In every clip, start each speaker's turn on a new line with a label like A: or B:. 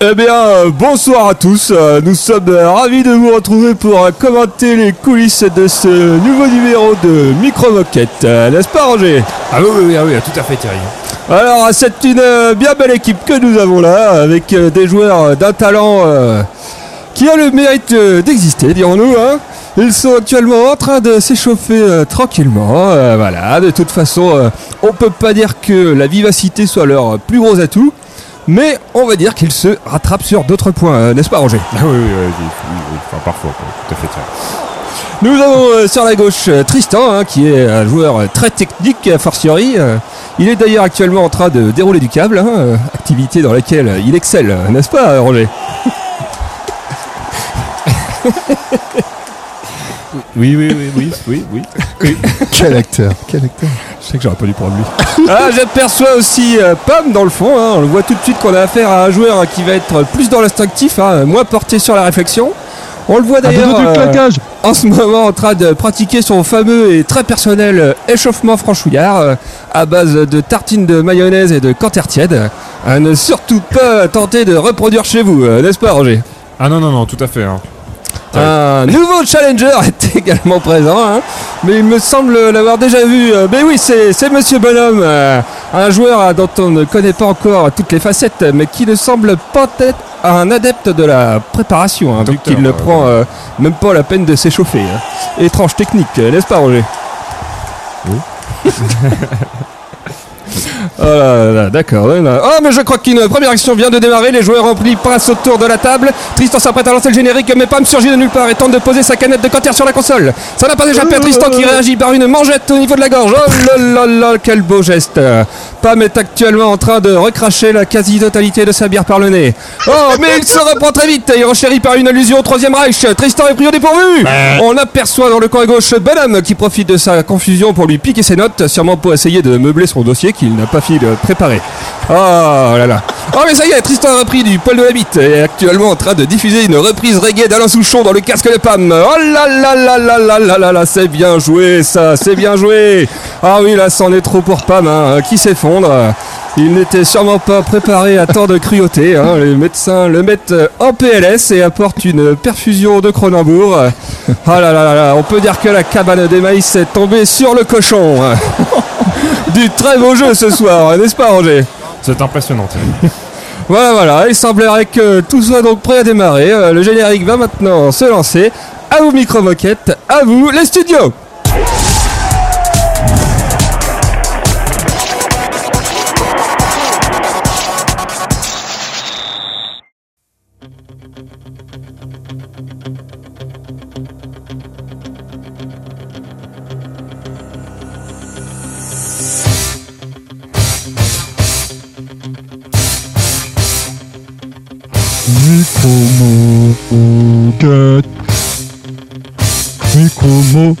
A: Eh bien, euh, bonsoir à tous. Euh, Nous sommes euh, ravis de vous retrouver pour euh, commenter les coulisses de ce nouveau numéro de Micro Moquette. Euh, N'est-ce pas, Roger
B: Ah oui, oui, oui, ah oui, tout à fait Thierry.
A: Alors, c'est une euh, bien belle équipe que nous avons là, avec euh, des joueurs euh, d'un talent euh, qui a le mérite euh, d'exister, dirons-nous. hein. Ils sont actuellement en train de s'échauffer euh, tranquillement. euh, voilà, de toute façon, euh, on peut pas dire que la vivacité soit leur euh, plus gros atout. Mais on va dire qu'ils se rattrapent sur d'autres points, euh, n'est-ce pas Roger
B: Ah oui, oui, oui, oui, oui, oui, enfin parfois, quoi, tout à fait Thierry.
A: Nous avons euh, sur la gauche euh, Tristan, hein, qui est un joueur euh, très technique, a fortiori. euh. il est d'ailleurs actuellement en train de dérouler du câble, hein, euh, activité dans laquelle euh, il excelle, euh, n'est-ce pas, euh, Roger
B: Oui, oui, oui, oui, oui, oui.
C: Quel acteur, quel acteur.
A: Je sais que j'aurais pas dû prendre lui. ah, j'aperçois aussi euh, Pam dans le fond. hein. on le voit tout de suite qu'on a affaire à un joueur hein, qui va être plus dans l'instinctif, hein, moins porté sur la réflexion. On le voit d'ailleurs euh, en ce moment en train de pratiquer son fameux et très personnel euh, échauffement franchouillard euh, à base de tartines de mayonnaise et de cantère tiède. À ne surtout pas tenter de reproduire chez vous, euh, n'est-ce pas Roger
B: Ah non, non, non, tout à fait. hein. Ouais.
A: un nouveau challenger est également présent, hein, mais il me semble l'avoir déjà vu. Euh, Mais oui, c'est c'est Monsieur Bonhomme, euh, un joueur euh, dont on ne connaît pas encore toutes les facettes, mais qui ne semble pas être un adepte de la préparation, hein, vu
B: Docteur,
A: qu'il ne
B: euh,
A: prend euh, même pas la peine de s'échauffer. hein. Étrange technique, euh, n'est-ce pas Roger Oh là là, d'accord. là là. Oh, mais je crois qu'une première action vient de démarrer. Les joueurs remplis passent autour de la table. Tristan s'apprête à lancer le générique, mais Pam surgit de nulle part et tente de poser sa canette de canter sur la console. Ça n'a pas échappé à Tristan qui réagit par une mangette au niveau de la gorge. Oh là là là, quel beau geste. Pam est actuellement en train de recracher la quasi-totalité de sa bière par le nez. Oh, mais il se reprend très vite et renchérit par une allusion au Troisième Reich. Tristan est pris au dépourvu. On aperçoit dans le coin gauche Benham qui profite de sa confusion pour lui piquer ses notes, sûrement pour essayer de meubler son dossier qu'il n'a pas fini de préparer. Oh là là. Oh mais ça y est, Tristan a repris du poil de la bite et est actuellement en train de diffuser une reprise reggae d'Alain Souchon dans le casque de Pam. Oh là là là là là là là là, c'est bien joué ça, c'est bien joué. Ah oui, là c'en est trop pour Pam hein, qui s'effondre. Il n'était sûrement pas préparé à tant de cruauté. hein. Les médecins le mettent euh, en PLS et apportent une perfusion de Cronenbourg. Ah là là là là, on peut dire que la cabane des maïs est tombée sur le cochon. Du très beau jeu ce soir, n'est-ce pas Roger
B: C'est impressionnant Thierry.
A: voilà, voilà, il semblerait que tout soit donc prêt à démarrer. Euh, Le générique va maintenant se lancer. À vous, micro-moquette, à vous, les studios
C: Micro-moquette. Micro-mo.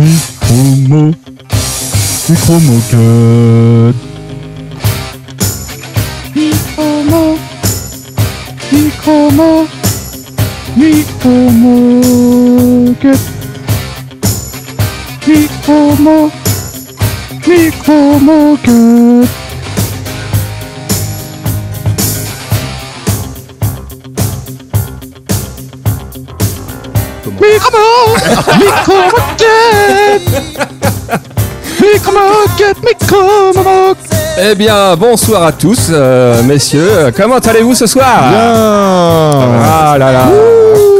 C: Micro-mo. Micro-moquette. Micro-mo. Micro-mo. Micro-moquette. Micro-mo. Micro-moquette. Micro-mo Micro-moquette Micro-moquette Micro-moquette
A: Eh bien, bonsoir à tous, euh, messieurs. Comment allez-vous ce soir Ah là là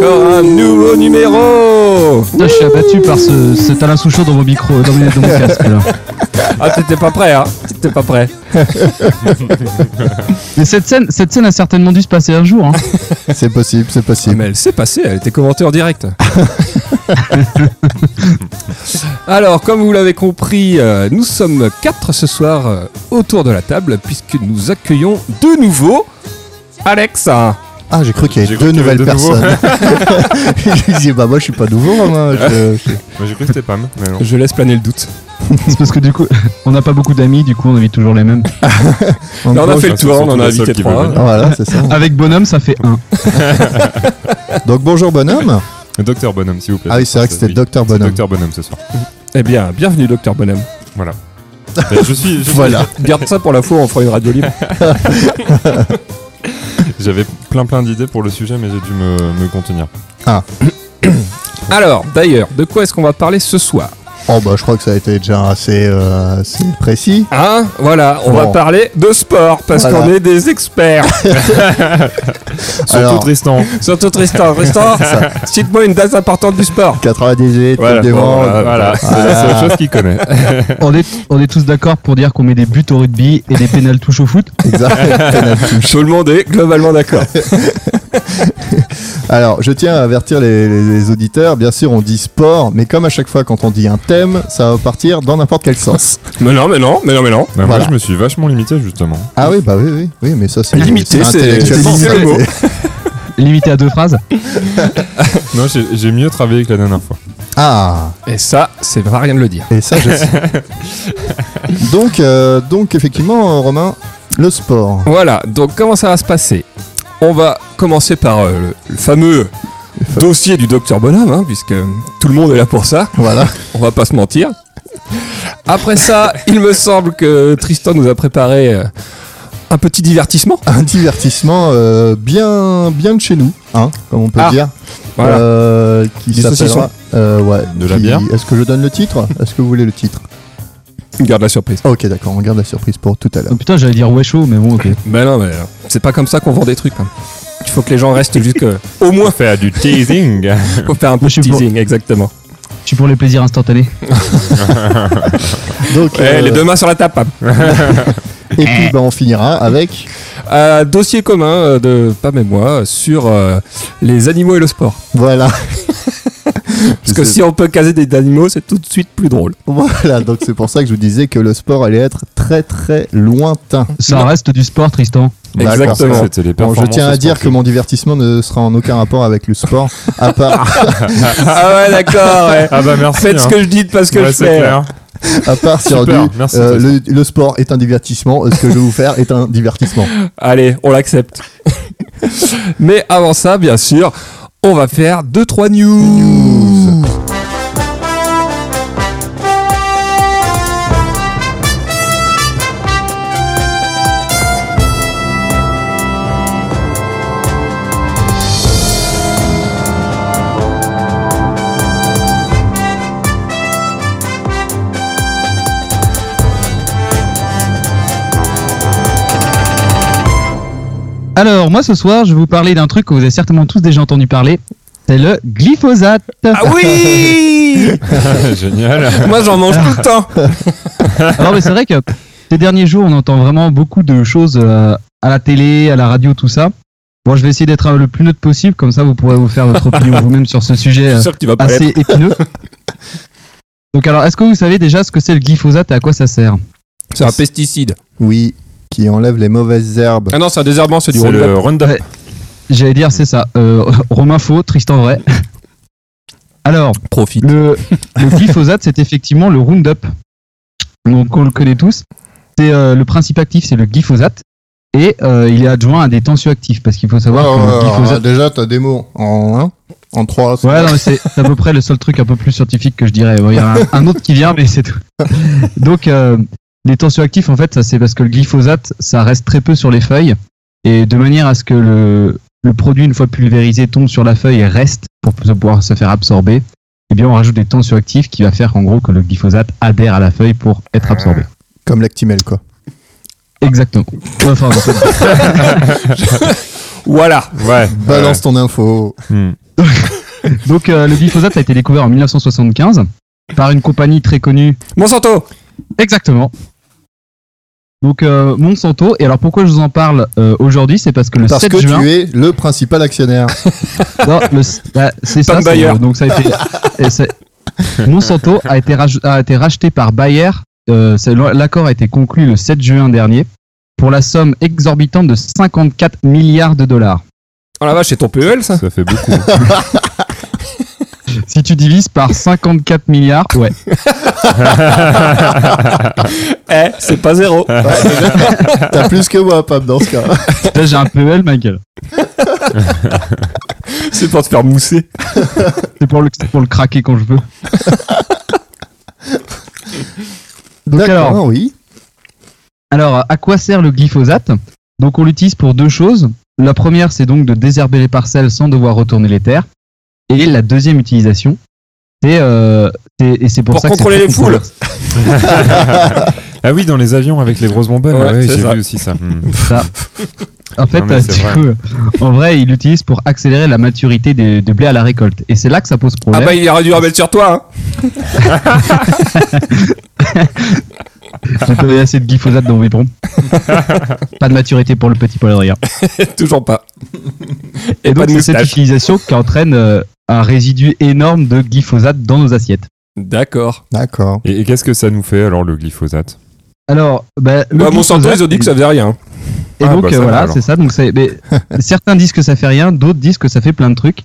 A: Encore un nouveau numéro
D: Putain, je suis abattu par ce, cet Alain Souchon dans vos micros, dans, mes- dans mon casque là.
A: Ah, t'étais pas prêt, hein T'étais pas prêt.
D: Mais cette scène, cette scène a certainement dû se passer un jour. Hein.
C: C'est possible, c'est possible.
A: Ah, Mais elle s'est passée, elle était commentée en direct. Alors, comme vous l'avez compris, euh, nous sommes quatre ce soir euh, autour de la table puisque nous accueillons de nouveau Alex.
C: Ah, j'ai cru qu'il y avait
B: J'ai
C: deux
B: cru qu'il y avait
C: nouvelles
B: deux nouveaux.
C: personnes. je disais, bah moi je suis pas nouveau, moi. je- je-
B: Mais J'ai cru que c'était Pam, mais non.
A: Je laisse planer le doute.
D: C'est parce que du coup, on n'a pas beaucoup d'amis, du coup on invite toujours les mêmes. En
A: Là, on a
D: gros,
A: fait le
B: ce
A: tour,
B: sont
A: on en
B: tous
A: a
B: les seuls
A: invité
B: qui
A: trois.
B: veulent
C: Ah, Voilà, c'est ça.
D: Avec bonhomme, ça fait un.
C: Donc bonjour bonhomme.
B: Le docteur Bonhomme, s'il vous plaît.
C: Ah oui, c'est vrai que c'était docteur
B: C'est
C: bonhomme.
B: Docteur Bonhomme ce soir.
A: Eh bien, bienvenue, docteur Bonhomme.
B: Voilà. Et je suis. je suis-
C: Voilà.
A: Garde ça pour la fois, on fera une radio libre.
B: J'avais plein plein d'idées pour le sujet, mais j'ai dû me, me contenir.
C: Ah.
A: Alors, d'ailleurs, de quoi est-ce qu'on va parler ce soir
C: Oh bah je crois que ça a été déjà assez, euh, assez précis.
A: Hein Voilà, on
C: Bon.
A: va parler de sport, parce
C: Voilà.
A: qu'on est des experts.
B: Surtout
C: Alors-
B: Tristan.
A: Surtout Tristan. Tristan, cite-moi une date importante du sport.
C: 98,
B: Voilà,
C: Coupe des
B: voilà,
C: ventes.
B: voilà. c'est la seule
C: Ah.
B: chose qu'il connaît.
D: On est, on est tous d'accord pour dire qu'on met des buts au rugby et des pénales touches au foot
C: Exact. Penalty.
A: Tout le monde est globalement d'accord.
C: Alors, je tiens à avertir les, les- les auditeurs. Bien sûr, on dit sport, mais comme à chaque fois quand on dit un thème, ça va partir dans n'importe quel sens.
A: mais non, mais non, mais non, mais non.
B: Bah, Moi,
C: Voilà.
B: je me suis vachement limité, justement.
C: Ah oui, bah oui, oui, oui, mais ça c'est
A: Limité, c'est-
C: intellectuellement,
A: c'est le
C: ça,
A: mot.
C: c'est-
D: Limité à deux phrases
B: Non, j'ai j'ai mieux travaillé que la dernière fois.
C: Ah,
A: Et ça, c'est vrai, rien de le dire.
C: et ça je sais. donc, euh, donc effectivement, euh, Romain, le sport.
A: Voilà, donc comment ça va se passer On va commencer par euh, le, le fameux dossier du docteur Bonhomme, hein, puisque tout le monde est là pour ça,
C: Voilà.
A: on va pas se mentir. Après ça, il me semble que Tristan nous a préparé euh, un petit divertissement.
C: un divertissement euh, bien bien de chez nous, hein, comme on peut
A: Ah,
C: dire.
A: Voilà.
C: Euh, qui
A: Des saucissons.
C: s'appellera euh, ouais,
B: De la
C: qui-
B: bière.
C: Est-ce que je donne le titre Est-ce que vous voulez le titre
A: Garde la surprise.
C: Ok, d'accord, on garde la surprise pour tout à l'heure.
D: Oh Putain, j'allais dire ouais chaud, mais bon, ok.
A: Ben non, mais euh, c'est pas comme ça qu'on vend des trucs. hein. Il faut que les gens restent jusque. Au moins,
B: Faire du teasing.
A: faut faire un peu de
D: Je suis pour.
A: teasing, exactement.
D: Je suis pour les plaisirs instantanés.
C: Donc,
A: Eh,
C: euh,
A: les deux mains sur la table. hein.
C: et puis bah, on finira avec
A: Euh, dossier commun euh, de Pam et moi sur euh, les animaux et le sport.
C: voilà,
A: Parce que si on peut caser des animaux, c'est tout de suite plus drôle.
C: voilà. Donc c'est pour ça que je vous disais que le sport allait être très très lointain.
D: Ça reste du sport, Tristan.
C: D'accord.
A: Exactement.
B: Ça, C'était les
C: Bon, je
B: performances
C: tiens à dire que
B: sportives.
C: mon divertissement ne sera en aucun rapport avec le sport, à part,
A: Ah ouais, d'accord. ouais.
B: Ah bah merci.
A: Faites ce
B: hein.
A: que je dis, pas ce que
B: Ouais,
A: je
B: c'est
A: fais.
B: clair.
C: à part sur
B: Super,
C: du,
B: merci,
C: euh, le, le sport est un divertissement, euh, ce que je vais vous faire est un divertissement.
A: Allez, on l'accepte. Mais avant ça, bien sûr, on va faire 2-3 news.
D: Alors, moi ce soir, je vais vous parler d'un truc que vous avez certainement tous déjà entendu parler. C'est le glyphosate.
A: Ah oui
C: hein.
B: Génial.
A: Moi, j'en mange tout le temps.
D: Alors, mais c'est vrai que ces derniers jours, on entend vraiment beaucoup de choses euh, à la télé, à la radio, tout ça. Bon, je vais essayer d'être euh, le plus neutre possible, comme ça vous pourrez vous faire votre opinion vous-même sur ce sujet.
A: Je
D: euh,
A: suis sûr que tu vas pas l'être.
D: assez épineux. Donc alors, est-ce que vous savez déjà ce que c'est le glyphosate et à quoi ça sert
A: C'est un pesticide.
C: Oui, qui enlève les mauvaises herbes.
A: Ah non, c'est un désherbant, c'est du
B: C'est
A: Roundup.
B: le Roundup.
D: Ouais. J'allais dire, c'est ça. Euh, Romain faux, Tristan vrai. Alors,
A: Profite.
D: le, le glyphosate, c'est effectivement le Roundup. Donc on le connaît tous. C'est euh, le principe actif, c'est le glyphosate. Et euh, il est adjoint à des tensioactifs parce qu'il faut savoir
C: Ouais,
D: que
C: ouais,
D: le
C: ouais,
D: glyphosate.
C: ouais, déjà, t'as des mots en 1, en 3.
D: Ouais, non, mais c'est c'est à peu près le seul truc un peu plus scientifique que je dirais. Bon, Il y a un, un autre qui vient, mais c'est tout. Donc, euh, les tensioactifs, en fait, ça c'est parce que le glyphosate, ça reste très peu sur les feuilles. Et de manière à ce que le, le produit, une fois pulvérisé, tombe sur la feuille et reste pour se- pouvoir se faire absorber, eh bien, on rajoute des tensioactifs qui va faire en gros que le glyphosate adhère à la feuille pour être absorbé.
C: Comme l'actimel, quoi.
D: Exactement. Ouais, enfin, bon, c'est-
A: Voilà.
B: Ouais.
C: Balance ton info.
B: ouais. Hmm.
D: Donc, euh, le glyphosate a été découvert en 1975 par une compagnie très connue
A: Monsanto.
D: Exactement. Donc euh, Monsanto, et alors pourquoi je vous en parle euh, aujourd'hui, c'est parce que le
C: Parce
D: 7
C: que
D: juin...
C: tu es le principal actionnaire.
D: Non, le- bah, c'est ça,
A: Tom
D: c'est-
A: Bayer.
D: donc ça a été... et c'est- Monsanto a été, raj- a été racheté par Bayer, euh, c'est- l'accord a été conclu le 7 juin dernier, pour la somme exorbitante de 54 milliards de dollars.
A: Oh la vache, c'est ton PEL, ça
B: Ça fait beaucoup.
D: Si tu divises par 54 milliards, ouais.
A: Eh, c'est pas zéro.
C: T'as plus que moi, Pam, dans ce cas.
D: Là j'ai un peu mal ma gueule.
A: c'est pour te faire mousser.
D: C'est pour le, c'est pour le craquer quand je veux.
C: D'accord,
D: alors-
C: oui.
D: Alors, à quoi sert le glyphosate Donc on l'utilise pour deux choses. La première, c'est donc de désherber les parcelles sans devoir retourner les terres. Et la deuxième utilisation, c'est euh, c'est- et c'est pour,
A: Pour
D: ça que c'est
A: contrôler
D: très
A: les foules.
D: controversé.
B: Ah oui, dans les avions avec les grosses bonbonnes.
A: Ouais,
B: ouais,
A: c'est
B: j'ai
A: ça.
B: vu aussi ça. Hmm.
D: Ça. En fait,
B: Non, mais
D: euh,
B: c'est
D: du
B: vrai.
D: coup, en vrai, il l'utilise pour accélérer la maturité des, des blés à la récolte. Et c'est là que ça pose
A: Ah
D: problème.
A: bah il aurait dû remettre sur toi. Hein.
D: J'ai pas donné assez de glyphosate dans mes pompes. pas de maturité pour le petit Paul Adrien.
A: Toujours pas.
D: Et,
A: pas
D: donc,
A: de
D: c'est cette
A: moustache.
D: utilisation qui entraîne euh, un résidu énorme de glyphosate dans nos assiettes.
A: D'accord.
C: D'accord.
B: Et, et qu'est-ce que ça nous fait alors le glyphosate
D: Alors, bah, le
A: Bah, Monsanto,
D: glyphosate-
A: ils ont dit que ça faisait rien.
D: Et
B: Ah,
D: donc
B: bah, ça
D: euh,
B: va,
D: voilà,
B: alors.
D: c'est ça. Donc c'est- mais, certains disent que ça fait rien, d'autres disent que ça fait plein de trucs.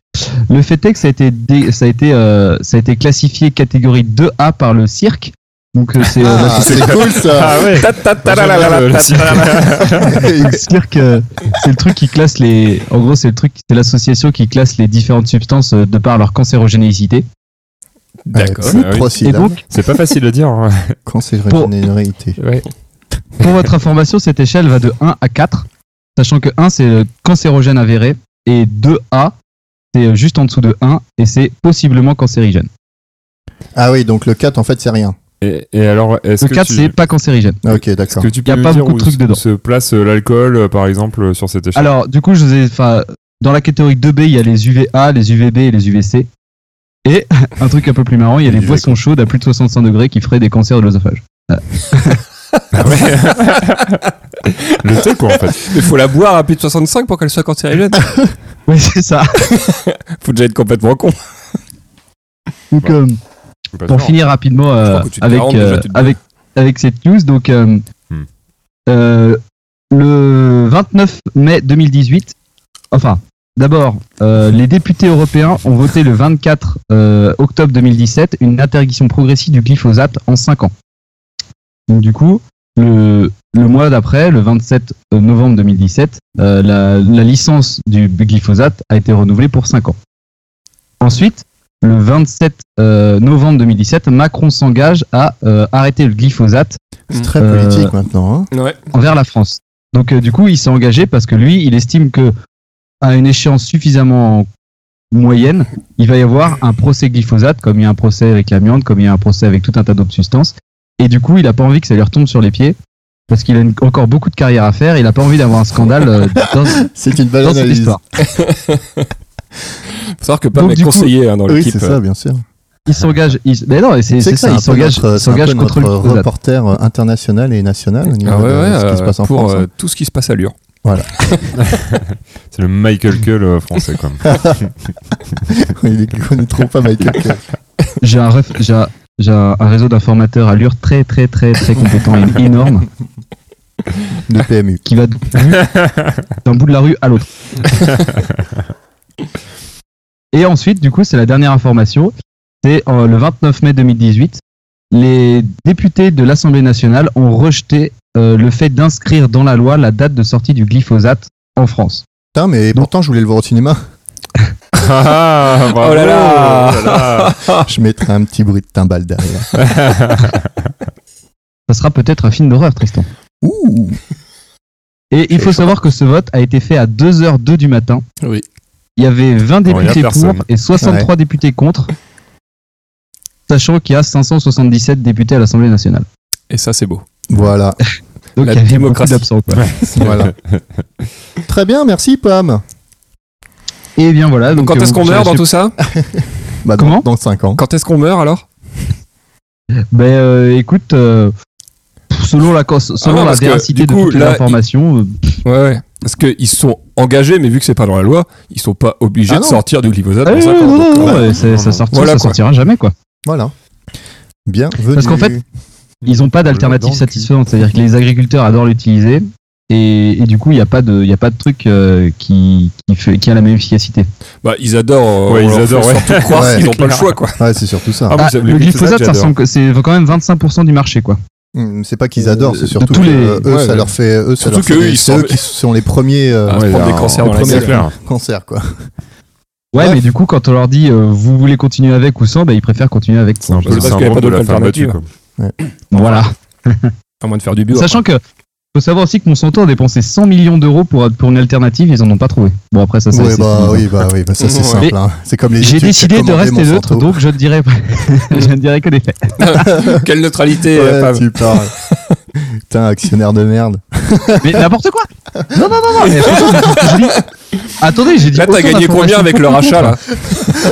D: Le fait est que ça a été, dé- ça a été, euh, ça a été classifié catégorie 2A par le cirque. Donc euh, c'est euh,
C: Ah, c'est cool ça.
B: ouais
A: Ta- ta- ta- la- la- la- la-
B: Le
A: ta-
B: cirque.
A: ta- la- la- la-
D: le cirque, euh, c'est le truc qui classe les. En gros, c'est le truc, c'est l'association qui classe les différentes substances euh, de par leur cancérogénéicité.
A: D'accord.
C: C'est
B: Ah oui.
C: trois
D: Et
C: syllabes.
D: donc,
B: C'est pas facile à dire. hein.
C: Cancérogénéité.
D: pour votre information, cette échelle va de 1 à 4, sachant que 1 c'est le cancérogène avéré et 2A c'est euh, juste en dessous de 1 et c'est possiblement cancérigène.
C: Ah oui, donc le 4 en fait c'est rien.
B: Et, et alors, est-ce
D: Le
B: que
D: 4
B: tu...
D: c'est pas cancérigène.
C: Ah, Ok,
B: Est-ce
C: d'accord.
B: que tu
D: Y a
B: peux
D: pas
B: me dire
D: beaucoup de
B: où
D: trucs
B: se-
D: dedans. Ah
B: se place euh, l'alcool, euh, par exemple, euh, sur cette échelle
D: Alors du coup, je vous ai, enfin, dans la catégorie 2B, il y a les UVA, les UVB et les UVC. Et un truc un peu plus marrant, il y a les
B: Ils
D: boissons chaudes à plus de 65 degrés qui feraient des cancers de l'œsophage.
B: Ah ouais. le thé, quoi, en fait.
A: Mais faut la boire à plus de 65 pour qu'elle soit cancérigène.
D: Oui, c'est ça.
A: Faut déjà être complètement con.
D: Donc, euh,
B: Pas
D: pour
B: sûr.
D: finir rapidement euh,
A: crois que tu te
D: avec,
A: garantes,
D: euh,
A: déjà, tu te
D: avec, avec cette news, donc euh,
B: Hmm.
D: euh, le 29 mai 2018, enfin d'abord, euh, les députés européens ont voté le 24 euh, octobre 2017 une interdiction progressive du glyphosate en 5 ans. Donc du coup, le, le mois d'après, le 27 novembre 2017, euh, la, la licence du glyphosate a été renouvelée pour 5 ans. Ensuite, le 27 euh, novembre 2017, Macron s'engage à euh, arrêter le glyphosate
C: C'est très
D: Euh,
C: politique maintenant. hein.
A: Ouais.
D: envers la France. Donc euh, du coup, il s'est engagé parce que lui, il estime que à une échéance suffisamment moyenne, il va y avoir un procès glyphosate, comme il y a un procès avec l'amiante, comme il y a un procès avec tout un tas d'autres substances. Et du coup, il a pas envie que ça lui retombe sur les pieds parce qu'il a une- encore beaucoup de carrière à faire. Il a pas envie d'avoir un scandale euh, dans,
C: C'est une belle
D: dans cette
C: analyse.
D: histoire.
A: Faut savoir que Pam
D: Donc,
A: est
D: du coup-
A: conseiller hein, dans
C: Oui,
A: l'équipe.
C: c'est ça, bien sûr.
D: Il s'engage. il- Mais non, c'est
C: Tu sais
D: c'est
C: euh, que
D: ça.
C: un
D: Il
C: peu
D: s'engage.
C: notre-
D: Il
C: c'est euh, un peu
D: s'engage contre le
C: notre
D: glyphosate.
C: reporter euh, international et national au niveau
A: Ah ouais, ouais,
C: de ce qui
A: euh,
C: se passe en
A: pour
C: France. hein.
D: hein.
A: euh, tout ce qui se passe à Lure.
B: C'est le Michael Cull euh, français, quoi.
C: Il ne connaît trop pas Michael. Caine.
D: J'ai un, ref- j'ai un- j'ai un- un réseau d'informateurs à Lure très très très très compétent et énorme
C: de PMU.
D: qui va d- d'un bout de la rue à l'autre. Et ensuite, du coup, c'est la dernière information. C'est euh, le 29 mai 2018. Les députés de l'Assemblée nationale ont rejeté euh, le fait d'inscrire dans la loi la date de sortie du glyphosate en France.
C: Putain, mais pourtant, je voulais le voir au cinéma.
B: Ah, bravo,
A: Oh là là.
B: oh là
C: Je mettrais un petit bruit de timbal derrière.
B: Oh
D: Ça sera peut-être un film d'horreur, Tristan.
C: Ouh
D: Et il
C: C'est
D: faut savoir que ce vote a été fait à 2h02 du matin.
A: Oui.
D: Il y avait 20
B: Bon, il y a
D: députés pour
B: personne.
D: et 63 députés contre, sachant qu'il y a 577 députés à l'Assemblée nationale.
A: Et ça, c'est beau.
C: Voilà.
D: Donc
A: La
D: il y avait
A: démocratie.
D: beaucoup d'absents, quoi.
C: voilà. Très bien, merci Pam.
D: Et bien voilà. Donc,
A: Quand est-ce
D: euh,
A: qu'on
D: je-
A: meurt dans
D: je-
A: tout ça
C: Bah,
D: Comment
C: dans, dans 5 ans.
A: Quand est-ce qu'on meurt alors
D: Ben euh, écoute, euh, selon la, cause- selon
A: Ah non,
D: la
A: parce que,
D: véracité
A: du
D: de
A: coup,
D: toutes les
A: là,
D: informations, euh,
A: Ouais, ouais. Parce qu'ils se sont engagés, mais vu que c'est pas dans la loi, ils sont pas obligés
C: Ah
A: de
C: non.
A: sortir du glyphosate.
D: ah
A: pour
D: oui,
A: ça,
D: non,
A: quoi.
D: non,
A: Donc, euh,
D: non,
A: ouais.
D: ouais, c'est- ça,
B: non.
D: sortira,
A: Voilà,
D: ça
A: quoi.
D: sortira jamais quoi.
C: Voilà. Bienvenue.
D: Parce qu'en fait, Ils n'ont pas d'alternative
B: Dans le cul.
D: satisfaisante, c'est-à-dire que les agriculteurs adorent l'utiliser et, et du coup il n'y a pas de, il y a pas de truc euh, qui, qui, fait, qui a la même efficacité.
A: Bah, ils adorent. euh, on
B: Ouais, ils
A: leur fait
B: adorent, ouais.
A: surtout croire
C: Ouais.
A: qu'ils n'ont pas le choix, quoi.
C: Ouais, c'est surtout ça.
B: Ah, moi,
D: Ah,
B: j'aime
D: le glyphosate, ça
B: j'adore.
D: ressemble que- c'est quand même 25% du marché quoi.
C: Hum, C'est pas qu'ils adorent,
D: Euh,
C: c'est surtout
D: de tous
C: que,
D: les-
C: euh, eux,
A: ouais,
C: ça
A: ouais.
C: leur fait. Eux, ça
A: Surtout
C: leur fait
A: que
C: des-
A: eux, ils
C: c'est
A: sont-
C: eux qui sont les premiers euh,
A: Ah, ouais,
B: là,
A: prendre des
B: en-
A: cancers
B: en
A: dans la
B: premier
A: gueule.
B: clair.
C: cancers, quoi.
D: Ouais,
C: Bref.
D: mais du coup quand on leur dit euh, vous voulez continuer avec ou sans, bah, ils préfèrent continuer avec.
B: C'est un peu
A: Parce qu'il
B: le
A: y a pas
B: syndrome de
A: d'autre
B: la femme battue,
A: alternative.
B: quoi.
D: Voilà.
C: hein.
A: À moins de faire du bio.
D: Sachant que faut savoir aussi que Monsanto a dépensé 100 millions d'euros pour, pour une alternative, ils en ont pas trouvé. Bon, après, ça, c'est.
C: Ouais,
D: c'est-
C: bah, oui, bah, oui, bah, ça c'est
A: Ouais.
C: simple. hein. C'est comme les
D: J'ai
C: études qu'a
D: décidé de
C: commandé
D: rester neutre,
C: Monsanto.
D: donc je ne dirai, je ne dirai que des faits.
A: Quelle neutralité, euh,
C: Ouais,
A: Fab.
C: tu parles. Putain, actionnaire de merde.
D: Mais n'importe quoi Non, non, non, non mais franchement, je dis- Attendez, j'ai dit.
A: Là, t'as
D: autant
A: gagné combien
D: d'informations
A: avec
D: tout
A: le
D: con,
A: rachat,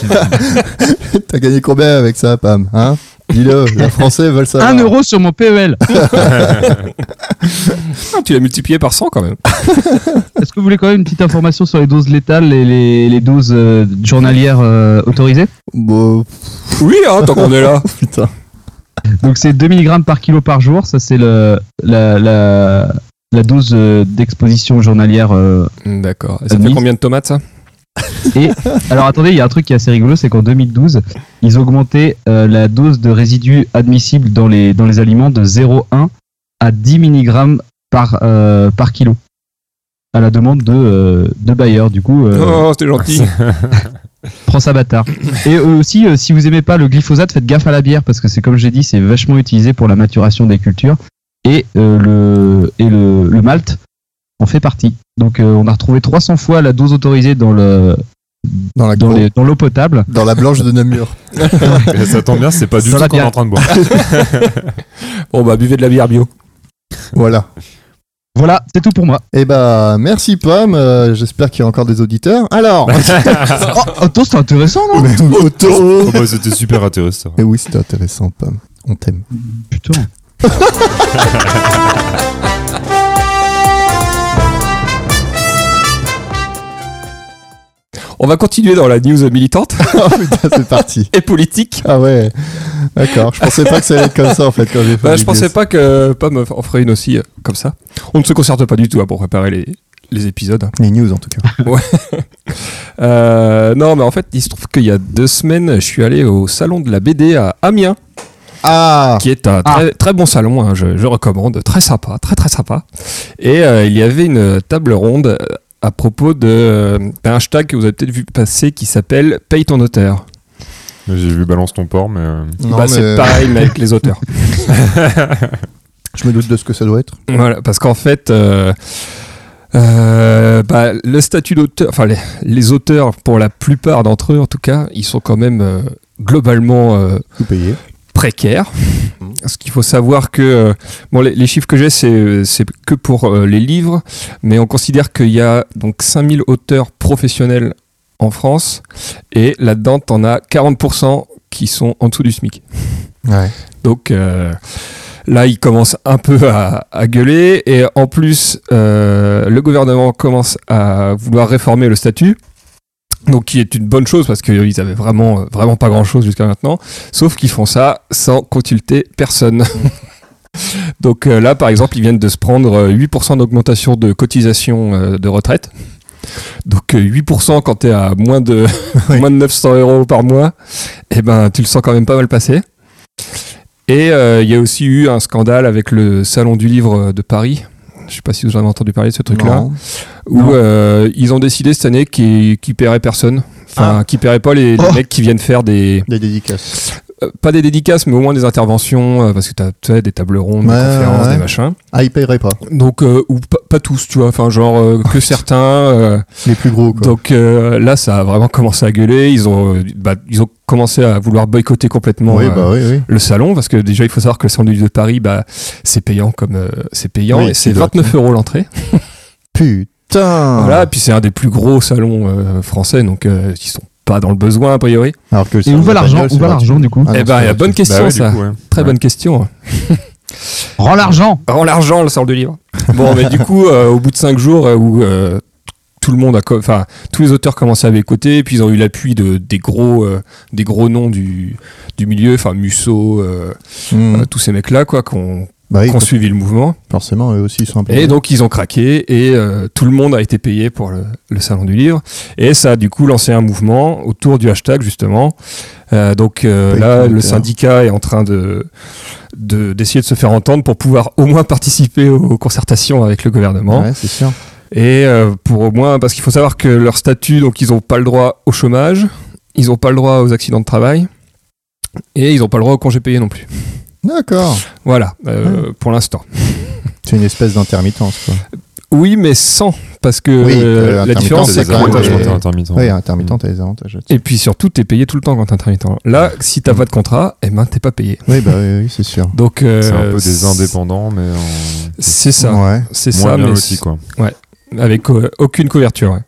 D: quoi.
A: là
C: T'as gagné combien avec ça, Pam Hein Dis-le, les Français veulent savoir.
D: Un euro sur mon E PEL.
A: Ah, Tu l'as multiplié par 100 quand même.
D: Est-ce que vous voulez quand même une petite information sur les doses létales et les, les doses euh, journalières euh, autorisées
C: Bon,
A: Oui, hein, tant qu'on est là.
C: putain.
D: Donc c'est 2 mg par kilo par jour, ça c'est le, la, la, la dose euh, d'exposition journalière. euh.
A: D'accord. Et ça fait
D: Admis.
A: combien de tomates, ça
D: Alors attendez, il y a un truc qui est assez rigolo, c'est qu'en 2012, ils augmentaient euh, la dose de résidus admissibles dans les, dans les aliments de 0,1 à 10 mg par, euh, par kilo. À la demande de, euh, de Bayer, du coup. euh,
A: Oh, c'était gentil.
D: Prends ça bâtard. Et euh, aussi, euh, si vous aimez pas le glyphosate, faites gaffe à la bière parce que c'est comme j'ai dit, c'est vachement utilisé pour la maturation des cultures et euh, le et le, le malt en fait partie. Donc euh, on a retrouvé 300 fois la dose autorisée dans le
C: Dans la,
D: dans les- dans l'eau potable.
C: dans la blanche de Namur.
B: Mais ça tombe bien, c'est pas du
D: Dans
B: tout
D: la
B: qu'on est
D: bière.
B: en train de boire.
A: Bon, bah, buvez de la bière bio.
C: Voilà.
D: Voilà, c'est tout pour moi.
C: Eh bah, merci Pam. euh, J'espère qu'il y a encore des auditeurs. Alors,
D: Oh, auto, c'est intéressant, non
C: auto.
B: Oh, bah, c'était super intéressant.
C: Mais oui, c'était intéressant, Pam. On t'aime.
D: Putain.
A: On va continuer dans la news militante
C: Ah, putain, c'est parti.
A: et politique.
C: Ah ouais. D'accord. Je pensais pas que ça allait être comme ça en fait quand j'ai fait.
A: Bah, je
C: les
A: pensais
C: news.
A: pas que Pam en ferait une aussi euh, comme ça. On ne se concerte pas du tout hein, pour préparer les, les épisodes. hein.
C: Les news en tout cas.
A: Euh, non, mais en fait, il se trouve qu'il y a deux semaines, je suis allé au salon de la BD à Amiens,
C: Ah
A: qui est un très, très bon salon, hein, je, je recommande, très sympa, très très sympa. Et euh, il y avait une table ronde euh, à propos de euh, d'un hashtag que vous avez peut-être vu passer qui s'appelle Paye ton auteur.
B: J'ai vu Balance ton porc, mais. euh,
C: Non,
A: bah,
C: mais
A: C'est pareil, mais avec les auteurs.
C: Je me doute de ce que ça doit être.
A: Voilà, parce qu'en fait, euh, euh, bah, le statut d'auteur, enfin les, les auteurs, pour la plupart d'entre eux en tout cas, ils sont quand même euh, globalement euh,
C: Tout payé.
A: précaires. Parce qu'il faut savoir que, euh, bon, les, les chiffres que j'ai, c'est, euh, c'est que pour euh, les livres, mais on considère qu'il y a donc 5000 auteurs professionnels en France, et là-dedans, t'en as 40% qui sont en dessous du SMIC.
C: Ouais.
A: Donc euh, là, il commence un peu à, à gueuler. Et en plus, euh, le gouvernement commence à vouloir réformer le statut. Donc, qui est une bonne chose parce qu'ils avaient vraiment, euh, vraiment pas grand chose jusqu'à maintenant. Sauf qu'ils font ça sans consulter personne.
C: Mm.
A: Donc euh, là, par exemple, ils viennent de se prendre euh, 8% d'augmentation de cotisation euh, de retraite. Donc euh, 8% quand t'es à moins de,
C: Oui.
A: moins de 900 euros par mois, eh ben, tu le sens quand même pas mal passer. Et euh, il y a aussi eu un scandale avec le Salon du Livre euh, de Paris. Je sais pas si vous en avez entendu parler de ce truc-là.
C: Non.
A: Où euh, ils ont décidé cette année qu'ils qu'ils paieraient personne. Enfin, qu'ils paieraient pas les, les
C: Oh.
A: mecs qui viennent faire des.
C: Des dédicaces.
A: euh, pas des dédicaces, mais au moins des interventions. euh, parce que t'as, tu sais, des tables rondes,
C: Ouais,
A: des conférences,
C: ouais.
A: des machins.
C: Ah, ils paieraient pas.
A: Donc, euh, ou pas- pas tous, tu vois. Enfin, genre, euh, que certains. euh,
C: Les plus gros Ah, quoi.
A: donc euh, là, ça a vraiment commencé à gueuler. Ils ont, euh, bah, ils ont commencé à vouloir boycotter complètement.
C: oui,
A: euh,
C: bah oui, oui.
A: le salon parce que déjà il faut savoir que le salon du livre de Paris bah c'est payant comme euh, c'est payant
C: Oui,
A: et c'est
C: tu dois,
A: 29 euros l'entrée
C: Putain
A: voilà et puis c'est un des plus gros salons euh, français donc euh, ils sont pas dans le besoin a priori
C: Alors que
D: Et où va l'argent Où va l'argent, du coup
C: Ah,
A: eh
C: non,
A: ben
C: c'est
A: il y a
C: vrai,
A: bonne
C: c'est-
A: question
B: bah ouais, du
A: ça
B: coup, ouais.
A: très
B: Ouais.
A: bonne question
D: Rends l'argent
A: en l'argent le salon du livre bon mais du coup euh, au bout de cinq jours euh, où euh, tout le monde a co- enfin tous les auteurs commençaient à boycotter et puis ils ont eu l'appui de des gros euh, des gros noms du du milieu enfin Musso euh,
C: Mmh.
A: euh, tous ces mecs là quoi qu'on
C: Hmm. Bah oui,
A: qu'on suivi le mouvement
C: forcément, eux aussi ils sont un peu.
A: Et donc ils ont craqué et euh, tout le monde a été payé pour le, le salon du livre. Et ça a du coup lancé un mouvement autour du hashtag justement. Euh, donc euh,
C: Paye
A: là,
C: ton
A: le
C: auteur.
A: syndicat est en train de de- d'essayer de, se faire entendre pour pouvoir au moins participer aux concertations avec le gouvernement.
C: Ouais, c'est sûr.
A: Et euh, pour au moins, parce qu'il faut savoir que leur statut, donc ils n'ont pas le droit au chômage, ils n'ont pas le droit aux accidents de travail et ils n'ont pas le droit aux congés payés non plus.
C: D'accord.
A: Voilà, euh, pour l'instant.
C: C'est une espèce d'intermittence, quoi.
A: Oui, mais sans, parce que
C: Oui,
A: euh,
C: euh,
A: la
C: intermittent,
A: différence,
C: c'est
A: c'est
B: des
A: que...
C: quand même-
B: avantages
C: et-
B: quand t'es intermittent.
C: Oui, intermittent, t'as les avantages là-dessus.
A: Et puis surtout, t'es payé tout le temps quand t'es intermittent. Là, si
B: Mm.
A: t'as pas de contrat, eh ben t'es pas payé.
C: Oui, bah oui, oui, c'est sûr.
A: Donc euh,
B: C'est un peu des indépendants, mais en-
A: C'est ça,
C: Ouais.
A: c'est
B: moins
A: ça,
B: bien
A: mais
B: aussi, quoi.
A: avec euh, aucune couverture. ouais.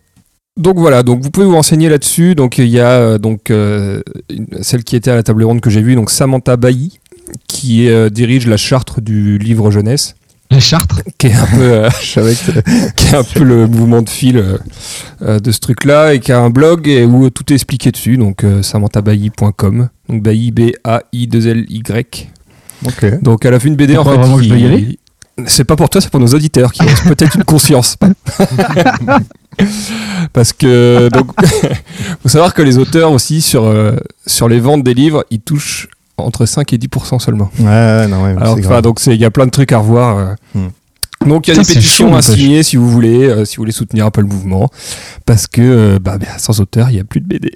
A: Donc voilà, donc vous pouvez vous renseigner là-dessus. Donc il y a euh, donc euh, une- celle qui était à la table ronde que j'ai vue, donc Samantha Bailly, qui euh, dirige la charte du livre jeunesse,
D: Les chartres
A: qui est un peu euh,
C: Je savais que t'allais-
A: qui est un peu le mouvement de fil euh, euh, de ce truc-là et qui a un blog et où tout est expliqué dessus. Donc euh, samanthabailly.com. Donc Bailly B A I 2 L Y.
C: Ok.
A: Donc elle a fait une BD
D: Pourquoi
A: en fait.
D: vraiment que je dois y
A: qui-
D: aller
A: C'est pas pour toi, c'est pour nos auditeurs qui ont peut-être une conscience. Parce que donc faut savoir que les auteurs aussi sur euh, sur les ventes des livres, ils touchent entre 5 et 10 seulement.
C: Ouais, ouais, non, ouais, mais
A: Alors, enfin,
C: c'est grave.
A: donc c'est- il y a plein de trucs à revoir. euh. Donc il y a
D: Putain,
A: des
D: c'est
A: pétitions
D: chaud,
A: à
D: n'empêche.
A: signer si vous voulez, euh, si vous voulez soutenir un peu le mouvement, parce que euh, bah, bah, sans auteur il y a plus de BD.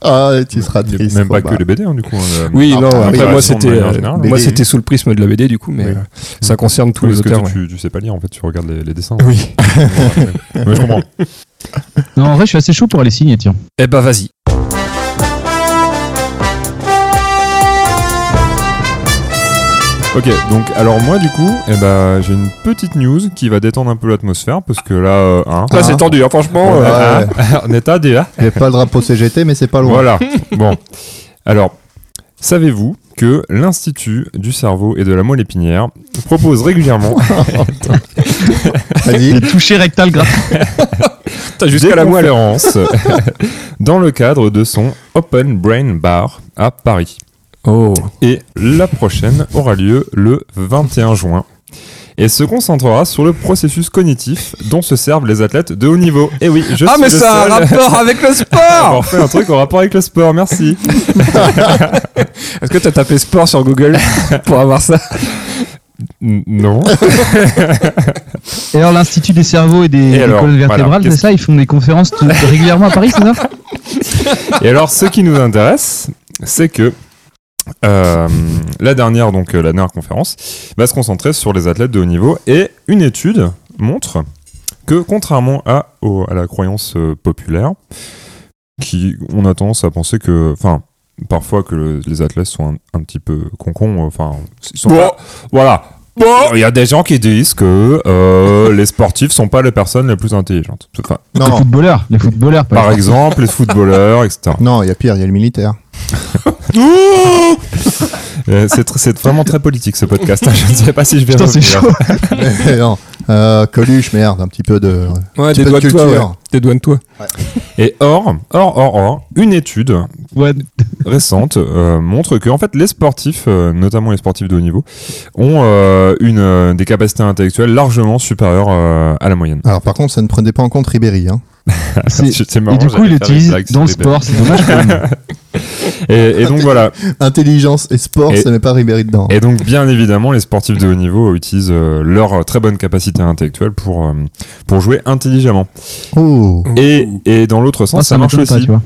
C: Ah, tu seras triste. bah.
B: Même pas
C: Robin.
B: que les BD, hein, du coup. hein, le-
A: Oui,
C: Ah,
A: non.
C: bah,
A: après
C: oui,
A: moi
B: raison de
A: c'était
B: manière
A: euh,
B: générale.
A: moi
C: BD.
A: c'était sous le prisme de la BD du coup, mais
C: Oui.
A: euh, ça concerne tous les
B: Parce que
A: auteurs.
B: toi,
A: ouais.
B: tu, tu sais pas lire, en fait, tu regardes les, les dessins.
A: Oui.
B: Mais je comprends.
D: Non, en vrai, je suis assez chaud pour aller signer, tiens.
A: Eh ben vas-y.
B: Ok, donc alors moi du coup, eh ben, j'ai une petite news qui va détendre un peu l'atmosphère parce que là, euh, hein,
A: Ça c'est tendu, hein, franchement.
B: on,
A: euh,
B: a-
C: ouais.
B: on est à DA.
C: Il n'y a pas le drapeau CGT, mais c'est pas loin.
B: Voilà. bon. Alors, savez-vous que l'Institut du cerveau et de la moelle épinière propose régulièrement
C: Vas-y.
D: Toucher rectal grave.
A: t'as
B: des
A: jusqu'à la moelle.
B: conférences dans le cadre de son Open Brain Bar à Paris.
A: Oh.
B: Et la prochaine aura lieu le 21 juin. Et se concentrera sur le processus cognitif dont se servent les athlètes de haut niveau. Et oui, je
A: Ah
B: suis
A: mais
B: le
A: ça a un
B: seul
A: rapport avec le
B: à
A: sport.
B: avoir fait un truc en rapport avec le sport, merci.
A: Est-ce que t'as tapé sport sur Google pour avoir ça
B: N- Non.
D: Et alors, l'Institut des cerveaux et des, des
B: alors,
D: colonnes
B: voilà,
D: vertébrales,
B: qu'est-ce-
D: c'est ça Ils font des conférences tout- régulièrement à Paris, c'est ça
B: Et alors, ce qui nous intéresse, c'est que euh, la dernière, donc euh, la dernière conférence, va se concentrer sur les athlètes de haut niveau. Et une étude montre que, contrairement à, au- à la croyance euh, populaire, qui on a tendance à penser que, enfin, parfois que le- les athlètes sont un, un petit peu concons, euh, enfin, ils sont
A: Bon.
B: pas- voilà.
A: Bon.
B: Il y a des gens qui disent que euh, les sportifs sont pas les personnes les plus intelligentes. Enfin,
D: Les
C: Non,
D: footballeurs. Les footballeurs, pas
B: par exemple, les footballeurs, etc.
C: non, il y a pire, il y a le militaire.
B: Euh, c'est tr- c'est vraiment très politique ce podcast. hein. Je ne sais pas si je vais
D: Putain, c'est
B: revenir.
D: chaud.
C: Mais non. Euh, Coluche, merde, un petit peu de.
A: Ouais,
C: Petit peu de culture.
A: Dédouane-toi.
B: Et or, or, or, or, une étude
D: Ouais.
B: Ah, récente euh, montre que en fait les sportifs, euh, notamment les sportifs de haut niveau, ont euh, une euh, des capacités intellectuelles largement supérieures euh, à la moyenne.
C: Alors, par contre, ça ne prenait pas en compte Ribéry. Hein.
D: C'est-
B: C'est- c'est
D: Et
B: marrant,
D: du coup,
B: j'allais faire
D: ils
B: une
D: l'utilisent
B: blague sur
D: dans le
B: les
D: sport. C'est dommage quand même.
B: bêtes. Et, et donc voilà.
C: Intelligence et sport,
B: Et-
C: ça met pas Ribéry dedans.
B: Et donc bien évidemment, les sportifs de haut niveau utilisent euh, leur euh, très bonne capacité intellectuelle pour euh, pour jouer intelligemment.
C: Oh.
B: Et et dans l'autre sens,
D: Moi,
B: ça marche
D: m'étonne pas,
B: aussi.
D: tu vois.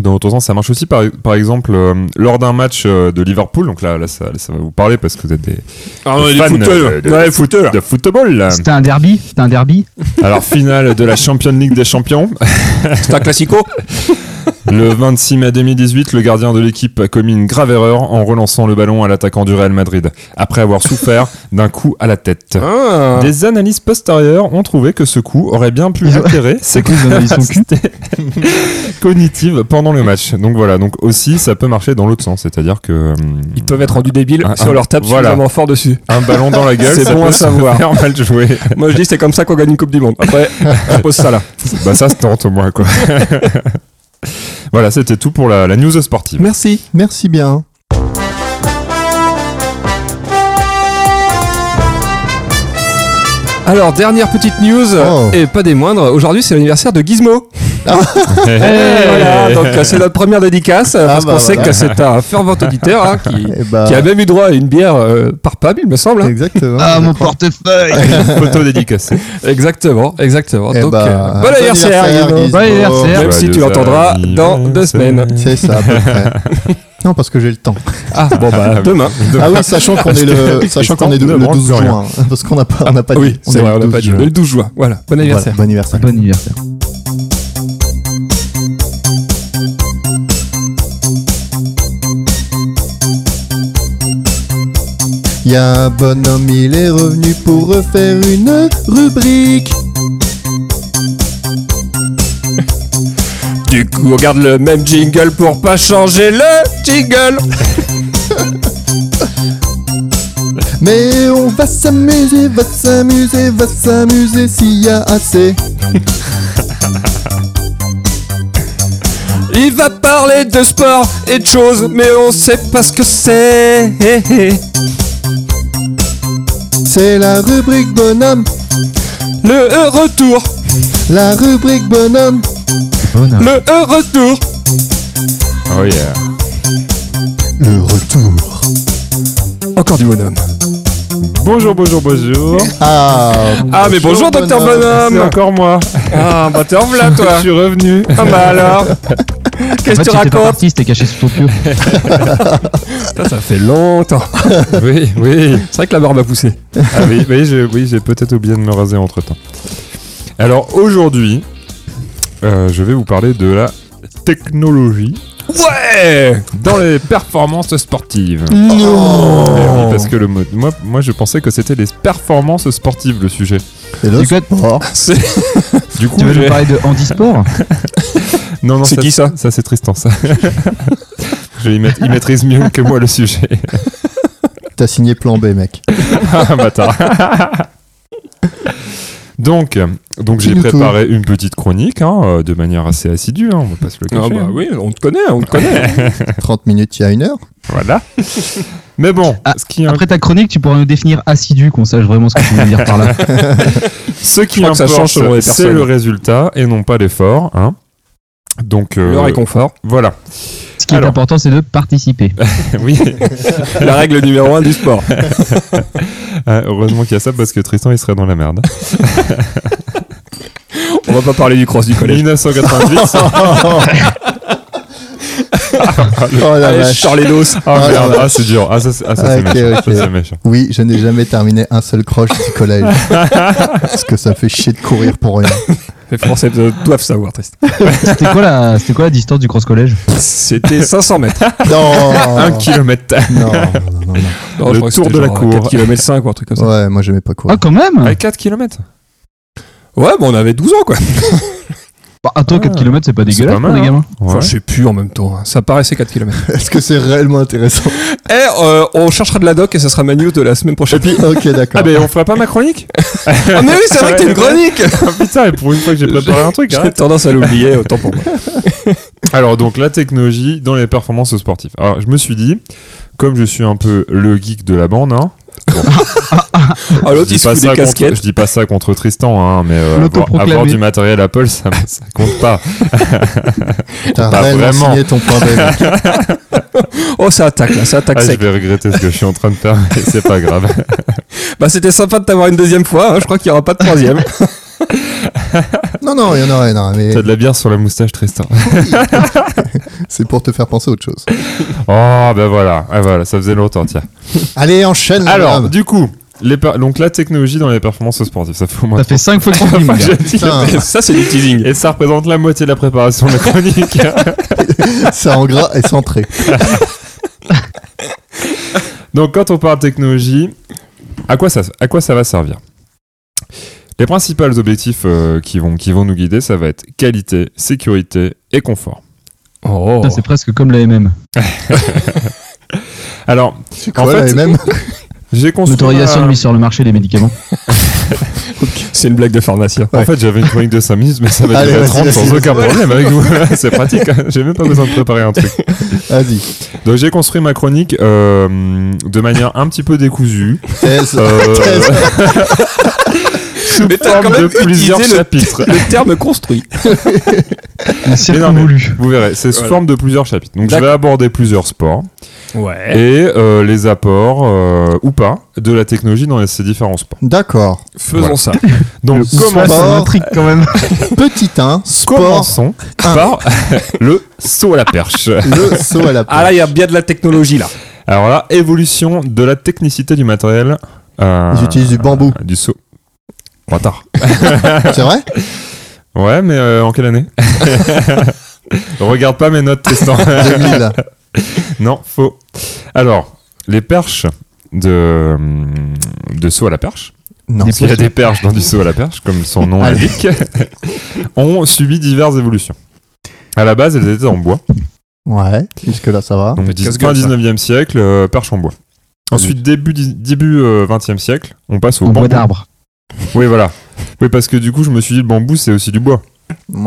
B: Dans l'autre sens, ça marche aussi par, par exemple euh, lors d'un match euh, de Liverpool. Donc là, là, ça, là, ça va vous parler parce que vous êtes des,
A: Ah,
B: des fans euh, de, de- de football. là.
D: C'était un derby. C'était un derby.
B: Alors finale de la Champions League des champions.
A: C'est un classico.
B: Le 26 mai 2018, le gardien de l'équipe a commis une grave erreur en relançant le ballon à l'attaquant du Real Madrid après avoir souffert d'un coup à la tête.
A: Ah.
B: Des analyses postérieures ont trouvé que ce coup aurait bien pu altérer ses
D: coup, ils analysent son cul.
B: capacités cognitives pendant le match. Donc voilà, donc aussi ça peut marcher dans l'autre sens, c'est-à-dire que hum,
A: Ils peuvent être rendus débiles
B: Ah,
A: si on leur tape
B: voilà.
A: suffisamment fort dessus.
B: un ballon dans la gueule,
A: C'est
B: ça
A: bon
B: peut
A: à
B: se
A: savoir.
B: faire mal joué.
A: Moi je dis c'est comme ça qu'on gagne une Coupe du Monde. Après, on pose ça là.
B: Bah ça se tente au moins quoi. voilà, c'était tout pour la, la news sportive.
A: Merci.
C: Merci bien.
A: Alors dernière petite news
C: Oh. Ah.
A: et pas des moindres. Aujourd'hui c'est l'anniversaire de Gizmo.
B: Hey.
A: Voilà, donc euh, c'est notre première dédicace euh, parce
C: bah,
A: qu'on sait
C: voilà.
A: que c'est un fervent auditeur hein, qui,
C: Eh bah,
A: qui a même eu droit à une bière euh, par pub il me semble. hein.
C: Exactement.
D: Ah,
C: je
D: mon
C: crois.
D: portefeuille.
B: photo dédicacée.
A: Exactement, exactement.
C: Eh
A: donc
C: bah,
A: euh,
C: bon
A: bon anniversaire
C: anniversaire,
A: Gizmo.
C: Gizmo.
D: Bon anniversaire.
A: Même si tu l'entendras dans deux semaines.
C: C'est ça, à peu près. Non, parce que j'ai le temps.
A: Ah, bon, bah, demain.
C: Ah oui, sachant qu'on est le, sachant qu'on est
B: Ne
C: le
B: branle
C: 12
B: plus rien.
C: juin, hein, parce qu'on n'a pas, on n'a pas
A: Ah oui,
C: dit.
A: c'est
C: est
A: vrai,
C: le
A: on n'a
C: 12
A: pas dit.
C: juin.
A: Le 12 juin, voilà. Bon anniversaire.
C: Voilà, bon anniversaire.
D: Bon anniversaire.
C: Il y a un bonhomme, il est revenu pour refaire une rubrique.
A: Du coup, on garde le même jingle pour pas changer le jingle.
C: Mais on va s'amuser, va s'amuser, va s'amuser s'il y a assez.
A: Il va parler de sport et de choses, mais on sait pas ce que c'est.
C: C'est la rubrique bonhomme,
A: Le E retour,
C: la rubrique bonhomme.
D: Bonne.
A: le E retour.
B: Oh yeah.
C: Le retour.
A: Encore du bonhomme.
B: Bonjour, bonjour, bonjour.
C: Ah,
A: Ah, mais bonjour, docteur
B: C'est
A: Bonhomme.
B: encore moi.
A: Ah, bah t'es en v'là,
B: Je
A: toi.
B: suis revenu.
A: Ah, bah alors. Qu'est-ce que tu racontes
D: artiste et caché sous ton pieu.
A: ça, ça fait longtemps.
B: oui, oui.
A: C'est vrai que la barbe a poussé.
B: Ah oui, oui, j'ai oui, j'ai peut-être oublié de me raser entre temps. Alors aujourd'hui, euh, je vais vous parler de la technologie
A: Ouais
B: dans les performances sportives.
C: Non.
B: Eh
A: Oh.
B: oui, parce que le mot, moi, moi, je pensais que c'était les performances sportives le sujet.
C: C'est le
D: Du coup,
C: sport.
B: Du coup,
D: Tu veux
B: j'ai-
D: nous parler de handisport
B: non, non,
A: C'est qui, ça
B: Ça, c'est Tristan, ça. je, il, maît- il maîtrise mieux que moi le sujet.
C: T'as signé plan B, mec.
B: Ah, bâtard. donc, donc j'ai
C: Dis-nous tout.
B: préparé une petite chronique hein, euh, de manière assez assidue, hein, on va pas se le cacher.
A: Ah, bah
B: hein.
A: oui, on te connaît, on te connaît.
C: 30 minutes, il y a une heure.
B: Voilà. Mais bon,
D: Ah,
B: ce qui,
D: Après ta chronique, tu pourras nous définir assidu, qu'on sache vraiment ce que tu veux dire par là.
B: ce qui
A: crois que ça
B: importe,
A: change selon les
B: c'est
A: personnes.
B: le résultat et non pas l'effort. hein. Donc, euh,
A: Le réconfort.
B: voilà.
D: Ce qui est
B: Alors.
D: important, c'est de participer.
B: oui.
A: La règle numéro 1 du sport.
B: Ah, heureusement qu'il y a ça parce que Tristan, il serait dans la merde.
A: On va pas parler du cross du collège.
B: 1990.
C: Oh, Oh la
A: Allez,
C: vache.
A: Charles Edos.
B: Ah,
C: Ah,
B: merde.
C: la
B: Ah, c'est dur. Ah, ça, c'est ah, ça,
C: Ah,
B: c'est
C: ok,
B: méchant.
C: ok.
B: Ça, c'est méchant.
C: Oui, je n'ai jamais terminé un seul croche du collège. Parce que ça fait chier de courir pour rien.
A: Les Français euh, doivent savoir, Tristan.
D: C'était quoi la, c'était quoi la distance du cross collège
A: C'était 500 mètres.
C: Non
B: Un kilomètre.
C: non, non, non,
A: Non, je
B: Le
A: crois que
B: tour
A: c'était
B: de la
A: genre
B: cour.
A: 4 km 5 ou un truc comme ça.
C: non. Ouais, moi j'aimais pas
D: Ah,
C: courir.
D: quand même
B: À 4 km.
A: Ouais, bah on avait 12 ans quoi.
D: Bah, Attends, 4
B: Ah.
D: km, c'est pas
B: C'est
D: dégueulasse
B: pas
D: pour
B: mal, hein.
D: des gamins.
A: Enfin, je sais plus en même temps. hein. Ça paraissait 4 km.
C: Est-ce que c'est réellement intéressant
A: Eh, euh, on cherchera de la doc et ça sera ma news de la semaine prochaine.
C: Ok,
B: Ah,
C: d'accord.
B: mais on ferait pas ma chronique
A: Ah, mais oui, c'est vrai que t'es une chronique
B: Ah, putain, et pour une fois que j'ai préparé un truc,
A: J'ai
B: arrête.
A: tendance à l'oublier, autant pour moi.
B: Alors donc la technologie dans les performances sportives. Alors je me suis dit, comme je suis un peu le geek de la bande, hein,
A: Ah,
B: je,
A: l'autre,
B: dis
A: il se
B: pas
A: fout des
B: ça contre,
A: casquettes.
B: je dis pas ça contre Tristan, hein, mais euh, avoir,
D: L'autoproclamé.
B: avoir du matériel Apple, ça, me- ça compte pas.
C: T'as
B: bah,
C: réellement
B: vraiment.
C: signé ton point B. mec.
A: Oh, ça attaque là, ça attaque
B: Ah, je
A: sec.
B: vais regretter ce que je suis en train de faire, mais c'est pas grave.
A: Bah, c'était sympa de t'avoir une deuxième fois. hein. Je crois qu'il n'y aura pas de troisième.
C: Non, non, il y en aurait, non, mais
B: T'as de la bière sur la moustache, Tristan.
C: c'est pour te faire penser à autre chose.
B: Oh ben voilà, ah, voilà, ça faisait longtemps, tiens.
C: Allez, enchaîne
B: Alors
C: madame.
B: du coup, les per- donc la technologie dans les performances sportives, ça fait au moins.
D: Ça fait 5 fois que tu dis, mon gars.
B: Je dis-
C: Putain,
A: ça, c'est du teasing.
B: Et ça représente la moitié de la préparation de la chronique.
C: c'est en gras et centré.
B: Donc quand on parle technologie, à quoi ça, à quoi ça va servir Les principaux objectifs euh, qui, vont, qui vont nous guider, ça va être qualité, sécurité et confort.
A: Oh.
D: Putain, C'est presque comme la MM.
B: Alors, en
C: Voilà,
B: fait,
C: et même
B: j'ai construit...
D: L'autorisation
B: ma-
D: de mise sur le marché des médicaments.
A: C'est une blague de hein. pharmacien.
B: En fait, j'avais une chronique de 5 minutes, mais ça va
C: Allez,
B: durer
C: vas-y,
B: 30 sans
C: vas-y,
B: aucun
C: vas-y.
B: problème avec vous. C'est pratique, hein. j'ai même pas besoin de préparer un truc.
C: vas-y.
B: Donc j'ai construit ma chronique euh, de manière un petit peu décousue.
C: Thèse.
B: Euh,
C: Thèse.
B: sous
A: Mais t'as
B: forme
A: quand même
B: de plusieurs
A: utilisé le-
B: chapitres.
A: Le terme construit.
D: une circonvolue.
B: Vous verrez, c'est sous
A: Voilà.
B: forme de plusieurs chapitres. Donc je vais
A: D'accord. Eh.
B: aborder plusieurs sports
A: Ouais.
B: et euh, les apports euh, ou pas de la technologie dans ces différents sports.
C: D'accord.
A: Faisons ça.
B: Donc
D: Le
B: commençons-
D: ouf, là,
C: sport.
D: ça m'intrigue quand même.
C: Petit 1, sport,
B: commençons par le saut à la perche.
C: le saut à la
A: Ah
C: perche.
A: là, il y a bien de la technologie là.
B: Alors là, évolution de la technicité du matériel. euh,
C: Ils utilisent du bambou.
B: Du saut. Retard.
C: C'est vrai
B: Ouais, mais euh, en quelle année Regarde pas mes notes, Tristan.
C: 2000.
B: non, faux. Alors, les perches de, de saut à la perche,
C: Non.
B: parce qu'il y a des perches dans du saut à la perche, comme son nom
C: Allez.
B: l'indique, ont subi diverses évolutions. À la base, elles étaient en bois.
C: Ouais. Jusque là, ça va.
B: Donc,
A: Faites
B: dix- fin
A: casse-gueule, ça.
B: 19e siècle, euh, perche en bois. Ensuite, début, dix- début euh, 20e siècle, on passe au
D: En bois
B: bambou.
D: d'arbre.
B: Oui, voilà. Oui, parce que du coup, je me suis dit, le bambou, c'est aussi du bois.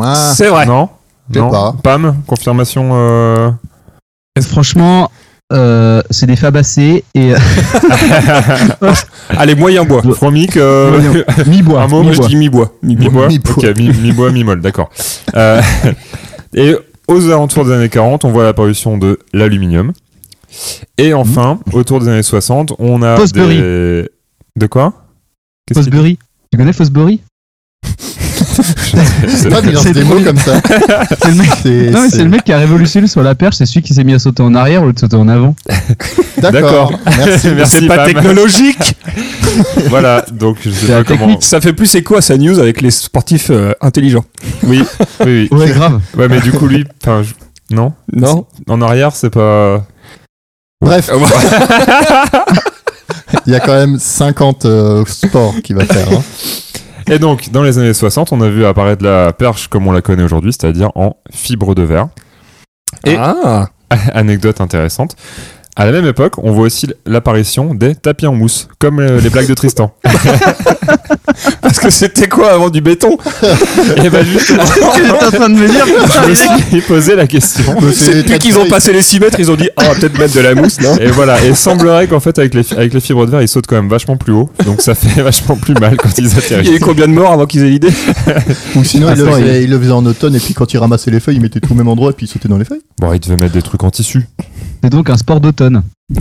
C: Ah,
A: C'est vrai.
B: Non
C: Je sais
B: Non
C: pas.
B: Pam, confirmation. euh,
D: Franchement, euh, c'est des fabacés et euh,
A: Allez, moyen bois.
B: Chromique, euh,
D: Moyen. mi-bois.
B: un mot, moi, je
D: mi-bois.
B: dis mi-bois. Mi-bois.
C: Mi-bois.
B: Ok, mi- mi-bois, mi-molle, d'accord. Euh, et aux alentours des années 40, on voit l'apparition de l'aluminium. Et enfin, autour des années 60, on a
D: Pillsbury.
B: des... De quoi Qu'est-ce qu'il-
D: Fosbury. Tu connais Fosbury
B: C'est-
C: Pas il lance
D: C'est
C: des
D: le
C: mots
D: premier.
C: comme ça.
D: C'est le mec-
C: C'est-
D: Non mais c'est
C: c'est-
D: le mec qui a révolutionné sur la perche, c'est celui qui s'est mis à sauter en arrière au lieu de sauter en avant.
C: D'accord.
B: D'accord.
C: Merci.
B: Merci,
A: C'est pas
B: Pam.
A: technologique.
B: Voilà, donc je sais
D: C'est
B: pas
D: la
B: comment...
A: Ça fait plus écho à sa news avec les sportifs euh, intelligents.
B: Oui, oui, oui.
D: Ouais, grave.
B: Ouais, mais du coup, lui... enfin, je- Non
A: Non
B: En arrière, c'est pas... Ah,
C: Bref,
A: Ouais.
C: il y a quand même 50 euh, sports qui va faire. hein.
B: Et donc, dans les années 60, on a vu apparaître la perche comme on la connaît aujourd'hui, c'est-à-dire en fibre de verre. Et-
A: Ah
B: Anecdote intéressante. À la même époque, on voit aussi l'apparition des tapis en mousse, comme euh, les blagues de Tristan.
A: Parce que c'était quoi avant du béton Eh ben,
B: Et bah justement,
D: Qu'est-ce que t'es en train de me dire putain,
B: je me
D: les mecs
B: suis posé la question.
C: Mais c'est
A: C'est depuis
C: très-
A: qu'ils ont passé les 6 mètres, ils ont dit Ah, on va peut-être mettre de la mousse, non
B: Et voilà, et semblerait qu'en fait avec les, fi- avec les fibres de verre, ils sautent quand même vachement plus haut, donc ça fait vachement plus mal quand
A: Il
B: ils
A: y a eu
B: atterrissent.
A: combien de morts avant qu'ils aient l'idée
C: Ou sinon, il le,
D: Attends,
C: faisait, il le faisait en automne et puis quand il ramassait les feuilles, il mettait tout au même endroit et puis il sautait dans les feuilles.
B: Bon, ils devaient mettre des trucs en tissu.
D: C'est donc un sport d'automne.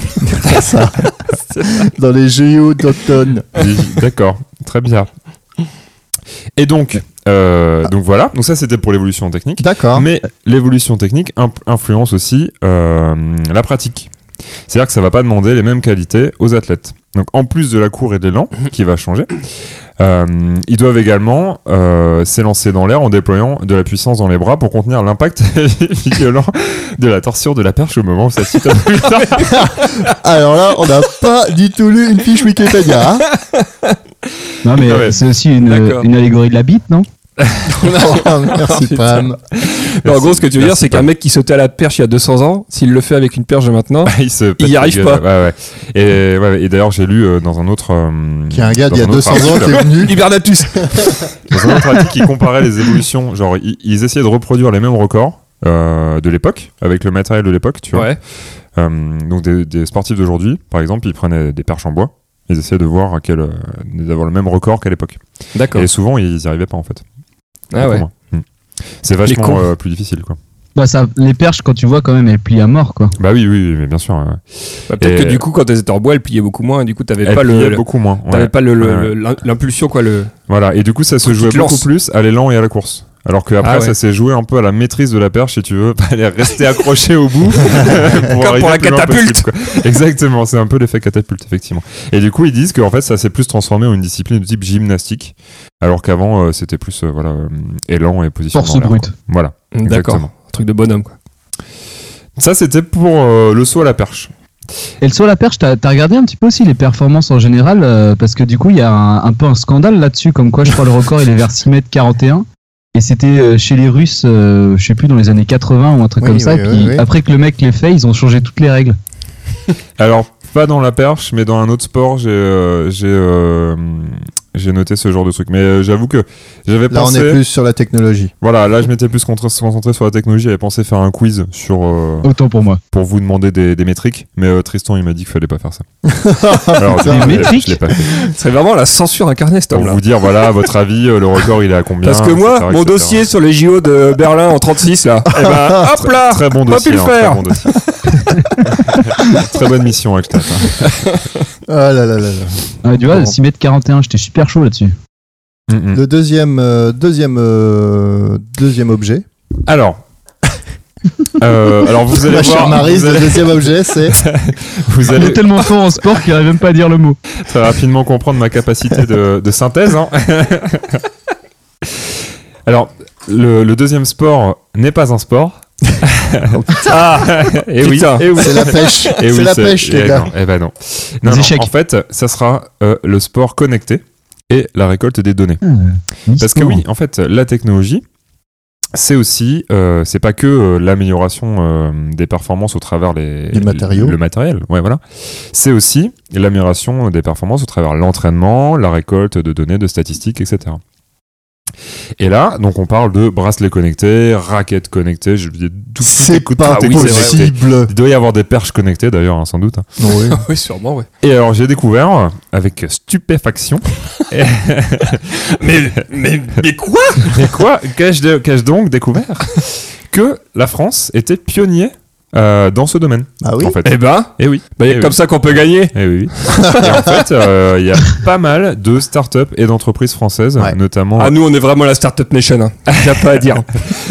C: Dans les JO d'automne.
B: Oui, D'accord, très bizarre. Et donc, euh, donc voilà, donc ça c'était pour l'évolution technique.
C: D'accord.
B: Mais l'évolution technique imp- influence aussi euh, la pratique. C'est-à-dire que ça va pas demander les mêmes qualités aux athlètes. Donc en plus de la cour et de l'élan
C: Mhm.
B: qui va changer, euh, ils doivent également euh, s'élancer dans l'air en déployant de la puissance dans les bras pour contenir l'impact violent de la torsure de la perche au moment où ça se situe.
C: Alors là, on n'a pas du tout lu une fiche Wikipédia. hein.
D: Non mais
B: Ah ouais.
D: c'est aussi une,
A: D'accord.
D: une allégorie de la bite, non
C: Oh, merci
A: Putain.
C: Pam.
A: Non, En gros, ce que tu veux dire,
B: Merci
A: c'est qu'un
B: pas.
A: mec qui sautait à la perche il y a 200 ans, s'il le fait avec une perche de maintenant,
B: il se pète
A: Il y
B: la
A: arrive
B: gueule.
A: pas.
B: Ouais, ouais. Et, ouais, et d'ailleurs, j'ai lu euh, dans un autre. euh,
C: Qui est un gars d'il y a
B: dans autre
C: 200 ans qui
B: article-
C: est venu.
A: Hibernatus
B: Dans un autre article, ils comparaient les évolutions. Genre, ils, ils essayaient de reproduire les mêmes records euh, de l'époque, avec le matériel de l'époque, tu vois.
A: Ouais.
B: Euh, donc, des, des sportifs d'aujourd'hui, par exemple, ils prenaient des perches en bois. Ils essayaient de voir à quel, euh, d'avoir le même record qu'à l'époque.
A: D'accord.
B: Et souvent, ils n'y arrivaient pas, en fait.
A: Ah ouais.
B: Pour moi. Mm. C'est
A: Les
B: vachement
A: cons.
B: euh, plus difficile, quoi.
D: Bah ça, les perches quand tu vois quand même elles plient à mort quoi.
B: Bah oui, oui, oui, mais bien sûr. euh,
A: Bah, peut-être
B: Et-
A: que du coup, quand elles étaient en bois, elles pliaient beaucoup moins, et du coup, t'avais
B: elle
A: pas le.
B: pliait
A: le-
B: beaucoup moins. ouais.
A: T'avais pas le- le-
B: Ouais.
A: le- l'impulsion, quoi. Le...
B: Voilà. Et du coup, ça se
A: Quand tu
B: jouait
A: te
B: beaucoup
A: lances.
B: plus à l'élan et à la course. Alors que après,
A: Ah ouais.
B: ça s'est joué un peu à la maîtrise de la perche, si tu veux, aller rester accroché au bout. pour
A: Comme pour
B: arriver
A: la
B: plus loin
A: catapulte.
B: possible, quoi. Exactement, c'est un peu l'effet catapulte, effectivement. Et du coup, ils disent qu'en fait, ça s'est plus transformé en une discipline de type gymnastique, alors qu'avant, euh, c'était plus euh, voilà, euh, élan et position.
D: Force
B: dans l'air,
D: brute.
B: quoi. Voilà,
A: D'accord.
B: exactement.
A: Un truc de bonhomme, quoi.
B: Ça, c'était pour euh, le saut à la perche.
D: Et le saut à la perche, t'as t'as regardé un petit peu aussi les performances en général, euh, parce que du coup, il y a un, un peu un scandale là-dessus, comme quoi je crois le record il est vers 6 mètres 41. Et c'était euh, chez les Russes, euh, je sais plus, dans les années 80 ou un truc
C: Oui,
D: comme ça.
C: oui,
D: et
C: oui,
D: puis
C: oui.
D: après que le mec l'ait fait, ils ont changé toutes les règles.
B: Alors, pas dans la perche, mais dans un autre sport, j'ai euh, j'ai, euh, J'ai noté ce genre de truc. Mais euh, j'avoue que j'avais
C: Là, on
B: pensé.
C: est plus sur la technologie.
B: Voilà, là je m'étais plus contra- concentré sur la technologie. J'avais pensé faire un quiz sur euh,
D: Autant pour moi.
B: pour vous demander des, des métriques. Mais euh, Tristan il m'a dit qu'il fallait pas faire ça. Alors,
C: Des
B: je- je-
D: métriques
B: je l'ai pas fait.
A: C'est vraiment la censure incarnée, cet
B: Pour
A: homme-là.
B: vous dire, voilà, à votre avis, euh, le record il est à combien
A: Parce que moi,
B: etc.,
A: mon
B: etc.
A: dossier sur les JO de Berlin en 36, là,
B: Eh ben,
A: hop là
B: Très bon
A: Pas
B: dossier.
A: pu le
B: hein, très
A: faire.
B: bon dossier. Très bonne mission, hein. Axtat.
C: Ah là là là là.
D: Ah, tu vois,
C: Bon.
D: 6m41, j'étais super chaud là-dessus.
C: Le deuxième, euh, deuxième, euh, deuxième objet.
B: Alors. Euh, alors vous allez
C: Ma chère
B: voir,
C: Maryse,
B: vous
C: le
B: allez,
C: deuxième objet, c'est.
B: vous
D: On
B: allez
D: est tellement fort en sport qu'il arrive même pas à dire le mot.
B: très rapidement comprendre ma capacité de, de synthèse. hein. alors le, le deuxième sport n'est pas un sport. ah, et oui,
A: Putain.
B: et oui.
C: Oh, C'est la pêche.
B: Eh
C: c'est
B: oui,
C: la pêche, les
B: eh
C: gars.
B: non, eh ben non. Non,
D: Les
B: non,
D: échecs.
B: En fait, ça sera euh, le sport connecté et la récolte des données. Parce que oui, en fait, la technologie, c'est aussi, euh, c'est pas que euh, l'amélioration euh, des performances au travers les,
C: Du matériau.
B: le matériel, ouais, voilà. C'est aussi l'amélioration des performances au travers l'entraînement, la récolte de données, de statistiques, etc. Et là, donc on parle de bracelets connectés, raquettes connectées, je dis tout
C: C'est
B: tout-
C: pas
B: ah oui, c'est vrai, c'est-
C: possible.
B: Il doit y avoir des perches connectées d'ailleurs, hein, sans doute. hein.
C: Oui.
A: Oui, sûrement, ouais.
B: Et alors j'ai découvert euh, avec stupéfaction. mais, quoi Mais quoi Qu'ai-je de- qu'ai-je donc découvert Que la France était pionnier euh, dans ce domaine.
C: Ah oui.
B: En fait.
A: Eh ben,
B: Et oui.
A: bah, y a
B: Eh
A: comme
B: oui.
A: ça qu'on peut gagner.
B: Eh oui, oui. Et en fait, euh, il y a pas mal de startups et d'entreprises françaises,
C: Ouais.
B: notamment.
A: Ah, nous, on est vraiment la Startup Nation. Hein. Y a pas à dire.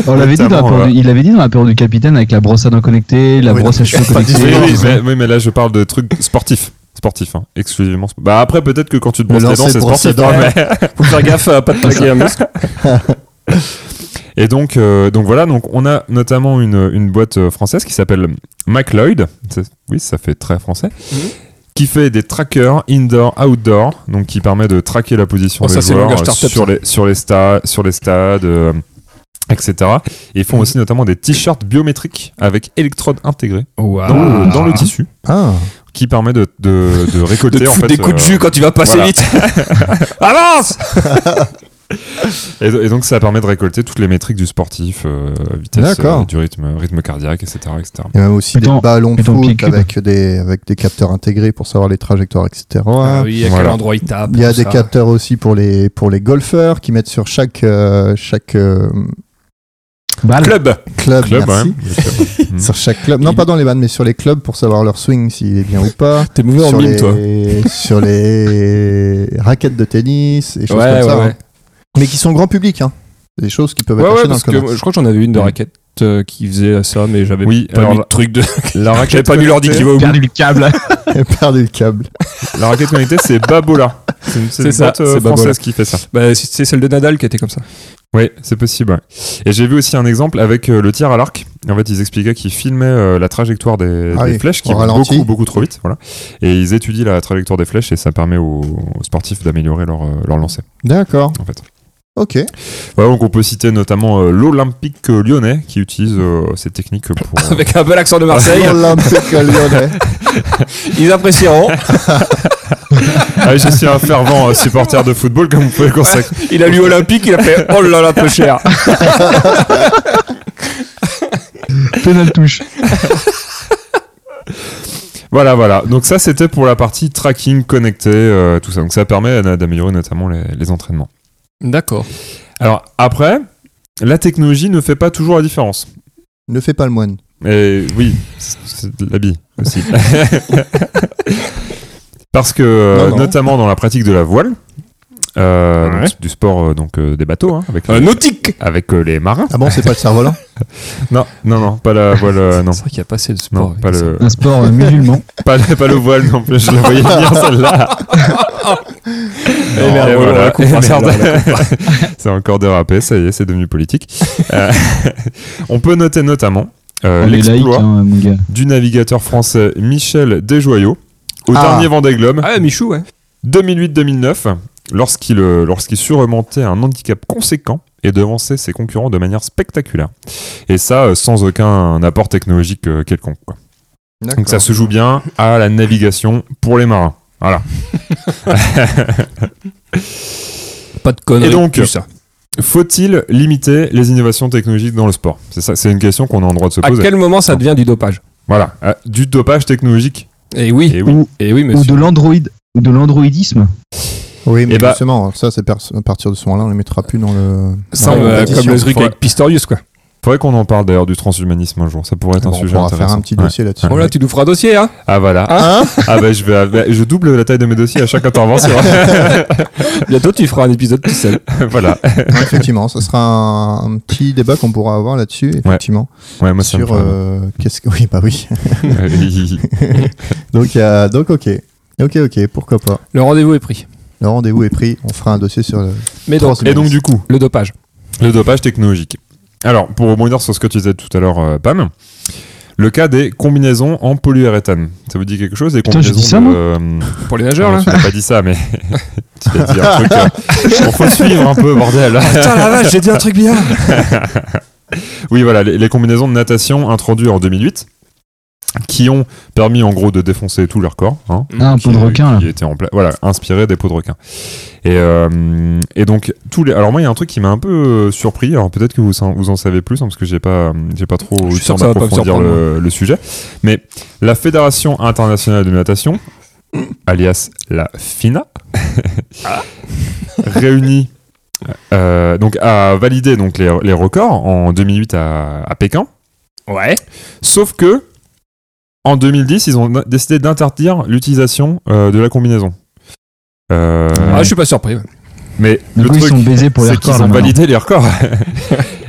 D: On l'avait dit dans la
B: Notamment, euh,
D: peur du- il l'avait dit dans la période du capitaine avec la brosse à dents connectée, la
C: Oui,
D: brosse à
C: donc,
D: cheveux
C: pas du
B: oui,
D: connectée.
C: tout.
B: oui, mais, oui, mais là je parle de trucs sportifs. Sportifs, hein, exclusivement. sp- Bah après, peut-être que quand tu te
C: Le
B: brosses les
C: lancer
B: dents,
C: de
B: c'est
C: brosse à
B: sportif.
C: dents.
B: hein, mais-
A: Faut faire gaffe à pas te hein, plaquer un muscle.
B: Et donc, euh, donc voilà, donc on a notamment une, une boîte euh, française qui s'appelle MacLeod. C'est- Oui, ça fait très français.
A: Mhm.
B: Qui fait des trackers indoor, outdoor, donc qui permet de traquer la position
A: Oh,
B: des
A: ça, c'est
B: joueurs
A: langage
B: euh,
A: startup,
B: sur
A: ça.
B: les sur les stades, sur les stades, euh, etc. Et ils
A: Mhm.
B: font aussi notamment des t-shirts biométriques avec électrodes intégrées
A: Bah.
B: dans, le, dans le tissu,
C: Ah.
B: qui permet de de, de
A: De
B: récolter
A: te
B: en
A: foutre
B: fait
A: des coups de
B: euh,
A: jus quand tu vas passer
B: voilà.
A: vite. Avance
B: Et, do- et donc ça permet de récolter toutes les métriques du sportif, euh, vitesse,
C: D'accord.
B: euh, du rythme, rythme cardiaque, etc., etc.
C: Il y a même aussi
D: Mettons-
C: des ballons de
D: mettons pied
C: foot
D: cube.
C: avec des, avec des capteurs intégrés pour savoir les trajectoires, etc.
A: Ah oui,
B: à quel Voilà.
A: endroit il tape.
C: Il y a des capteurs aussi pour les, pour les golfeurs qui mettent sur chaque, euh, chaque euh,
D: Balle.
A: Club
C: club,
B: Club,
C: merci.
B: ouais. Bien sûr. Mm.
C: Sur chaque club, non
A: Il-
C: pas dans les vannes, mais sur les clubs pour savoir leur swing s'il est bien ou pas.
A: T'es mauvais en
C: sur,
A: mime,
C: les,
A: toi.
C: sur les raquettes de tennis et choses
A: Ouais,
C: comme ça.
A: ouais,
C: hein.
A: ouais.
C: Mais qui sont grand public. Hein. Des choses qui peuvent être
A: Ouais, ouais,
C: achetées dans
A: parce
C: le
A: que
C: commerce.
A: je crois que j'en avais une de
B: Mm.
A: raquette euh, qui faisait ça, mais j'avais
B: Oui,
A: pas
B: alors
A: mis
B: la-
A: de truc de.
B: La
A: J'avais
B: raquette,
A: pas mis l'ordi qui
B: connectée-
A: va au bout.
D: Perdu le câble.
C: J'ai perdu le câble.
B: la raquette connectée, c'est Babola. C'est une, c'est une
A: C'est ça,
B: boîte, euh,
A: c'est Babola.
B: française qui fait ça.
A: Bah, c'est- c'est celle de Nadal qui était comme ça.
B: Oui, c'est possible. ouais. Et j'ai vu aussi un exemple avec euh, le tir à l'arc. En fait, ils expliquaient qu'ils filmaient euh, la trajectoire des,
C: Ah
B: des
C: oui,
B: flèches qui
C: au
B: vont
C: ralenti.
B: beaucoup, beaucoup trop vite. Voilà. Et ils étudient la trajectoire des flèches et ça permet aux, aux sportifs d'améliorer leur, euh, leur lancer,
C: D'accord.
B: en fait.
C: Ok.
B: Voilà, donc on peut citer notamment euh, l'Olympique lyonnais qui utilise euh, ces techniques pour... euh,
A: Avec un bel accent de Marseille,
C: Olympique lyonnais.
A: ils apprécieront.
B: Ah, je suis un fervent euh, supporter de football, comme vous pouvez le constater.
A: Il a lu Olympique, il a fait oh là là, peu cher.
D: Pénal touche.
B: Voilà, voilà. Donc ça, c'était pour la partie tracking connecté, euh, tout ça. Donc ça permet euh, d'améliorer notamment les, les entraînements.
A: D'accord.
B: Alors après, la technologie ne fait pas toujours la différence.
C: ne fais pas le moine.
B: Et oui, c'est c'est de l'habit aussi. Parce que, euh,
C: Non, non.
B: notamment dans la pratique de la voile, euh,
A: Ouais.
B: donc, du sport euh, donc euh, des bateaux hein, avec,
A: Euh, nautique
B: avec euh, les marins.
C: Ah bon, c'est pas le cerf-volant
B: Non, non, non, pas la voile, euh, non,
A: C'est vrai qu'il n'y a pas assez de sport.
B: non, pas le,
D: Un sport euh, musulman.
B: Pas, le- pas le voile non plus, je la voyais venir celle-là.
A: Eh merde,
B: Et
A: on la
B: Et
A: coupera,
B: merde.
A: celle-là, on
B: c'est encore dérapé, ça y est, c'est devenu politique. Euh, on peut noter notamment euh,
D: On est laïque,
B: l'exploit
D: hein, mon gars.
B: du navigateur français Michel Desjoyaux au
C: Ah.
B: dernier Vendée Globe
A: Ah, ouais, Michou, ouais.
B: 2008-2009, lorsqu'il euh, lorsqu'il surmontait un handicap conséquent et devançait ses concurrents de manière spectaculaire. Et ça, euh, sans aucun apport technologique euh, quelconque. quoi. Donc ça se joue bien à la navigation pour les marins. Voilà.
A: Pas de conneries.
B: Et donc,
A: plus, ça.
B: Faut-il limiter les innovations technologiques dans le sport C'est ça, c'est une question qu'on a en droit de se
A: à
B: poser.
A: quel moment ça devient du dopage
B: Voilà, Euh, du dopage technologique.
A: Eh oui,
B: Et oui.
D: Ou,
A: eh oui,
D: ou
A: monsieur.
D: de l'android ou de l'androidisme.
C: Oui, mais
B: Eh bah-
C: justement, ça, c'est pers- à partir de ce moment-là, on ne les mettra plus dans le.
A: Ça,
C: dans la
A: euh,
C: compétition.
A: comme le truc
B: Faudrait-
A: avec Pistorius, quoi.
B: Faudrait qu'on en parle d'ailleurs du transhumanisme un jour. Ça pourrait être un
C: Bon,
B: sujet
C: on pourra
B: intéressant.
C: faire un petit
B: Ouais.
C: dossier là-dessus.
A: Oh là, tu nous feras un dossier, hein
B: Ah voilà.
C: Hein
B: Ah bah je vais, bah, je double la taille de mes dossiers à chaque intervention.
A: Bientôt, tu feras un épisode tout seul.
B: voilà.
C: Ouais, effectivement, ça sera un, un petit débat qu'on pourra avoir là-dessus, effectivement.
B: Ouais, moi ça me
C: Sur
B: fait-
C: euh, qu'est-ce que. Oui, bah oui.
B: Oui.
C: donc, il y a- donc, ok. Ok, ok, pourquoi pas.
A: Le rendez-vous est pris.
C: Le rendez-vous est pris, on fera un dossier sur le.
A: Mais donc,
B: Et donc du coup,
A: le dopage.
B: le dopage technologique. Alors, pour rebondir sur ce que tu disais tout à l'heure, euh, Pam, le cas des combinaisons en polyuréthane. Ça vous dit quelque chose les
D: Putain, j'ai
B: combinaisons
D: dit ça,
B: de,
D: moi
B: euh,
A: Pour les nageurs,
B: non,
A: là
B: tu n'as pas dit ça, mais tu t'as dit un truc. euh, faut suivre un peu, bordel.
A: Putain, la vache, j'ai dit un truc bien
B: Oui, voilà, les, les combinaisons de natation introduites en 2008 qui ont permis en gros de défoncer tout leur corps. Hein,
D: Ah, un
B: qui-
D: pot de requin là.
B: qui était en pla- voilà, inspiré des peaux de requin. Et, euh, et donc tous les. Alors moi, il y a un truc qui m'a un peu euh, surpris. Alors peut-être que vous, en- vous en savez plus hein, parce que j'ai pas, j'ai pas trop
A: suis
B: eu le
A: sûr
B: temps
A: que ça va pas me
B: d'approfondir le, le sujet. Mais la Fédération internationale de natation, alias la FINA, réunit. euh, donc a validé donc les, les records en 2008 à- à Pékin
A: Ouais.
B: Sauf que, en 2010, ils ont na- décidé d'interdire l'utilisation euh, de la combinaison. Euh,
A: Ah, je suis pas surpris.
B: mais
D: Du
B: le
D: coup, ils
B: truc,
D: sont baisés pour les
B: c'est qu'ils
D: records. là,
B: ont
D: maintenant.
B: validé les records.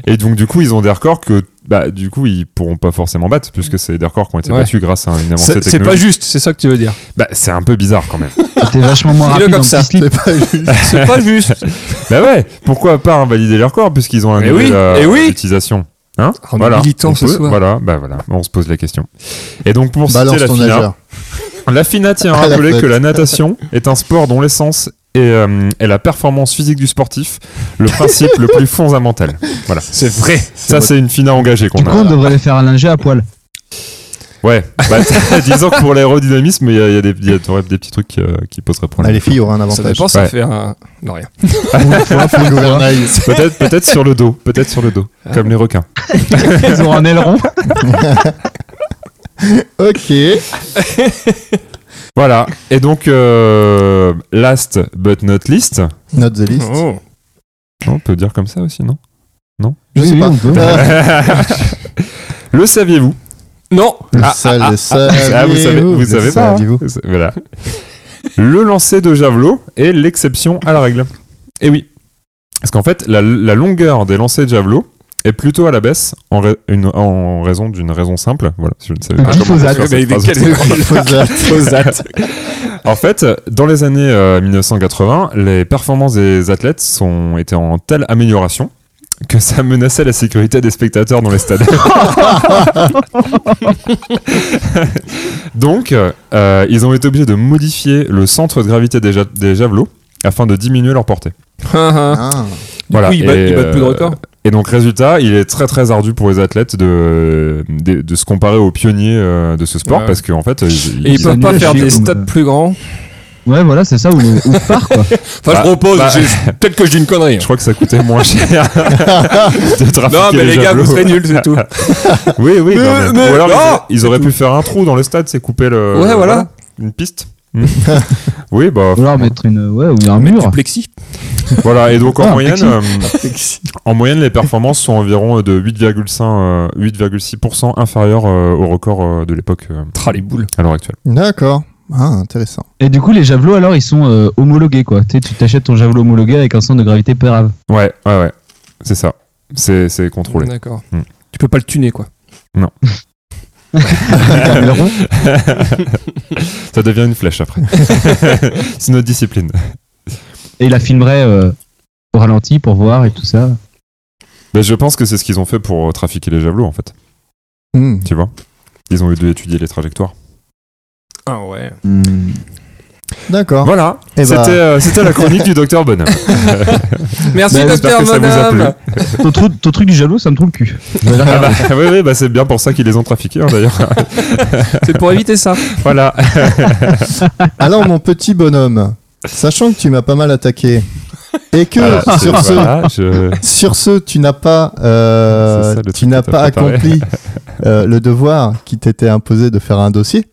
B: Et donc, du coup, ils ont des records que, bah, du coup, ils pourront pas forcément battre, puisque c'est des records qui ont été
A: Ouais.
B: battus grâce à une avancée
A: C'est c'est pas
B: technologique.
A: juste, c'est ça que tu veux dire.
B: Bah, c'est un peu bizarre quand même.
D: C'était vachement moins
A: Dis-le
D: rapide
A: comme
D: en
A: ça.
D: petit slip.
C: C'est pas juste.
A: C'est pas juste.
B: bah ouais, pourquoi pas invalider les records, puisqu'ils ont annulé
A: Eh oui,
B: la-
A: eh oui.
B: l'utilisation. Hein
A: On est militant
B: on
A: ce
B: pose-
A: soir.
B: Voilà, bah voilà, on se pose la question. Et donc, pour citer
C: Balance
B: la
C: ton
B: finale,
C: nageur.
B: La FINA tient à
C: À la
B: rappeler
C: fête.
B: que la natation est un sport dont l'essence est, euh, est la performance physique du sportif, le principe le plus fondamental. Voilà.
A: C'est vrai.
B: Ça, c'est une FINA engagée qu'on
D: Du coup, on
B: a.
D: devrait les faire allinger à poil.
B: Ouais. Bah, disons que pour l'aérodynamisme, il y a, il y a des, il y a- t'aurais des petits trucs euh, qui poseraient
C: Ah,
B: problème.
C: les filles auraient un
A: Ça
C: avantage.
A: dépend, ça
B: Ouais.
A: fait un. Non, rien.
C: Faut le gouvernail.
B: Peut-être peut sur le dos. Peut-être sur le dos. Comme les requins.
D: Ils auront un aileron.
C: Ok.
B: Voilà. Et donc, euh, last but not least.
C: Not the list.
A: Oh.
B: On peut dire comme ça aussi, non
C: Je
D: Oui,
C: sais
D: oui,
C: pas.
D: on peut.
C: Ah,
B: Le saviez-vous
A: Non
C: le
B: Ah,
C: sale, le sale,
B: Ah, vous savez, vous
C: le
B: savez pas. hein.
C: saviez-vous
B: Vous sa- Voilà. Le lancer de javelot est l'exception à la règle. Et oui. Parce qu'en fait, la, la longueur des lancers de javelot est plutôt à la baisse en, ra- une- en raison d'une raison simple. Voilà, je ne savais
D: Le
B: pas comment
D: glyphosate.
B: construire cette
A: Mais
B: phrase.
A: quel-
C: Il faut ça.
B: En fait, dans les années euh, 1980, les performances des athlètes sont, étaient en telle amélioration que ça menaçait la sécurité des spectateurs dans les stades. Donc, euh, ils ont été obligés de modifier le centre de gravité des, ja- des javelots afin de diminuer leur portée.
A: Ah, ah.
C: Ah.
A: Du coup, ils battent- ils battent plus de records.
B: Et donc, résultat, il est très très ardu pour les athlètes de, de, de se comparer aux pionniers euh, de ce sport
A: Ouais.
B: parce qu'en fait, euh, ils,
A: Et ils
B: ils-
A: peuvent pas
D: annulent
A: faire
D: les
A: des
D: films.
A: stades plus grands.
D: Ouais, voilà, c'est ça, ou, le- ou le parc, quoi.
A: Enfin,
B: Bah,
A: je propose,
B: bah-
A: j'ai- peut-être que je dis une connerie. hein.
B: je crois que ça coûtait moins cher de trafiquer
A: Non, mais les gars,
B: javelots.
A: vous serez nuls, c'est tout.
B: Oui, oui.
A: Mais-
B: non, mais-
A: mais- ah
B: ou alors,
A: non
B: ils, ils auraient pu faire un trou dans le stade, c'est couper le.
A: Ouais, voilà.
B: Une piste. Mm. oui, bah.
D: Ou alors mettre une, ouais, ou un Ah, mur.
A: Du plexi.
B: Voilà, et donc en
D: Ah,
B: moyenne,
D: Pepsi.
B: euh, en moyenne, les performances sont environ de 8,5, euh, 8,6% inférieures euh, au record euh, de l'époque euh,
A: Tra les boules.
B: à l'heure actuelle.
C: D'accord. Ah, intéressant.
D: Et du coup, les javelots, alors, ils sont euh, homologués, quoi. Tu sais, tu t'achètes ton javelot homologué avec un centre de gravité pérave.
B: Ouais, ouais, ouais. C'est ça. C'est c'est contrôlé.
A: D'accord.
B: Hmm.
A: Tu peux pas le tuner, quoi.
B: ça devient une flèche après. c'est notre discipline.
D: Et il la filmerait euh, au ralenti pour voir et tout ça.
B: Mais Ben, je pense que c'est ce qu'ils ont fait pour euh, trafiquer les javelots en fait.
C: Hmm.
D: Hmm.
B: Tu vois Ils ont dû étudier les trajectoires.
A: Ah ouais.
C: D'accord.
B: Voilà,
C: Eh
B: c'était
C: bah.
B: euh, c'était la chronique du docteur Bonhomme.
A: Merci,
B: Bah,
A: docteur
B: j'espère que ça vous a plu.
A: Bonhomme.
D: ton, trou- ton truc du jaloux, ça me trouve le cul.
B: Ah bah, oui, oui, bah, c'est bien pour ça qu'ils les ont trafiqués hein, d'ailleurs.
A: C'est pour éviter ça.
B: voilà.
C: Alors, mon petit bonhomme, sachant que tu m'as pas mal attaqué et que
B: Voilà, c'est-
C: sur, ce,
B: voilà, je-
C: sur ce, tu n'as pas, euh,
B: C'est ça, le
C: tu
B: truc
C: n'as
B: que
C: pas
B: t'as préparé.
C: accompli euh, le devoir qui t'était imposé de faire un dossier,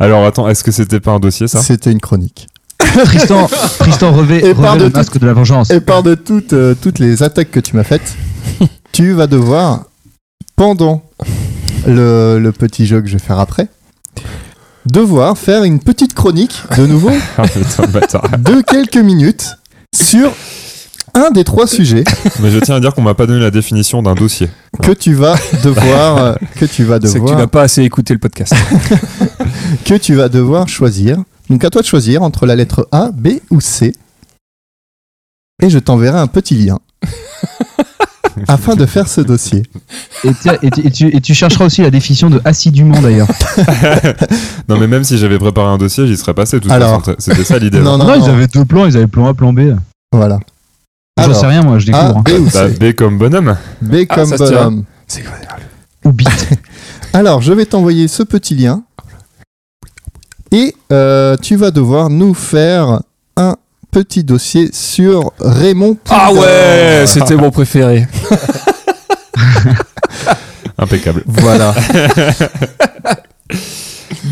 B: Alors attends, est-ce que c'était pas un dossier ça
C: c'était une chronique.
D: Tristan, Tristan revêt,
C: Et
D: revêt
C: par de
D: le
C: tout-
D: masque de la vengeance.
C: Et par de toutes, euh, toutes les attaques que tu m'as faites, tu vas devoir, pendant le, le petit jeu que je vais faire après, devoir faire une petite chronique, de nouveau,
B: Ah, putain, le bâtard.
C: de quelques minutes, sur un des trois sujets
B: Mais je tiens à dire qu'on m'a pas donné la définition d'un dossier.
C: que tu vas devoir, euh, que tu vas
A: C'est que tu n'as
C: devoir,
A: pas assez écouté le podcast.
C: que tu vas devoir choisir. Donc à toi de choisir entre la lettre A, B ou C. Et je t'enverrai un petit lien afin de faire ce dossier.
D: Et, tiens, et tu- et tu, et tu chercheras aussi la définition de assidûment d'ailleurs.
B: Non mais même si j'avais préparé un dossier, j'y serais passé de toute
C: Alors.
B: façon. C'était ça l'idée.
C: Non,
B: hein.
C: non,
D: Non, ils
C: non.
D: avaient deux plans, ils avaient plan A, plan B.
C: Voilà.
D: J'en sais
C: Alors,
D: rien, moi, je
C: A,
D: découvre. hein.
C: B ou
B: Bah,
C: C.
B: B comme bonhomme.
C: B
A: Ah,
C: comme
A: ça se tient.
C: bonhomme.
A: C'est quoi
D: Ou bite.
C: Alors, je vais t'envoyer ce petit lien. Et euh, tu vas devoir nous faire un petit dossier sur Raymond.
A: Ah
C: Poulidor.
A: ouais, c'était mon préféré.
B: Impeccable.
C: Voilà.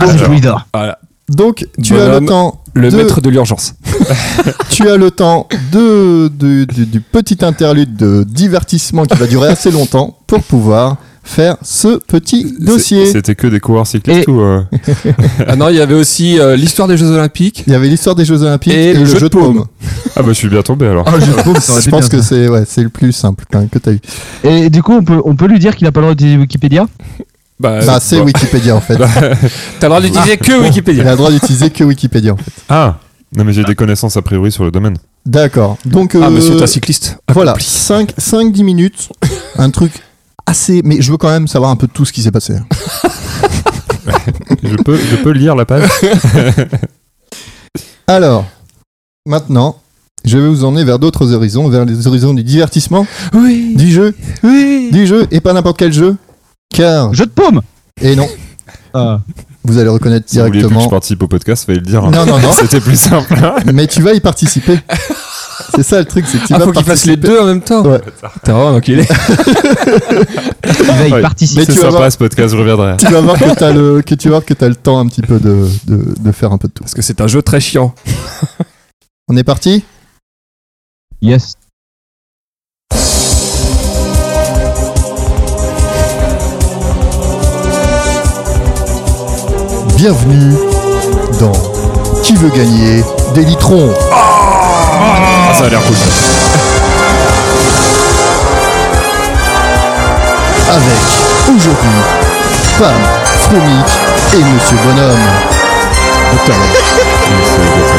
D: Ah, c'est Poulidor.
C: Donc, tu as
A: Bonhomme,
C: le temps.
A: Le
C: de-
A: maître de l'urgence.
C: Tu as le temps de, de- du, du petit interlude de divertissement qui va durer assez longtemps pour pouvoir faire ce petit
B: C'est-
C: dossier.
B: C'était que des coureurs cyclistes
D: Et-
B: ou euh,
A: Ah non, il y avait aussi euh, l'histoire des Jeux Olympiques.
C: Il y avait l'histoire des Jeux Olympiques
A: Et
C: et,
A: le
C: le
A: jeu
C: jeu
A: de
C: de paume.
B: Ah bah je suis bien tombé alors.
D: Ah, je trouve, ça aurait
C: Je
D: été
C: pense
D: bien,
C: que
D: ça.
C: c'est ouais, c'est le plus simple hein, que tu as eu.
D: Et du coup, on peut, on peut lui dire qu'il a pas le droit d'utiliser Wikipédia
A: Bah,
C: Bah, c'est Wikipédia en fait.
A: t'as le droit d'utiliser que
C: Il
A: Wikipédia.
C: a le droit d'utiliser que Wikipédia en fait.
B: Ah non mais j'ai des connaissances a priori sur le domaine.
C: D'accord. Donc,
A: Ah,
C: euh,
A: monsieur, t'es un cycliste.
C: voilà, 5-10 minutes, un truc assez. Mais je veux quand même savoir un peu tout ce qui s'est passé.
B: Je peux, je peux lire la page
C: Alors, maintenant, je vais vous emmener vers d'autres horizons, vers les horizons du divertissement,
A: Oui,
C: du jeu,
A: oui.
C: du jeu, et pas n'importe quel jeu. Car,
D: Jeu de paume
C: et non,
D: Ah.
C: vous allez reconnaître
B: Si vous voulez plus que je
C: directement.
B: participe au podcast, fallait le dire. hein.
C: Non, non, non,
B: C'était plus simple. hein.
C: mais tu vas y participer. C'est ça le truc, c'est que tu
A: Ah,
C: vas
A: faut qu'il fasse les
C: participer.
A: deux en même temps.
C: Ouais.
A: T'es vraiment enculé.
D: Il va y
B: Ouais.
D: participer.
C: Mais
B: C'est
C: tu vas
B: sympa
C: voir.
B: ce podcast, je reviendrai.
C: Tu vas voir que t'as le, que tu vas voir que t'as le temps un petit peu de, de, de faire un peu de tout.
A: Parce que c'est un jeu très chiant.
C: On est parti?
D: Yes.
C: Bienvenue dans Qui veut gagner des litrons
B: Ah,
C: Oh.
B: ça a l'air cool.
C: avec aujourd'hui Pam, Fromic et Monsieur Bonhomme. Docteur Bonhomme.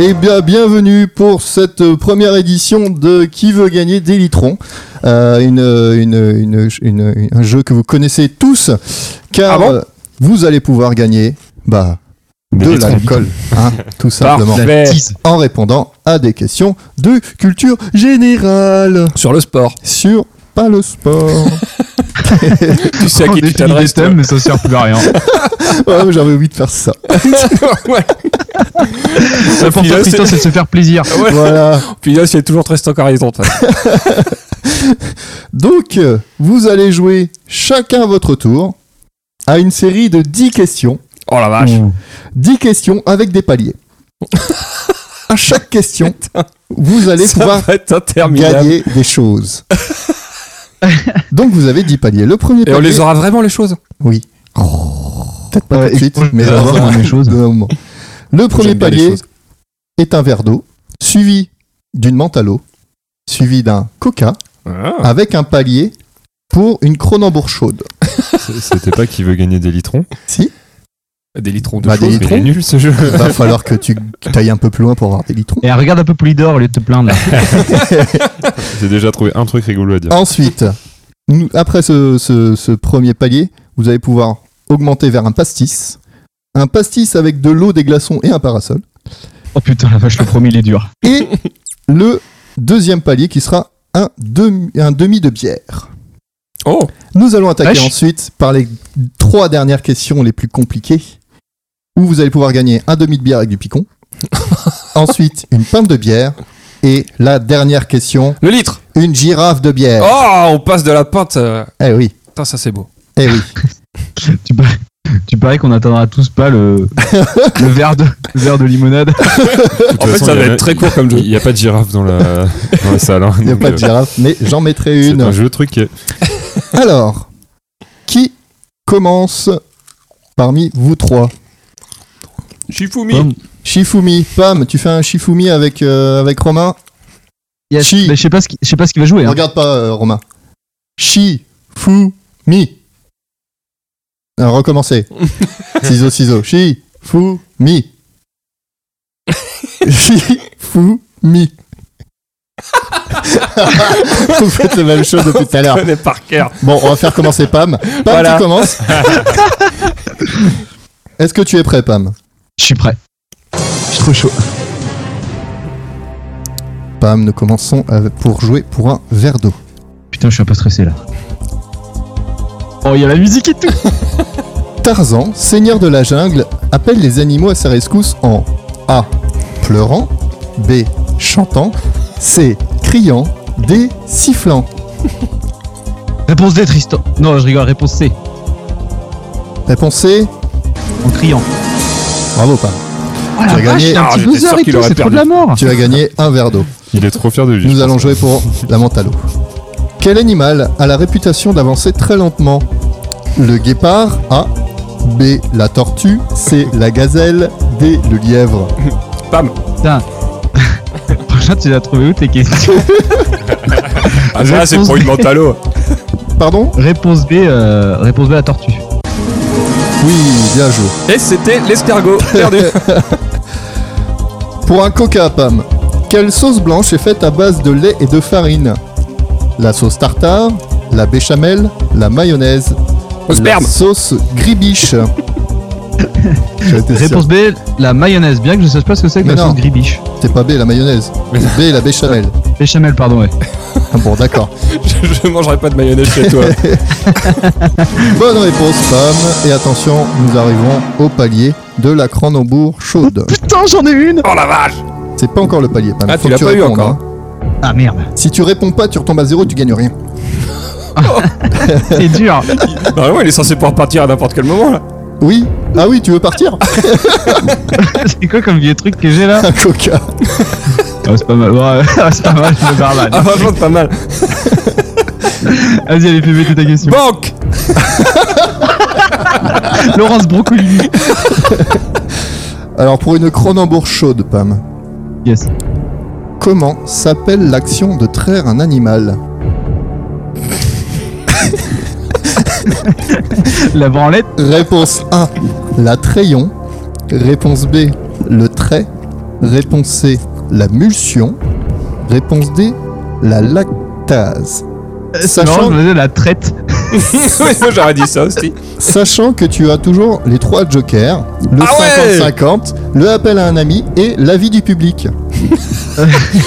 C: Eh bien, bienvenue pour cette première édition de Qui veut gagner des litrons. Euh, une, une- une- une- une- un jeu que vous connaissez tous, car
A: Ah bon
C: euh, vous allez pouvoir gagner bah, de
B: litrons.
C: l'alcool, hein, tout simplement,
D: Tease.
C: en répondant à des questions de culture générale
A: Sur le sport.
C: sur pas le sport.
A: Tu sais à
D: On
A: qui tu
D: définit
A: t'adresses.
D: des thèmes, mais ça sert plus à rien.
C: Ouais, mais J'avais envie de faire ça.
A: toi. Ouais.
D: L'important,
A: Puis là,
D: Tristan, c'est de se faire plaisir.
C: Voilà.
A: Puis là, c'est toujours très stockaraison.
C: Donc, euh, vous allez jouer chacun à votre tour à une série de 10 questions.
A: Oh la vache.
C: Mm. 10 questions avec des paliers. à chaque question, vous allez
A: Ça
C: pouvoir
A: va être interminable.
C: gagner des choses. Donc, vous avez 10 paliers. Le premier
A: Et
C: palier.
A: on les aura vraiment les choses.
C: Oui. Peut-être pas
D: Ouais,
C: tout de suite, mais
D: je vais
C: d'abord,
D: avoir mes choses.
C: d'un moment. Le premier
A: J'aime bien les
C: palier
A: choses.
C: est un verre d'eau, suivi d'une menthe à l'eau, suivi d'un coca,
B: Ah,
C: avec un palier pour une cronenbourg chaude.
B: C'est- C'était pas qui veut gagner des litrons.
C: Si
A: Des litrons de
C: Bah, des
A: choses.
B: Mais Il est
C: Litrons
B: nul ce jeu.
C: Il va falloir que tu ailles un peu plus loin pour avoir des litrons.
D: Et euh, regarde un peu Poulidor au lieu de te plaindre.
B: J'ai déjà trouvé un
C: Oh,
B: truc rigolo à dire.
C: Ensuite, nous- après ce, ce- ce premier palier, vous allez pouvoir augmenté vers un pastis, un pastis avec de l'eau, des glaçons et un parasol,
D: Oh putain, la vache, le premier, il est dur.
C: et le deuxième palier qui sera un demi, un demi de bière.
A: Oh
C: Nous allons attaquer
D: Vache.
C: ensuite par les trois dernières questions les plus compliquées, où vous allez pouvoir gagner un demi de bière avec du picon, ensuite une pinte de bière, et la dernière question,
A: Le litre
C: une girafe de bière.
A: Oh On passe de la pinte. euh,
C: Eh oui,
A: Putain, ça c'est beau.
C: eh oui.
D: Tu, par- tu paries qu'on n'atteindra tous pas le, le, verre de, le verre de limonade.
B: toute façon, il y a-
A: court comme
B: Il n'y a pas de girafe dans la, dans la salle. hein,
C: Il n'y a
B: donc,
C: pas de
B: euh,
C: girafe, mais j'en mettrai
B: C'est un
C: une.
B: jeu euh, truqué.
C: Alors, qui commence parmi vous trois
A: Shifumi
C: Hein
D: Pomme.
C: Shifumi, Pam, tu fais un Shifumi avec, euh, avec Romain Chi.
D: Mais je sais pas ce qui- je sais pas ce qu'il va jouer. hein.
C: Regarde pas, euh, Romain. Shifumi. Alors, Euh, recommencer. ciseaux, ciseaux. Shifumi. Shifumi. Vous faites la même chose depuis tout à l'heure.
A: connaît par cœur.
C: Bon, on va faire commencer Pam. Pam,
A: Voilà.
C: tu commences. Est-ce que tu es prêt, Pam
D: Je suis prêt. Je suis trop chaud.
C: Pam, nous commençons avec- pour jouer pour un verre d'eau.
D: Putain, je suis un peu stressé là. Oh, il y a la musique et tout.
C: Tarzan, seigneur de la jungle, appelle les animaux à sa rescousse en A. pleurant, B. chantant, C. criant, D. sifflant.
D: Réponse D, Tristan. Non, je rigole, réponse C,
C: Réponse C.
D: en criant.
C: Bravo, Pam.
D: Oh la
C: as gagné.
D: vache, il y a un
A: Ah,
D: petit
A: j'étais sûr
D: buzzer et
A: qu'il
D: tout,
A: aurait
D: c'est trop de la
A: perdu.
D: mort.
C: Tu as gagné un verre d'eau.
B: Il est trop fier de lui. je
C: Nous
B: pense.
C: allons jouer pour la mentalo. Quel animal a la réputation d'avancer très lentement Le guépard A. B. La tortue. C. La gazelle. D. Le lièvre.
A: Pam
D: Putain. Prochain, tu l'as trouvé où tes questions
A: Ah, ça, c'est
D: Réponse
A: pour une mentalo
C: Pardon
D: Réponse B, euh, réponse B, la tortue.
C: Oui, bien joué.
A: Et c'était l'escargot perdu
C: Pour un coca, Pam, quelle sauce blanche est faite à base de lait et de farine La sauce tartare, la béchamel, la mayonnaise,
A: Au
C: la
A: sperme
C: sauce gribiche. J'étais sûr.
D: Réponse B, la mayonnaise, bien que je ne sache pas ce que c'est que
C: Mais
D: la
C: non.
D: sauce gribiche.
C: C'est pas B la mayonnaise, B la béchamel.
D: Béchamel, pardon, ouais.
C: Ah bon, d'accord.
A: je, je mangerai pas de mayonnaise chez toi.
C: Bonne réponse, Pam. Et attention, nous arrivons au palier de la Cranenbourg chaude.
D: Putain, j'en ai une
A: Oh la vache
C: C'est pas encore le palier, Pam.
A: Ah,
C: Faut
A: tu
C: que
A: l'as pas eu
C: répondes,
A: encore.
C: hein.
D: Ah merde,
C: Si tu réponds pas, tu retombes à zéro, tu gagnes rien.
D: c'est dur.
A: Normalement, Bah il est censé pouvoir partir à n'importe quel moment là.
C: Oui Ah oui, tu veux partir
D: c'est quoi comme vieux truc que j'ai là
C: Un coca.
D: Ah, C'est pas mal, Ouais, c'est pas mal, je me barre là.
A: Ah, franchement, c'est pas mal.
D: Vas-y, allez, fais péter ta question.
A: Banque
D: Laurence Brocolini.
C: Alors, pour une Cronenbourg chaude, Pam,
D: Yes.
C: Comment s'appelle l'action de traire un animal
D: La branlette,
C: Réponse A, la trayon. Réponse B, le trait. Réponse C, la mulsion. Réponse D, la lactase.
D: euh,
C: Sachant-
D: Laurence, vas-y, la traite.
A: Oui, moi j'aurais dit ça aussi.
C: Sachant que tu as toujours les trois jokers, le
A: Ah ouais
C: 50-50, le appel à un ami et l'avis du public.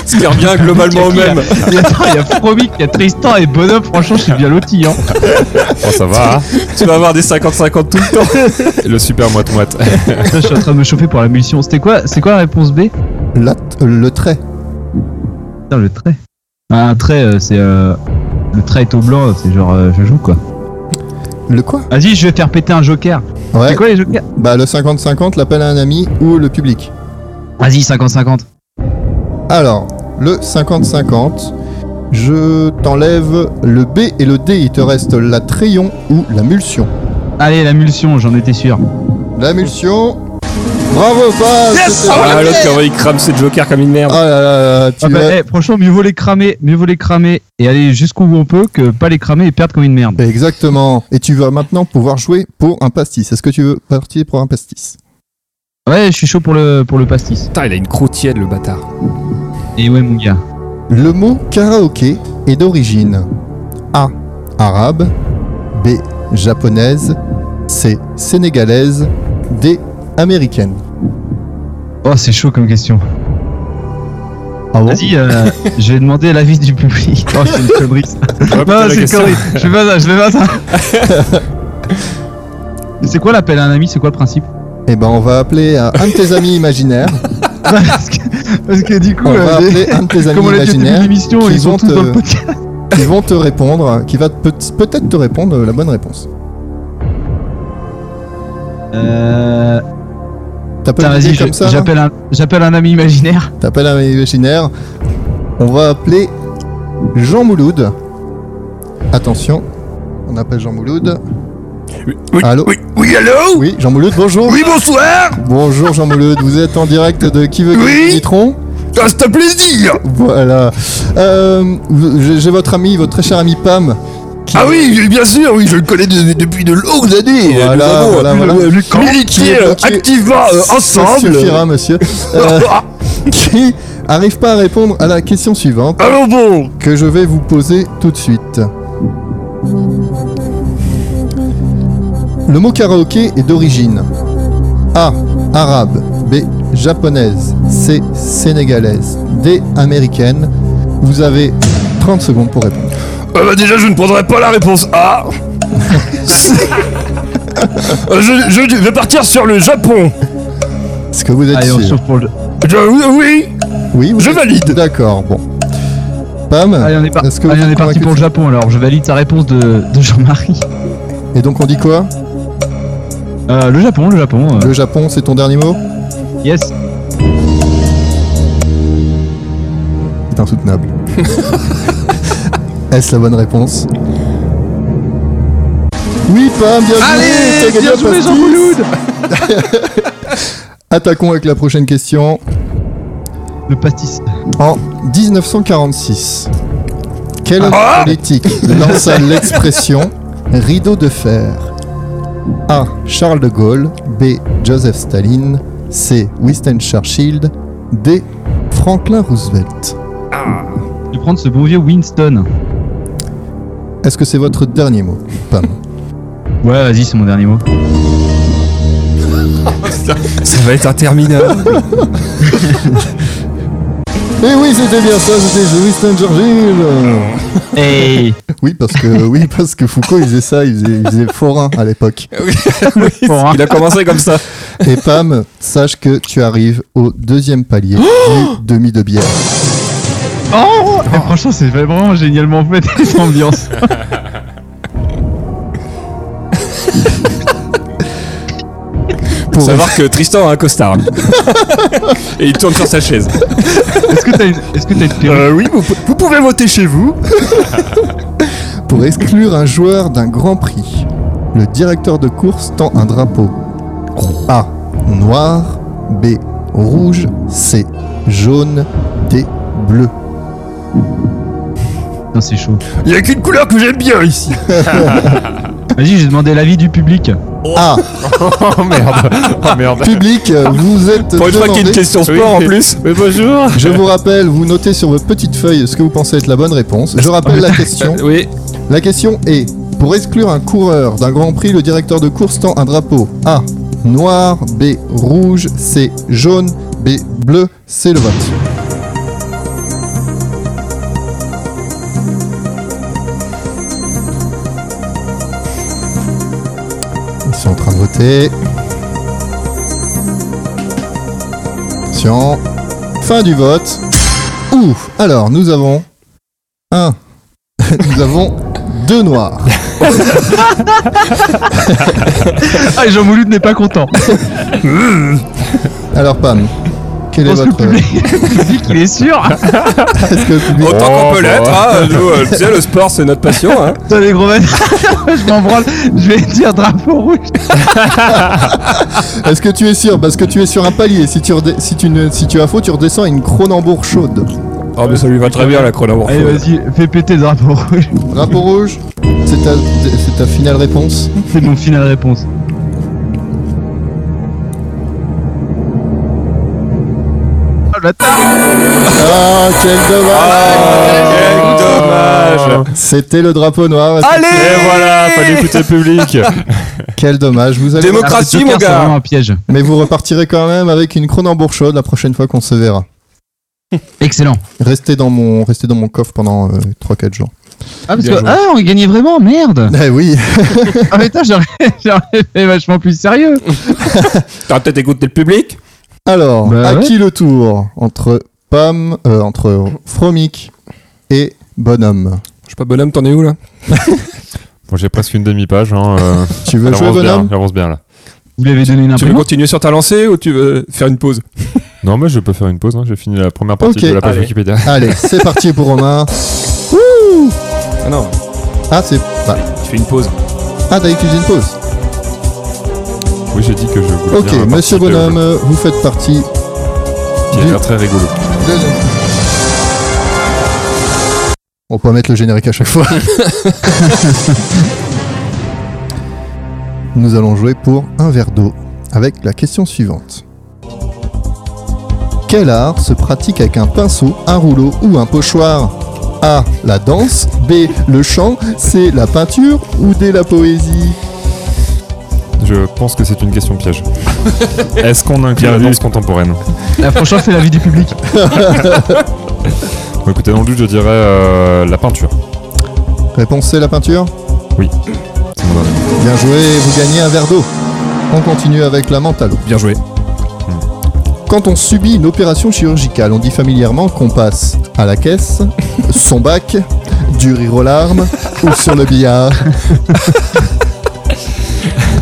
A: Ce qui revient globalement au même.
D: Et attends, il y a Promic, il y a Tristan et Bonhomme, franchement, je suis bien loti. Hein.
B: Oh, ça va. hein.
A: Tu vas avoir des 50-50 tout le temps.
B: Le super moite-moite.
D: Putain, je suis en train de me chauffer pour la mission. C'était quoi C'est quoi la réponse B
C: La- euh, le trait.
D: Putain, le trait. Ah, un trait, euh, c'est. euh, Le trait est au blanc, c'est genre euh, je joue quoi.
C: Le quoi
D: Vas-y, je vais faire péter un joker.
C: Ouais,
D: C'est quoi les jokers
C: bah le 50-50, l'appel à un ami ou le public.
D: Vas-y, 50-50.
C: Alors, le 50-50, je t'enlève le B et le D. Il te reste la trayon ou la mulsion.
D: Allez, la mulsion, j'en étais sûr.
C: La mulsion. Bravo, Paz c'était-
A: Ah, l'autre, comment il crame ses jokers comme une merde.
C: Ah là là là, tu
D: Ah bah,
C: l'as-
D: eh, franchement, mieux vaut les cramer, mieux vaut les cramer et aller jusqu'où on peut que pas les cramer et perdre comme une merde.
C: Exactement. Et tu vas maintenant pouvoir jouer pour un pastis. Est-ce que tu veux partir pour un pastis
D: Ouais, je suis chaud pour le, pour le pastis.
A: Putain, il a une croûtière le bâtard.
D: Et ouais, mon gars.
C: Le mot karaoké est d'origine A. Arabe. B. Japonaise. français, sénégalaise, des américaines.
D: Oh, c'est chaud comme question.
C: Ah bon
D: Vas-y, euh, je vais demander l'avis du public. Oh, c'est une connerie. ça.
B: Ouais,
D: Non,
B: la
D: c'est une
B: question.
D: connerie. Je fais pas ça, je fais pas ça. c'est quoi l'appel à un ami C'est quoi le principe
C: Eh ben, on va appeler euh, un de tes amis imaginaires.
D: parce, que, parce que du coup,
C: On va
D: euh,
C: appeler un de tes amis
D: comme on l'a dit au début de
C: imaginaires
D: l'émission,
C: qui euh,
D: ils
C: vont
D: sont tous
C: te-
D: dans le podcast.
C: qui vont te répondre, euh, qui va peut- peut-être te répondre euh, la bonne réponse.
D: Euh,
C: T'as pas
D: Putain,
C: une idée
D: vas-y,
C: comme
D: je-
C: ça hein. là
D: j'appelle un, j'appelle un ami imaginaire.
C: T'appelles un ami imaginaire. On va appeler Jean Mouloud. Attention, on appelle Jean Mouloud.
E: Oui,
C: Allô
E: oui, oui, allô
C: Oui, Jean Mouloud, bonjour.
E: Oui, bonsoir
C: Bonjour Jean Mouloud, vous êtes en direct de Qui veut
E: Oui.
C: gagner le citron
E: Ah, c'est un plaisir
C: Voilà. Euh, j'ai- J'ai votre ami, votre très cher ami Pam.
E: Ah oui, bien sûr, oui, je le connais de- depuis de longues années
C: Voilà,
E: Nous avons
C: voilà, voilà.
E: euh,
C: Qui
E: milité
C: est
E: euh,
C: bloqué.
E: activement euh,
C: Ça
E: ensemble
C: suffira, monsieur. Euh,
E: Ah,
C: qui arrive pas à répondre à la question suivante
E: Allons bon
C: que je vais vous poser tout de suite. Le mot karaoké est d'origine A. Arabe. B. Japonaise. C. Sénégalaise. D. Américaine. Vous avez 30 secondes pour répondre.
E: Ah bah déjà, je ne prendrai pas la réponse A Euh, je, je vais partir sur le Japon
C: Est-ce que vous êtes
D: Allez, on
C: sûr
D: chauffe pour le.
E: Je- Oui,
C: Oui, vous
E: Je
C: êtes-
E: valide.
C: D'accord, bon. Pam,
D: Allez, on est, par-
C: est-ce que vous
D: Allez, on
C: êtes
D: est parti
C: convaincu
D: pour le Japon alors. Je valide sa réponse de, de Jean-Marie.
C: Et donc on dit quoi
D: Euh, le Japon, le Japon. euh,
C: Le Japon, c'est ton dernier mot
D: Yes.
C: C'est insoutenable. Est-ce la bonne réponse Oui, Pam, bien joué
A: Allez,
C: t'as gagné
A: bien
C: un
A: joué,
C: pastis.
A: Jean Mouloud
C: Attaquons avec la prochaine question.
D: Le pastis.
C: En 1946, quel homme
E: Ah
C: politique lança l'expression rideau de fer A. Charles de Gaulle, B. Joseph Staline, C. Winston Churchill, D. Franklin Roosevelt.
D: Je vais prendre ce bon vieux Winston.
C: Est-ce que c'est votre dernier mot, Pam
D: Ouais, vas-y, c'est mon dernier mot.
A: Ça va être interminable.
C: Eh oui, c'était bien ça, c'était Winston Churchill.
D: Hey.
C: Oui, parce que oui, parce que Foucault il faisait ça, il faisait, il faisait forain à l'époque.
D: Bon, hein.
A: Il a commencé comme ça.
C: Et Pam, sache que tu arrives au deuxième palier du demi de bière.
D: Oh Eh, Franchement, c'est vraiment génialement fait cette ambiance.
A: Faut
C: Pour
A: savoir que Tristan a un costard. Et il tourne sur sa chaise.
D: Est-ce que t'as une, est-ce que t'as une perruque
E: Euh,
A: oui, vous, pouvez voter chez vous.
C: Pour exclure un joueur d'un grand prix, le directeur de course tend un drapeau. A. Noir. B. Rouge. C. Jaune. D. Bleu.
D: Non, c'est chaud.
E: il n'y a qu'une couleur que j'aime bien ici
D: Vas-y, j'ai demandé l'avis du public.
C: A.
B: Oh merde. Oh merde.
C: Public, vous êtes
A: Pour une fois qu'il y a une
C: demandé-
A: question sport
B: Oui.
A: en plus.
B: Mais bonjour.
C: Je vous rappelle, vous notez sur votre petite feuille ce que vous pensez être la bonne réponse. Je rappelle la question.
A: Oui.
C: La question est pour exclure un coureur d'un Grand Prix, le directeur de course tend un drapeau A noir, B rouge, C jaune, B bleu, C le vote. Ils sont en train de voter. Attention. Fin du vote. Ouf. Alors, nous avons un. nous avons deux noirs.
D: Ah, Jean Mouloud n'est pas content.
C: Alors Pam, quel
D: Je
C: est
D: pense que le
C: votre...
D: public, le public, il est sûr.
C: Est-ce que le public-
A: Autant
B: Oh,
A: qu'on peut
B: bah.
A: l'être, hein, nous, euh, tu sais, le sport c'est notre passion. Hein.
D: Putain, les gros bâtards. Je m'en branle. Je vais dire drapeau rouge.
C: Est-ce que tu es sûr Parce que tu es sur un palier. Si tu, rede- si tu, ne- si tu as faux, tu redescends à une Cronenbourg chaude.
A: Oh, mais ça lui va très bien la chrono.
D: Allez, vas-y, fais péter le drapeau rouge.
C: Drapeau rouge, c'est ta, c'est ta finale réponse.
D: C'est mon final réponse. Oh, la table.
C: Ah, quel dommage
A: Quel
B: Oh. Dommage.
C: C'était le drapeau noir. et c'est-
A: Allez
B: Et voilà,
C: Eh.
B: fallait écouter le public.
C: Quel dommage. Vous avez...
A: Démo- Démocratie,
D: Ah, ce
A: mon
D: Joker,
A: gars.
D: c'est vraiment un piège.
C: Mais vous repartirez quand même avec une Cronenbourg chaude la prochaine fois qu'on se verra.
D: Excellent.
C: Restez dans mon, restez dans mon coffre pendant 3-4 jours.
D: Ah, parce
B: Bien
D: que,
B: joué.
D: ah, on gagnait vraiment, merde.
C: Eh oui,
D: ah, putain, j'aurais, j'aurais fait vachement plus sérieux.
A: T'as peut-être écouté le public
C: Alors,
D: Bah
C: à
D: ouais.
C: qui le tour Entre Pam, euh, entre Fromic et Bonhomme.
A: Je sais pas, bonhomme, t'en es où là
B: Bon, j'ai presque une demi-page. Hein, euh,
C: Tu veux
B: elle
C: jouer
B: avance bien,
C: Bonhomme
B: elle avance bien là.
D: Vous l'avez donné une
A: Tu veux
D: imprimante
A: continuer sur ta lancée ou tu veux faire une pause
B: Non, mais je peux faire une pause. Hein, j'ai fini la première partie
C: Ok,
B: de la page
A: allez.
B: Wikipédia.
C: Allez, c'est parti pour Omar.
A: Ah non,
C: Ah, c'est. bah,
A: tu fais une pause.
C: Ah, t'as utilisé une pause.
B: Oui, j'ai dit que je voulais.
C: Ok,
B: bien
C: monsieur
B: participer au
C: Bonhomme,
B: jeu,
C: euh, vous faites partie.
B: Qui a
C: du-
B: l'air très rigolo.
C: de- On peut mettre le générique à chaque fois. Nous allons jouer pour un verre d'eau avec la question suivante. Quel art se pratique avec un pinceau, un rouleau ou un pochoir A. La danse. B. Le chant. C. La peinture. Ou D. La poésie.
B: Je pense que c'est une question piège. Est-ce qu'on inclut la danse contemporaine
D: La prochaine, Ah, c'est la vie du public.
B: Bon, Écoutez, dans le doute, je dirais euh, la peinture.
C: Réponse C. La peinture.
B: C'est mon dernier.
C: Bien joué, vous gagnez un verre d'eau. On continue avec la mentalo.
A: Bien joué.
C: Quand on subit une opération chirurgicale, on dit familièrement qu'on passe à la caisse, son bac, du rire aux larmes ou sur le billard.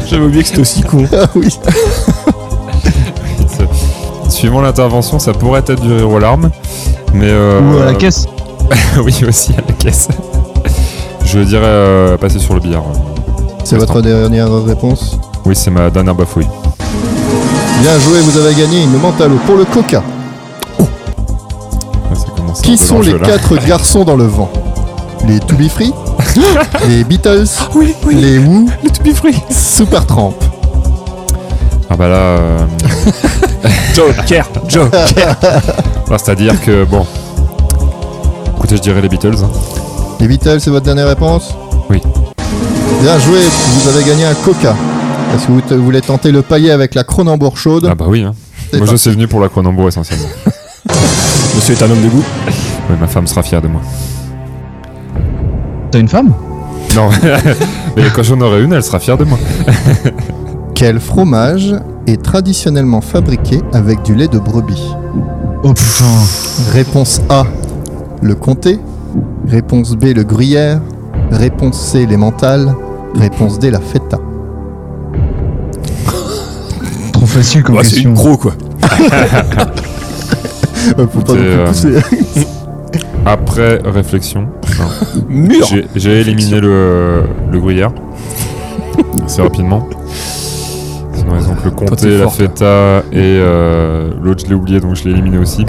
A: J'avais oublié que c'était aussi con.
C: Ah oui.
B: C'est- Suivant l'intervention, ça pourrait être du rire aux larmes, mais euh,
D: Ou à la caisse.
B: oui, aussi à la caisse. Je dirais euh, passer sur le billard.
C: C'est votre dernière réponse.
B: Oui, c'est ma dernière bafouille.
C: Bien joué, vous avez gagné une mentalo pour le coca.
B: Ouais, Ah, ça commence un
C: Qui
B: peu
C: sont les
B: l'enjeu, là.
C: quatre garçons dans le vent Les To Be Free Les Beatles
A: Oui, oui,
C: Les Who
A: le to be free.
C: Supertramp
B: Ah bah là, euh,
A: Joker, Joker.
B: bah, c'est-à-dire que bon. Écoutez, je dirais les Beatles. hein.
C: Les Beatles, c'est votre dernière réponse
B: Oui.
C: Bien joué, vous avez gagné un coca. Est-ce que vous te- voulez tenter le paillet avec la Cronenbourg chaude
B: Ah bah oui. hein.
C: C'est
B: Moi, je
C: parti.
B: suis venu pour la Cronenbourg essentiellement.
A: Monsieur est un homme de goût.
B: Oui, ma femme sera fière de moi.
D: T'as une femme
B: Non, mais quand j'en aurai une, elle sera fière de moi.
C: Quel fromage est traditionnellement fabriqué avec du lait de brebis
D: Oh putain.
C: Réponse A, le comté. Réponse B, le gruyère. Réponse C, l'emmental. Réponse D, la feta.
D: Trop facile comme
A: Bah, c'est
D: question.
A: une croc quoi.
C: Euh, faut
B: C'est,
C: pas non plus
B: euh,
C: pousser.
B: Après réflexion,
A: Mur.
B: j'ai- j'ai éliminé le, le gruyère. Assez rapidement. Sinon, ils ont que le
A: t'es
B: comté, la
A: fort, toi.
B: feta et euh, l'autre, je l'ai oublié donc je l'ai éliminé aussi.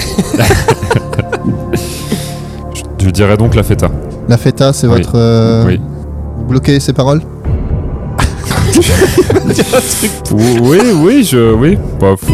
B: je, je dirais donc la feta.
C: La feta, c'est
B: Oui.
C: votre... euh,
B: Oui.
C: Bloquer ces paroles
B: Oui, oui, je. Oui. Bah, fou.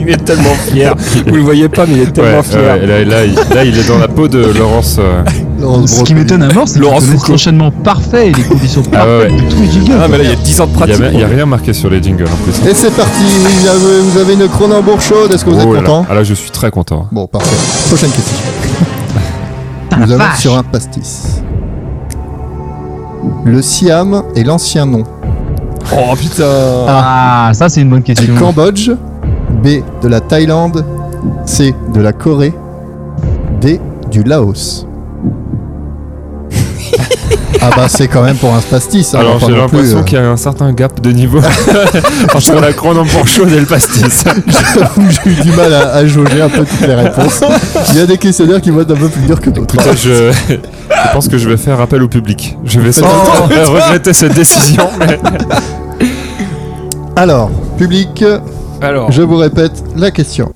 A: Il est tellement fier. Vous le voyez pas, mais il est
B: Ouais,
A: tellement fier.
B: euh, là, là, il, là, il est dans la peau de Laurence. euh,
C: Laurence
D: Ce qui
C: Brocoli.
D: m'étonne à mort, c'est
A: Laurent
D: que c'est
A: Foucault.
D: l'enchaînement parfait et les conditions parfaites
B: Ah ouais, ouais.
D: de tous les jingles.
A: Ah, mais là, il y a 10 ans de
B: Il
A: pratique.
B: n'y a, rien marqué sur les jingles en
D: hein.
B: plus.
C: Et c'est parti, oui, bien joué, vous avez une Cronenbourg chaude, est-ce que vous
B: Oh là
C: êtes content
B: là. Ah là, je suis très content.
C: Bon, parfait. Prochaine question. Nous allons sur un pastis. Le Siam est l'ancien nom
A: Oh putain.
D: Ah, ça c'est une bonne
C: du
D: question.
C: Cambodge, B de la Thaïlande, C de la Corée, D du Laos. ah bah c'est quand même pour un pastis. hein, on
B: Alors
C: va
B: j'ai
C: pas non plus,
B: l'impression
C: euh,
B: qu'il y a un certain gap de niveau entre la Cronenbourg chaude et le pastis.
C: euh, j'ai eu du mal à, à jauger un peu toutes les réponses. Il y a des questionnaires qui vont être un peu plus durs que d'autres.
B: Putain, je... je pense que je vais faire appel au public. Je vais sans
C: Oh,
B: doute regretter cette décision. Mais...
C: Alors, public,
A: Alors,
C: Je vous répète la question.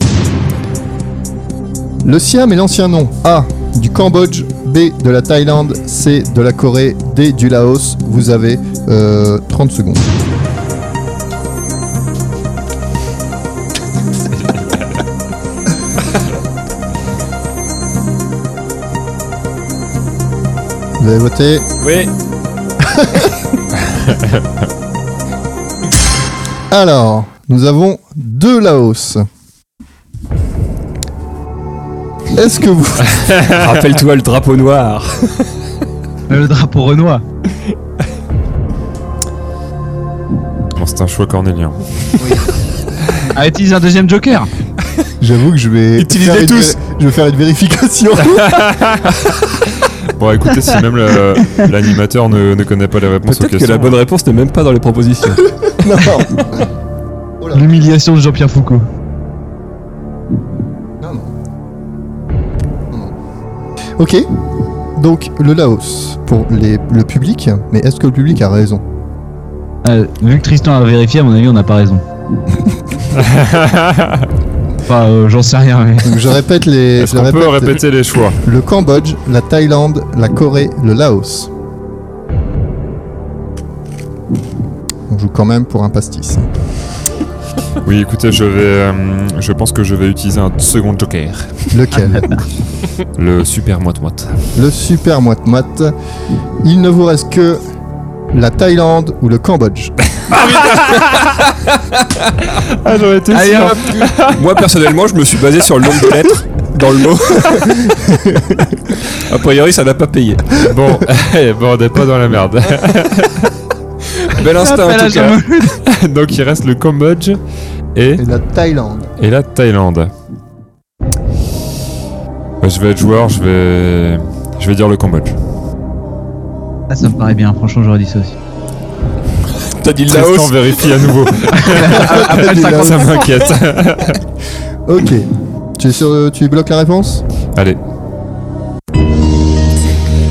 C: Le Siam est l'ancien nom A du Cambodge, B de la Thaïlande, C de la Corée, D du Laos. Vous avez euh, 30 secondes. Vous avez voté
A: Oui.
C: Alors, nous avons deux Laos. Est-ce que vous...
A: Rappelle-toi le drapeau noir.
D: Le drapeau Renoir.
B: Bon, c'est un choix cornélien.
D: Ah, utilise un deuxième joker.
C: J'avoue que je vais...
A: Utilisez
C: faire une
A: tous.
C: vé- Je vais faire une vérification.
B: Bon, écoutez, si même le- l'animateur ne, ne connaît pas les réponses aux
A: Peut-être que
B: questions.
A: la bonne réponse n'est même pas dans les propositions.
C: non.
B: Oh
C: Oh
D: L'humiliation de Jean-Pierre Foucault.
C: Ok. Donc, le Laos, pour les- le public, mais est-ce que le public a raison
D: Euh, vu que Tristan a vérifié, à mon avis, on n'a pas raison. enfin, euh, j'en sais rien, mais.
C: Donc, Je répète les...
B: Est-ce
C: je
B: qu'on peut
C: répète
B: répéter les choix
C: Le Cambodge, la Thaïlande, la Corée, le Laos. On joue quand même pour un pastis. hein.
B: Oui, écoutez, je vais. euh, je pense que je vais utiliser un second joker.
C: Lequel
B: Le super moite-moite.
C: Le super moite-moite. Il ne vous reste que la Thaïlande ou le Cambodge.
B: Ah, j'aurais été
A: Allez, hop. Moi personnellement, je me suis basé sur le nombre de lettres dans le mot. A priori, ça n'a pas payé.
B: Bon, eh, bon, on n'est pas dans la merde.
A: Bel instinct en tout cas.
B: Donc, il reste le Cambodge et,
C: Et la Thaïlande.
B: et la Thaïlande. Bah, je vais être joueur, je vais. Je vais dire le Cambodge.
D: Ah, ça me paraît bien, franchement, j'aurais dit ça aussi.
A: T'as dit le
B: Tristan
A: Laos.
B: vérifie à nouveau.
A: Ah,
C: Après le Laos.
B: Ça m'inquiète.
C: Ok. Tu, es sûr- tu bloques la réponse
B: Allez.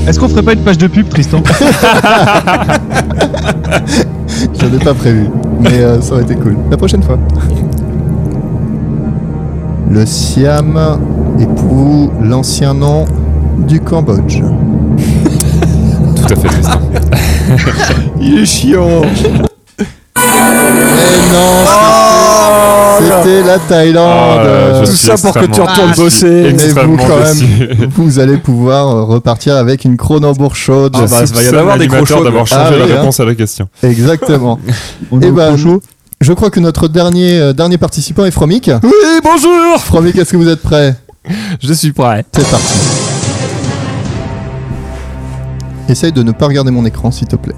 D: Est-ce qu'on ferait pas une page de pub, Tristan
C: Je n'ai pas prévu. Mais euh, ça aurait été cool. La prochaine fois. Le Siam est pour vous l'ancien nom du Cambodge.
B: Tout à fait, Tristan.
A: Il est chiant.
C: Eh non
D: Oh,
C: C'était la Thaïlande
B: Oh là là, je
A: Tout ça pour que tu
B: extrêmement-
A: retournes
D: Ah,
A: bosser.
C: Mais vous,
B: Extrêmement
C: quand
B: déçu.
C: Vous allez pouvoir euh, repartir avec une chronobourg chaude.
A: Ah bah, ça va y en avoir des gros
B: L'animateur
A: chauds,
B: d'avoir
A: mais-
B: changé
C: Ah
B: la
C: oui, hein.
B: réponse à la question.
C: Exactement.
D: On
C: Eh
D: est au
C: ben,
D: chaud.
C: Je crois que notre dernier, euh, dernier participant est Fromic.
A: Oui, bonjour.
C: Fromic, est-ce que vous êtes prêt
A: Je suis prêt.
C: C'est parti. Essaye de ne pas regarder mon écran, s'il te plaît.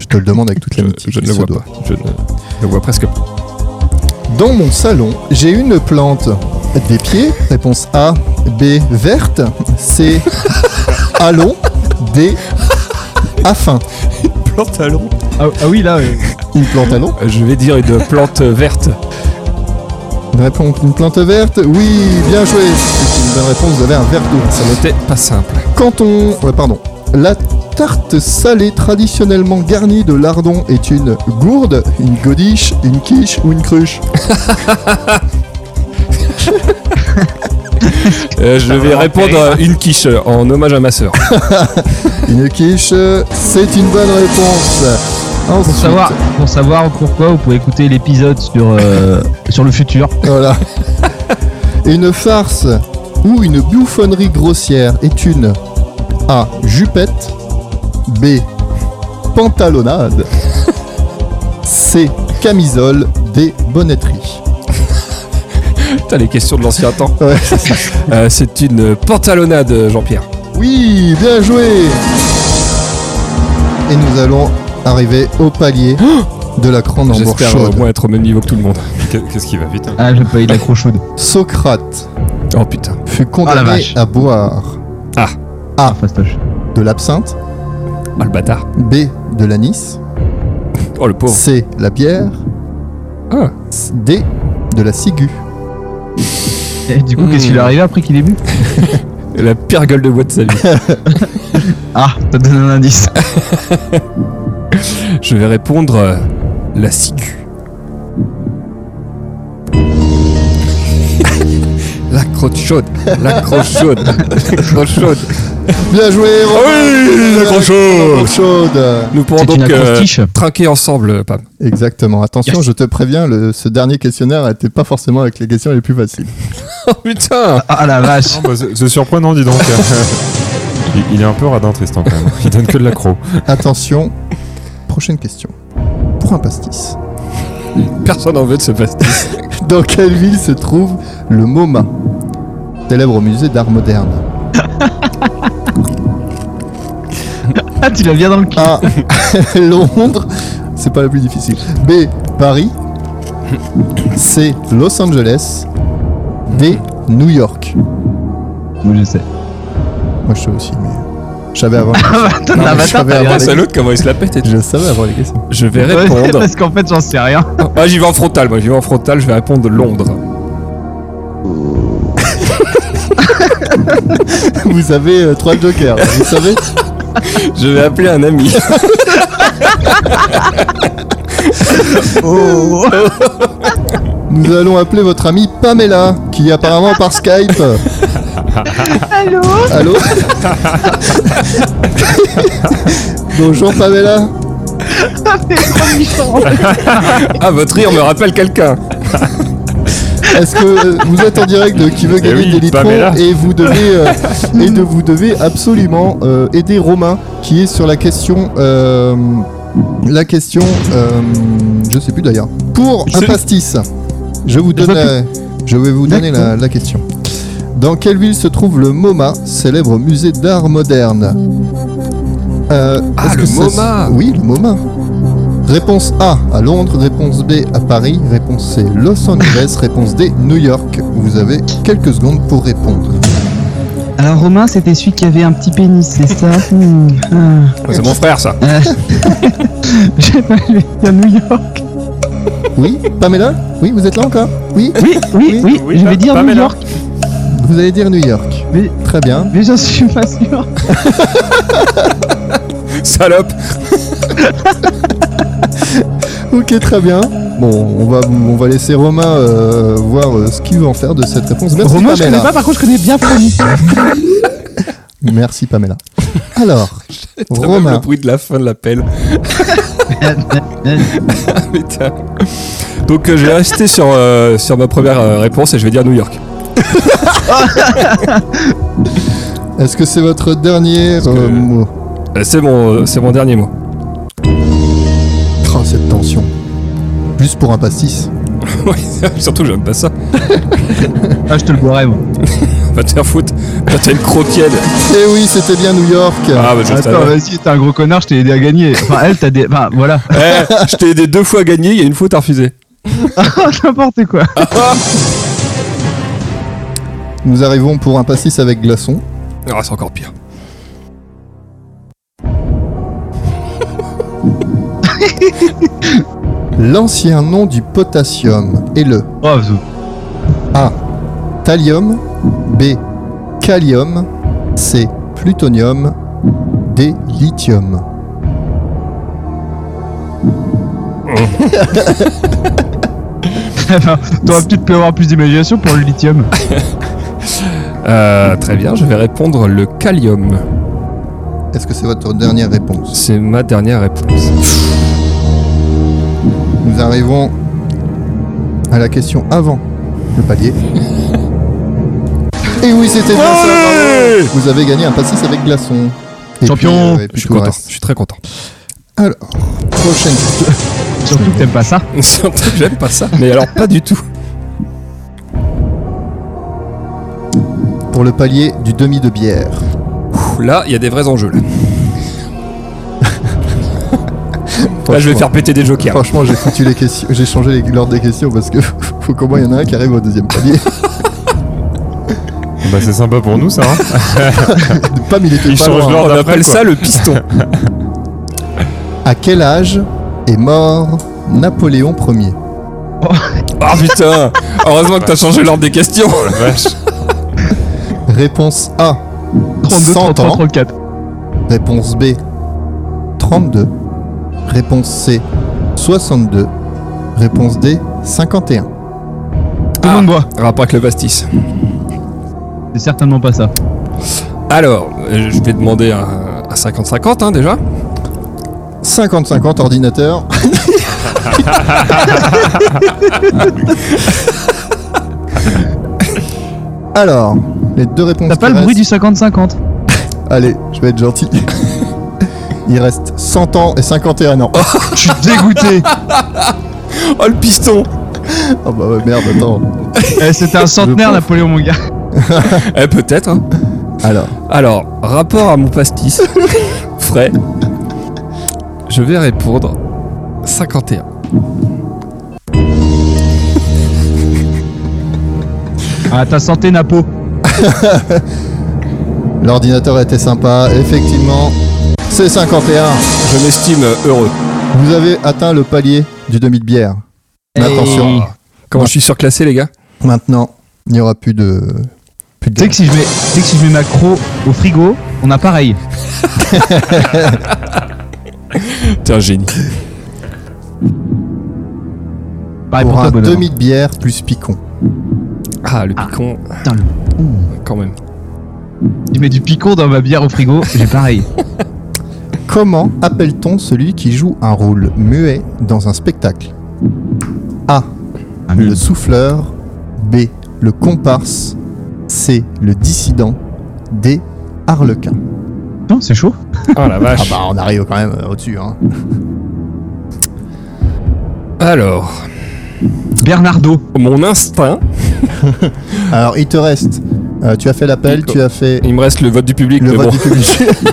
C: Je te le demande avec toute
B: Je,
C: l'amitié
B: je ne
C: qui
B: le
C: se
B: vois
C: doit.
B: pas. Je ne le vois presque pas.
C: Dans mon salon, j'ai une plante des pieds. Réponse A. B. Verte. C. Allons. D. Afin.
A: Pantalon.
D: Ah, ah oui, là, euh,
C: Une plante à long
A: Je vais dire une plante verte.
C: Une réponse, une plante verte Oui, bien joué C'est une bonne réponse, vous avez un verre d'eau. Ça
A: C'était pas simple.
C: va. Quand on... ouais, pardon. La tarte salée traditionnellement garnie de lardons est une gourde, une godiche, une quiche ou une cruche
A: Euh, je vais répondre à une quiche euh, en hommage à ma sœur.
C: Une quiche, euh, c'est une bonne réponse
D: pour,
C: Ensuite,
D: savoir, pour savoir pourquoi, vous pouvez écouter l'épisode sur, euh, sur le futur.
C: Voilà. une farce ou une bouffonnerie grossière est une A. Jupette B. Pantalonnade C. Camisole D. Bonnetterie
A: Putain, les questions de l'ancien temps.
C: Ouais.
A: Euh, c'est une pantalonnade, euh, Jean-Pierre.
C: Oui, bien joué Et nous allons arriver au palier de la grande embourse
A: J'espère euh, au
C: chaude.
A: moins être au même niveau que tout le monde.
B: Qu'est- Qu'est-ce qui va vite hein
D: Ah, le pays de la chaude.
C: Socrate
A: Oh putain.
C: fut
D: Ah, la
C: condamné
D: vache.
C: à boire
D: Ah, fastoche.
C: de l'absinthe,
A: Oh le bâtard.
C: B. de l'anis,
A: Oh le pauvre.
C: C'est la bière.
A: Ah.
C: D, de la ciguë.
D: Et du coup,
A: Hmm.
D: qu'est-ce qu'il est arrivé après qu'il ait bu
A: La pire gueule de bois de sa vie.
D: Ah, ça donne un indice.
A: je vais répondre euh, la ciguë. la crotte chaude. La crotte chaude. La crotte chaude.
C: Bien joué, Romain.
A: Ah oui, la
C: Bien
A: grosse
C: joué, la
A: chose.
C: grosse chaude.
A: Nous pourrons
D: C'est une
A: donc euh,
D: acrostiche.
A: trinquer ensemble, euh, Pam.
C: Exactement. Attention,
D: Yes.
C: je te préviens, le- ce dernier questionnaire n'était pas forcément avec les questions les plus faciles.
A: Oh putain
D: Ah la vache.
B: Bah, C'est c'est surprenant, dis donc. Il, il est un peu radin, Tristan, quand même. Il donne que de l'accro.
C: Attention, prochaine question. Pour un pastis.
A: Ah, Personne n'en veut de ce pastis.
C: Dans quelle ville se trouve le MoMA Célèbre au musée d'art moderne.
D: Ah, tu l'as bien dans le cul.
C: A. Londres. C'est pas la plus difficile. B. Paris. C. Los Angeles. D. New York.
D: Moi, je sais.
C: Moi je sais aussi, mais. Je savais avant.
D: T'en as
C: mais
D: avatar,
C: je savais
D: t'as
C: avant
D: l'air-
A: Grâce à l'autre, comment il se la pète et tout.
C: Je savais avant les questions.
A: Je vais
D: Ouais,
A: répondre.
D: Parce qu'en fait, j'en sais rien.
A: Ah, j'y vais en frontal, moi, j'y vais en frontal, je vais répondre Londres.
C: Vous avez euh, trois jokers. Vous savez
A: Je vais appeler un ami.
C: Oh. Nous allons appeler votre amie Pamela, qui est apparemment par Skype.
D: Allô
C: Allô Bonjour Pamela.
A: Ah, votre rire me rappelle quelqu'un.
C: Est-ce que euh, vous êtes en direct de qui veut gagner
B: oui,
C: des litrons
B: Pamela.
C: et vous devez euh, et de vous devez absolument euh, aider Romain qui est sur la question euh, la question euh, je sais plus d'ailleurs pour un
B: sais.
C: pastis. Je vous donne la- je vais vous donner la, la question. Dans quelle ville se trouve le MoMA, célèbre musée d'art moderne Euh,
A: Ah,
C: est-ce
A: le
C: que ça se-
A: MoMA.
C: Oui, le MoMA. Réponse A à Londres, réponse B à Paris, réponse C Los Angeles, réponse D New York. Vous avez quelques secondes pour répondre.
D: Alors, Romain, c'était celui qui avait un petit pénis, c'est ça Hmm.
A: C'est mon frère, ça.
D: Euh. J'ai pas à New York.
C: Oui, Pamela Oui, vous êtes là encore Oui
D: Oui, oui, oui,
B: Oui,
D: je vais
B: pas-
D: dire
B: pas
D: New
B: mal, hein.
D: York,
C: Vous allez dire New York.
D: Oui.
C: Très bien.
D: mais j'en suis pas sûr.
A: Salope.
C: Ok, très bien. Bon, on va, on va laisser Romain euh, voir euh, ce qu'il veut en faire de cette réponse. Merci
D: Romain, je
C: Pamela.
D: connais pas, par contre, je connais bien Promis.
C: Merci Pamela. Alors,
A: T'as même le
C: Romain,
A: bruit de la fin de l'appel. Putain. Donc, euh, je vais rester sur, euh, sur ma première euh, réponse et je vais dire New York.
C: est-ce que c'est votre dernier euh,
A: que-
C: mot
A: Euh, C'est mon, euh, c'est mon dernier mot.
C: Oh, cette tension. Juste pour un pastis.
A: Oui, surtout, j'aime pas ça.
D: Ah, je te le boirai, moi.
A: Va te faire foutre. Toi, t'as une croquienne.
C: Eh oui, c'était bien New York.
A: Ah, bah, je le
D: Attends,
A: savais.
D: vas-y, t'es un gros connard, je t'ai aidé à gagner. Enfin, elle, t'as des. Enfin, voilà.
A: Eh, je t'ai aidé deux fois à gagner, il y a une fois, t'as refusé.
D: Oh, N'importe quoi.
C: Nous arrivons pour un pastis avec glaçon.
A: Ah, c'est encore pire.
C: L'ancien nom du potassium est le
D: Oh,
C: A. Thallium. B. Callium. C. Plutonium. D. Lithium.
D: T'aurais peut-être pu avoir plus d'imagination pour le lithium.
A: Euh, très bien, je vais répondre le Kalium.
C: Est-ce que c'est votre dernière réponse
A: C'est ma dernière réponse.
C: Nous arrivons à la question avant le palier. Et oui, c'était bien ça,
A: Allez
C: bravo Vous avez gagné un pastis avec glaçon. Et
D: Champion
C: puis, euh, et
A: Je
C: puis
A: suis
C: tout le
A: content,
C: reste.
A: je suis très content.
C: Alors, prochaine question.
D: Surtout que t'aimes pas ça.
A: Surtout que j'aime pas ça. Mais alors, pas du tout.
C: Pour le palier du demi de bière.
A: Ouh, Là, il y a des vrais enjeux. Là, Là, je vais faire péter des jokers.
C: Franchement, j'ai foutu les questions, j'ai changé les- l'ordre des questions parce que faut qu'au moins il y en a un qui arrive au deuxième palier.
B: Bah, c'est sympa pour nous, ça. hein.
C: Pam, il était
B: Il
C: pas
B: change
C: loin.
B: l'ordre.
A: On
B: d'après,
A: appelle
B: quoi.
A: ça le piston.
C: hein. À quel âge est mort Napoléon Ier
A: Ah putain Heureusement que t'as changé l'ordre des questions.
B: Oh la vache.
C: Réponse A
D: 32,
C: 100
D: 33,
C: ans.
D: 34.
C: Réponse B 32. Réponse C 62. Réponse D 51.
D: Tout le monde boit.
A: Rapport avec le pastis.
D: C'est certainement pas ça.
A: Alors, euh, je vais demander un un 50-50 hein, déjà.
C: 50-50 ordinateur. Alors, les deux réponses.
D: T'as pas
C: qui
D: le bruit
C: restent-
D: du 50-50
C: Allez, je vais être gentil. Il reste 100 ans et 51 ans.
D: Je suis dégoûté.
A: Oh le piston
C: Oh bah ouais, merde, attends.
D: Eh, C'était un centenaire,
C: pense.
D: Napoléon, mon gars.
A: Eh peut-être. hein.
C: Alors,
A: Alors, rapport à mon pastis, frais, je vais répondre 51.
D: Ah, ta santé, Napo.
C: l'ordinateur était sympa, effectivement. C'est 51.
A: Je m'estime euh, heureux.
C: Vous avez atteint le palier du demi de bière. Mais attention,
A: Comment je suis surclassé les gars
C: maintenant, il n'y aura plus de. Plus de
D: Tu sais que si je mets, tu sais que si je mets ma croc au frigo, on a pareil.
A: T'es un génie.
D: Pareil pour,
C: pour
D: toi,
C: un
D: Bonhomme.
C: demi de bière plus picon.
A: Ah le picon,
D: Putain, le-
A: quand même.
D: Tu mets du picon dans ma bière au frigo, j'ai pareil.
C: Comment appelle-t-on celui qui joue un rôle muet dans un spectacle A.
D: Ah,
C: Le souffleur. B. Le comparse. C. Le dissident. D. Harlequin.
D: Non, c'est chaud.
A: Ah la
C: Ah
A: vache.
C: bah on arrive quand même euh, au-dessus. Hein.
A: Alors,
D: Bernardo.
A: mon instinct,
C: Alors il te reste. euh, tu as fait l'appel,
A: Pico.
C: tu as fait
A: il me reste le vote du public,
C: le
A: mais
C: vote
A: bon,
C: du public.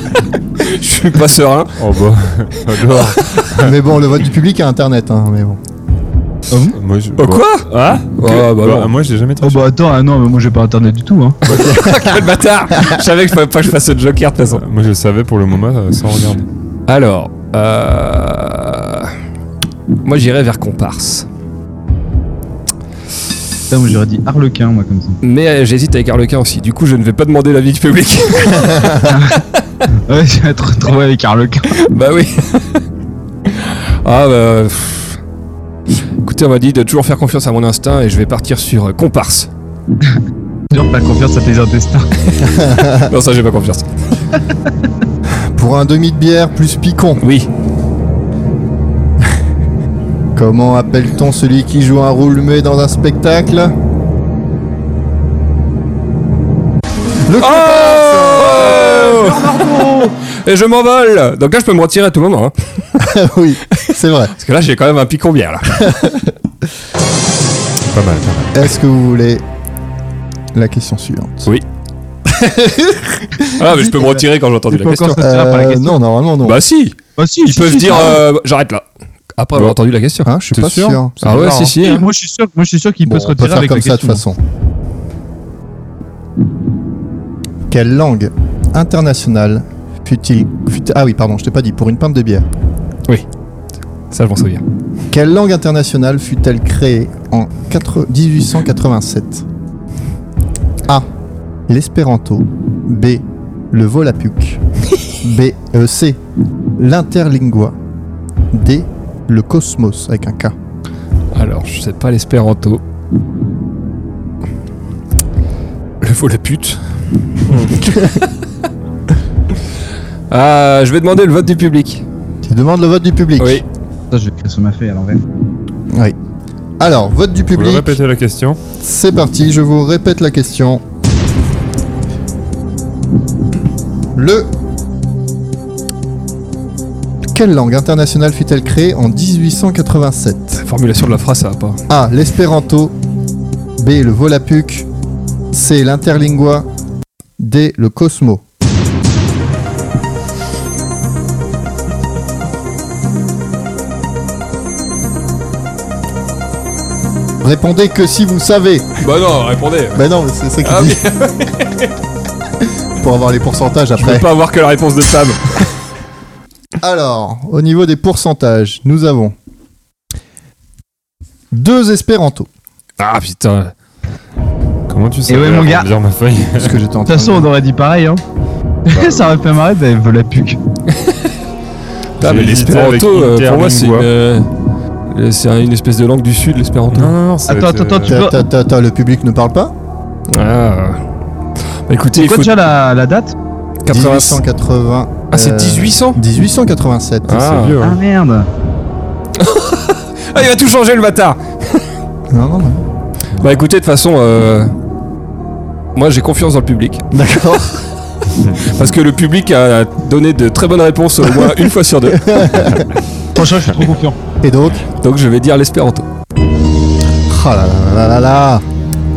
A: je suis pas serein.
B: Oh bah. Alors.
C: mais bon, le vote du public à internet. Hein, mais bon.
B: moi, je-
A: Oh
B: bah.
A: quoi
B: Ah
A: Oh, bah non.
B: Moi j'ai jamais
D: Oh
B: triché.
D: bah attends, ah non, mais moi j'ai pas internet du tout. Hein.
A: Quel bâtard Je savais que je pouvais pas que je fasse ce joker de toute façon.
B: Moi je le savais pour le moment euh, sans regarder.
A: Alors, euh... Moi j'irais vers comparse.
D: Putain, moi j'aurais dit Harlequin, moi comme ça.
A: Mais euh, j'hésite avec Harlequin aussi, du coup je ne vais pas demander l'avis du public.
D: Ouais, je vais te retrouver avec Harlequin.
A: Bah oui. ah bah. pff. Écoutez, on m'a dit de toujours faire confiance à mon instinct et je vais partir sur euh, comparse.
D: Genre, t'as confiance à tes intestins.
A: non, ça j'ai pas confiance.
C: Pour un demi de bière plus picon.
A: Oui.
C: Comment appelle-t-on celui qui joue un rôle muet dans un spectacle Le
A: Oh Et je m'envole Donc là, je peux me retirer à tout moment. hein.
C: comparse Oui, c'est vrai.
A: Parce que là, j'ai quand même un picon bière là.
B: Pas mal, pas mal.
C: Est-ce que vous voulez la question suivante
A: Ah, mais je peux me retirer quand j'ai entendu la
D: Faut
A: question.
D: encore se tirer par la
C: Euh,
D: question.
C: Non, normalement non.
A: Bah si
D: Bah si,
A: Ils
D: si,
A: peuvent
D: si,
A: dire
D: si.
A: euh, j'arrête là. Après avoir
B: Bon.
A: entendu la question.
C: Hein, je suis
B: T'es
C: pas
B: sûr
C: sûr.
A: Ah ouais, si, si.
D: Et
A: hein.
D: Moi je suis sûr, moi je suis sûr qu'il
C: Bon,
D: peut se
C: on peut
D: retirer
C: faire
D: avec
C: comme
D: la
C: ça de toute
D: question.
C: façon. Quelle langue internationale fut-il fut- Ah oui, pardon, je t'ai pas dit pour une pinte de bière.
A: Ça, je m'en souviens.
C: Quelle langue internationale fut-elle créée en 4 1887 A. L'espéranto. B. Le volapük. B. euh, C. L'interlingua. D. Le cosmos avec un K.
A: Alors, je sais pas l'espéranto. Le faux la pute. Ah, je vais demander le vote du public.
C: Tu demandes le vote du public.
A: Oui.
D: hein. Ça, je vais écrire sur ma feuille à l'envers.
C: Oui. Alors, vote du
B: Vous voulez
C: public.
B: répéter la question
C: C'est parti, je vous répète la question. Le. Quelle langue internationale fut-elle créée en 1887
A: La formulation de la phrase, ça va pas.
C: A. L'espéranto. B. Le volapük. C. L'interlingua. D. Le cosmo. Répondez que si vous savez.
A: Bah non, répondez.
C: Ben non, mais c'est ça qu'il
A: Ah
C: dit. Pour avoir les pourcentages
A: Je peux
C: après.
A: pas avoir que la réponse de Sam.
C: Alors, au niveau des pourcentages, nous avons deux espéranto.
A: Ah putain.
B: Comment tu sais
D: Eh ouais, mon gars.
B: ma feuille
C: Parce que j'étais en
D: De
C: train
D: toute façon,
C: de-
D: on aurait dit pareil, hein. ça aurait fait marrer d'aller voler la puque.
A: Ah, mais
B: J'ai hésité
A: l'espéranto,
B: avec
A: euh, pour moi, c'est une,
B: interlingua.
A: euh, euh, c'est un- une espèce de langue du sud, l'espéranto.
B: Non, non, non, ça
D: Attends,
B: va être,
D: attends,
B: euh,
D: tu-
C: Attends, attends, attends, le public ne parle pas
A: Ah. Bah écoutez,
D: C'est
A: il
D: quoi
A: faut
D: déjà la, la date
A: 80.
C: 1880.
A: Ah, c'est
C: euh,
A: 1800
C: 1887.
A: Ah.
B: C'est vieux,
D: Ah
B: hein.
D: merde
A: Ah, il va tout changer le bâtard.
C: Non, non, non.
A: Bah écoutez, de toute façon, euh, moi j'ai confiance dans le public.
C: D'accord.
A: Parce que le public a donné de très bonnes réponses au moins une fois sur deux.
F: Franchement, je suis trop confiant.
C: Et donc
A: Donc je vais dire l'espéranto.
C: Oh là là là là là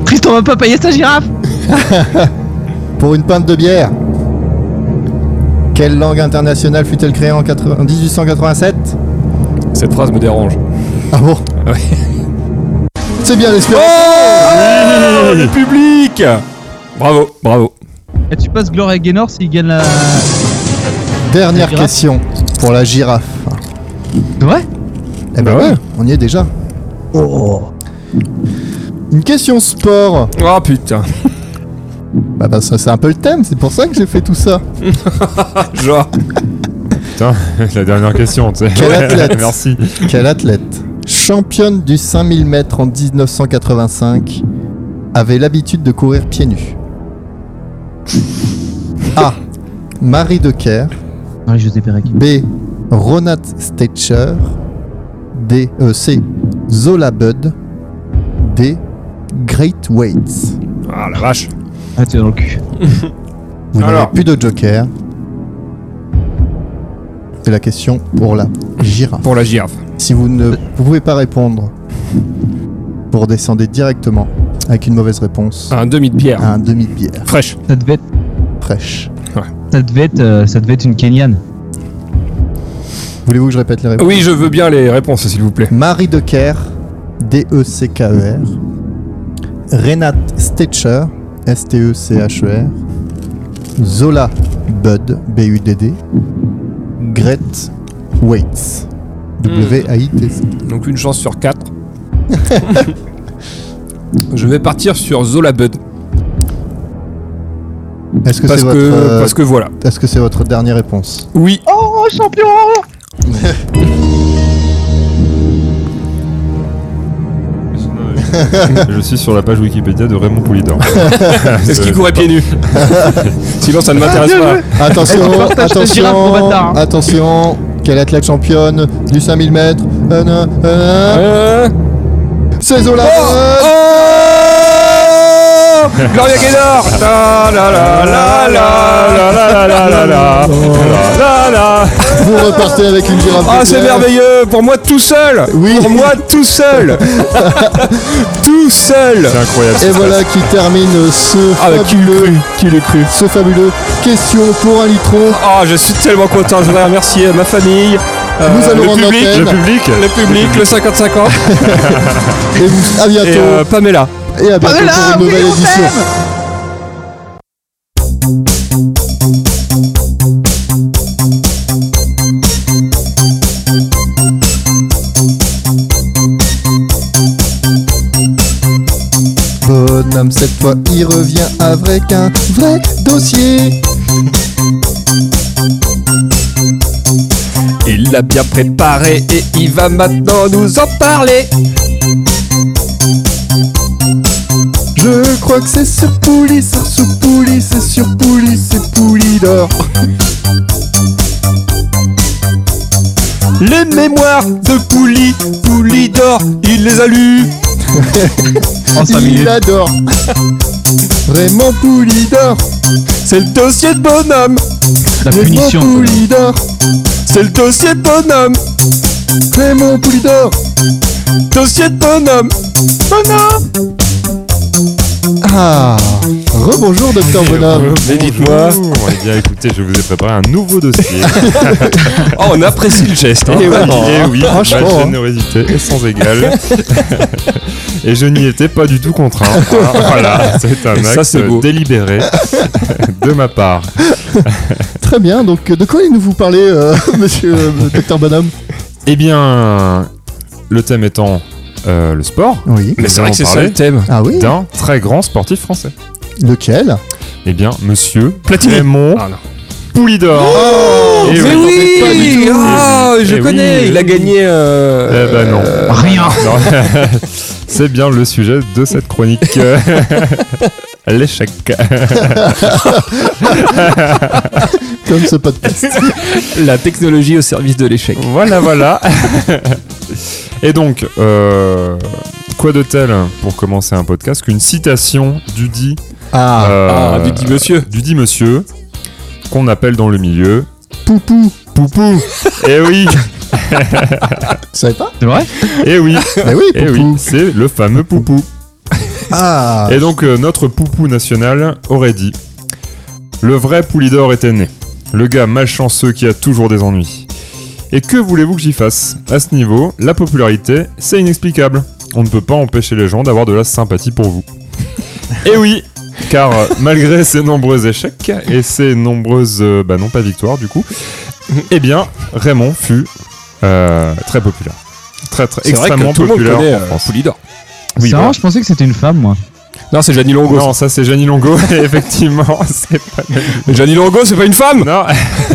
D: Tristan va pas payer sa girafe
C: Pour une pinte de bière Quelle langue internationale fut-elle créée en 80 1887
A: Cette phrase me dérange.
C: Ah bon
A: Oui.
C: C'est bien
A: Oh,
C: l'espérance
A: Le public Bravo, bravo.
D: Et tu passes Gloria Gaynor s'il gagne la.
C: Dernière
D: La girafe.
C: question pour la girafe.
D: Ouais
C: Eh ben
B: Bah ouais.
C: ouais, on y est déjà. Une question sport
A: Oh putain.
C: Bah bah ça c'est un peu le thème, c'est pour ça que j'ai fait tout ça.
A: Genre,
D: Hein
B: Putain, la dernière question, tu sais.
C: Quel athlète
B: Merci.
C: Quel athlète, championne du 5000 mètres en 1985, avait l'habitude de courir pieds nus A. Marie Decker.
D: Marie-Josée Pérec.
C: B. Ronat Stetcher. D. euh, C. Zola Bud. D. Great Waits.
B: Ah la vache.
D: Ah, tu es dans le cul.
C: Vous n'avez
B: Alors.
C: plus de joker. C'est la question pour la girafe.
A: pour la girafe.
C: Si vous ne vous pouvez pas répondre, vous redescendez directement avec une mauvaise réponse
A: Un demi de pierre.
C: à un demi de bière
A: Fraîche.
D: Ça devait être,
C: fraîche.
D: ça devait être, euh, ça devait être une Kenyane.
C: Voulez-vous que je répète les réponses
A: Oui, je veux bien les réponses, s'il vous plaît.
C: Marie E Decker, D-E-C-K-E-R. Renate Stetcher, E S-T-E-C-H-E-R. Zola Bud, B-U-D-D. Grete Waits, W-A-I-T-C.
A: Donc une chance sur quatre. je vais partir sur Zola Bud.
C: Est-ce que c'est
A: Parce que,
C: votre, euh, Oh.
A: parce que voilà.
C: est-ce que c'est votre dernière réponse
A: Oui.
B: Je suis sur la page Wikipédia de Raymond Poulidor.
A: Est-ce qu'il courait pieds nus Sinon, ça ne m'intéresse pas.
C: Attention,
D: partage ta girafe, mon
C: attention,
D: bâtard, hein.
C: attention, quelle athlète championne du 5000 mètres euh, euh, euh,
A: Euh,
C: C'est Zola Bud.
A: Oh Gloria Gaynor La la la
B: Ah
A: la la la la la la la
D: Oh.
A: la la
C: Vous repartez avec une girafe
A: Ah
C: de
A: c'est
C: pierre.
A: merveilleux Pour moi tout seul
C: Oui.
A: Pour moi tout seul Tout seul
B: C'est incroyable.
D: Eh
C: Et voilà qui termine ce
A: Ah bah, qui l'eût
C: fabuleux,
A: cru Qui l'eût cru
C: ce fabuleux question pour un litron.
A: Ah je suis tellement content, je voudrais remercier ma famille, euh,
C: Nous allons
A: le,
C: rendre
A: public,
B: Le
C: antenne
B: public.
A: le public, le 55 ans
C: et vous, à bientôt
A: et euh, Pamela.
C: et à bientôt pour une nouvelle édition. Bonhomme, cette fois il revient avec un vrai dossier.
A: Il l'a bien préparé et il va maintenant nous en parler.
C: Je crois que c'est sur Pouli, c'est sur Pouli, c'est sur Pouli, c'est Pouli d'or.
A: Les mémoires de Pouli, Pouli d'or, il les a lus.
D: En 5
C: Il
D: minutes.
C: adore. Raymond Poulidor,
A: C'est le dossier de bonhomme,
D: La
C: Raymond
D: punition. quoi.
C: Poulidor,
A: c'est le dossier de bonhomme,
C: Raymond Poulidor.
A: dossier de bonhomme. Bonhomme
C: Ah, rebonjour Docteur Bonhomme.
A: Mais dites-moi. Eh
B: Eh bien écoutez, je vous ai préparé un nouveau dossier.
A: Oh, on apprécie le geste. hein.
C: Eh ouais.
B: Et oui, ma
C: Franchement, hein.
B: générosité est sans égale. Et je n'y étais pas du tout contraint. Ah, Voilà, c'est un
A: Et ça,
B: acte
A: c'est beau.
B: délibéré de ma part.
C: Très bien, donc euh, de quoi nous vous parlez, euh, monsieur euh, Docteur Bonhomme
B: Eh bien, le thème étant euh, le sport,
C: Oui.
A: Mais c'est vrai que c'est ça
B: Parler.
A: le thème.
C: Ah oui
B: d'un très grand sportif français.
C: Lequel
B: Eh bien, monsieur
A: Platini.
B: Raymond
A: Ah, non.
B: Poulidor.
C: Oh
B: Et
A: Mais
B: oui.
C: Pas du
A: oui
C: tout.
A: Ah,
B: Eh
A: je
B: oui.
A: connais. Il a gagné. euh,
B: Eh ben non.
A: euh,
D: Rien.
B: Non. C'est bien le sujet de cette chronique. L'échec.
C: Comme ce podcast.
A: La technologie au service de l'échec.
B: Voilà, voilà. Et donc, euh, quoi de tel pour commencer un podcast qu'une citation du dit,
C: Ah,
B: euh,
A: Ah, du petit monsieur.
B: du dit monsieur qu'on appelle dans le milieu
C: Poupou,
B: Poupou. Eh oui,
C: tu savais pas
D: C'est vrai
B: eh oui,
C: Mais oui,
B: eh oui,
C: Poupou.
B: c'est le fameux Poupou.
C: Ah,
B: Et donc euh, notre Poupou national aurait dit Le vrai Poulidor était né. Le gars malchanceux qui a toujours des ennuis. Et que voulez-vous que j'y fasse À ce niveau, la popularité, c'est inexplicable. On ne peut pas empêcher les gens d'avoir de la sympathie pour vous. Et oui car euh, malgré ses nombreux échecs et ses nombreuses, euh, bah non pas victoires du coup, eh bien Raymond fut euh, très populaire, très très
A: C'est vrai
B: extrêmement
A: que tout le monde
B: populaire
A: connaît
B: en
A: euh,
B: France.
A: Poulidor.
B: Oui,
D: C'est
B: voilà.
D: marrant, je pensais que c'était une femme, moi.
A: Non, c'est Gianni Longo.
B: Non, ça c'est Gianni Longo, et effectivement, c'est pas.
A: Mais Gianni Longo, c'est pas une femme
B: Non,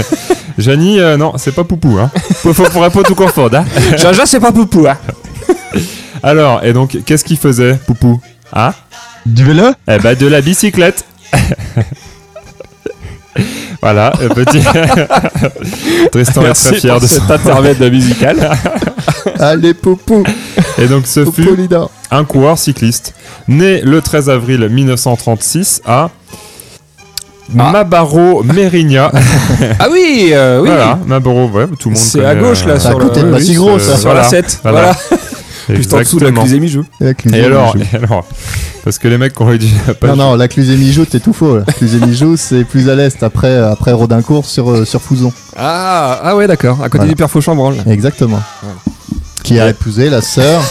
B: Gianni, euh, non, c'est pas Poupou, hein. Faut, faut, faudrait pas tout confondre, hein.
A: Jaja, c'est pas Poupou, hein.
B: Alors, et donc, qu'est-ce qu'il faisait, Poupou Ah
D: Du vélo
B: Eh ben, de la bicyclette Voilà, euh, petit. Tristan est très
A: Merci
B: fier
A: pour
B: de
A: cet
B: ça.
A: intermède musical.
C: allez, Poupou,
B: Et donc, ce fut
C: Poulidor.
B: un coureur cycliste, né le 13 avril 1936 à. Mabaro Mérigna.
A: Ah oui, euh, oui.
B: Voilà, Mabaro, ouais, tout le monde
A: C'est
B: connaît,
A: à gauche, là,
B: euh,
A: sur
C: à
A: le-
C: côté de
A: oui,
C: la si gros, ça.
A: Sur
B: Voilà.
A: la 7.
B: Voilà.
A: Voilà. Juste en dessous de la
B: Exactement.
A: Cluse et Mijoux.
C: La Cluse
B: Et
C: et
B: alors,
C: Mijoux.
B: et alors Parce que les mecs qui ont eu du pas
C: Non, non, la Cluse et Mijoux, t'es tout faux. là. La Cluse et Mijoux, c'est plus à l'est, après, après Rodincourt sur, euh, sur Fouzon.
A: Ah, ah ouais, d'accord. À côté
C: Voilà.
A: du père Fauchambranle.
C: Exactement. Qui a épousé la sœur.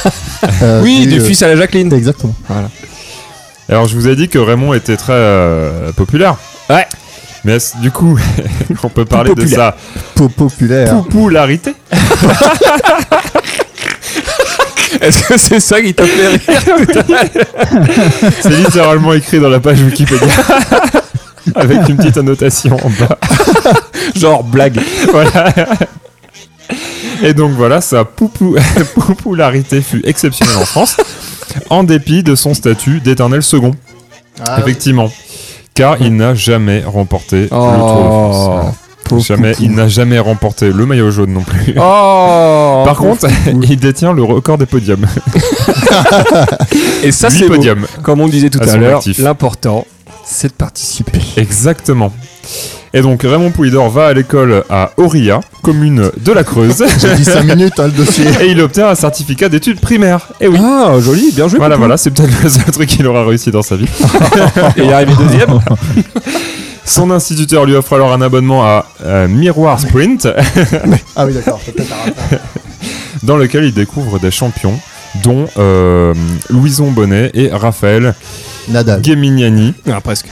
C: euh,
A: Oui, du
C: euh,
A: fils à la Jacqueline.
C: Exactement.
B: Alors, je vous ai dit que Raymond était très euh, populaire. Ouais. Mais est-ce- du coup, on peut parler de sa
A: populaire.
C: Po- Populaire.
B: popularité
A: Est-ce que c'est ça qui t'a fait rire
B: C'est littéralement écrit dans la page Wikipédia. Avec une petite annotation en bas.
A: Genre blague.
B: Voilà. Et donc voilà, sa poupou- popularité fut exceptionnelle en France, en dépit de son statut d'éternel second,
C: Ah, oui.
B: effectivement. Car il n'a jamais remporté le Tour de France. Voilà.
A: pauvre
B: Jamais,
A: Oh, Poupou.
B: il n'a jamais remporté le maillot jaune non plus.
A: Oh
B: Par contre, il détient le record des podiums.
A: et ça
B: Huit
A: c'est beau.
B: podiums.
A: Comme on disait tout
B: à
A: à,
B: son
A: l'heure,
B: actif.
A: l'important c'est de participer.
B: Exactement. Et donc Raymond Poulidor va à l'école à Auria, commune de la Creuse,
C: J'ai dit 5 minutes, hein, le dossier.
B: et il obtient un certificat d'études primaires. Et oui.
A: Ah, joli, bien joué.
B: Voilà,
A: Poupou.
B: voilà, c'est peut-être le seul truc qu'il aura réussi dans sa vie.
A: Et il est arrivé deuxième.
B: Son instituteur lui offre alors un abonnement à euh, Miroir Sprint,
C: Ah oui, d'accord. c'est peut-être un rapport.
B: dans lequel il découvre des champions, dont euh, Louison Bonnet et Raphaël
C: Nadal.
B: Gemignani.
A: Ah, presque.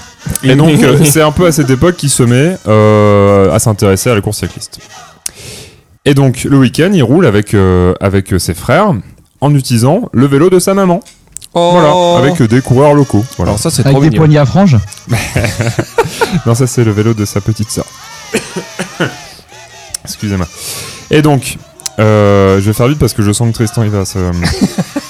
B: Et donc, euh, c'est un peu à cette époque qu'il se met euh, à s'intéresser à la course cycliste. Et donc, le week-end, il roule avec, euh, avec euh, ses frères en utilisant le vélo de sa maman.
A: Oh.
B: Voilà, avec euh, des coureurs locaux. Voilà.
A: Alors ça c'est
D: Avec
A: trop
D: des
A: mignon.
D: poignées à franges
B: Non, ça, c'est le vélo de sa petite sœur. Excusez-moi. Et donc, euh, je vais faire vite parce que je sens que Tristan, il va se.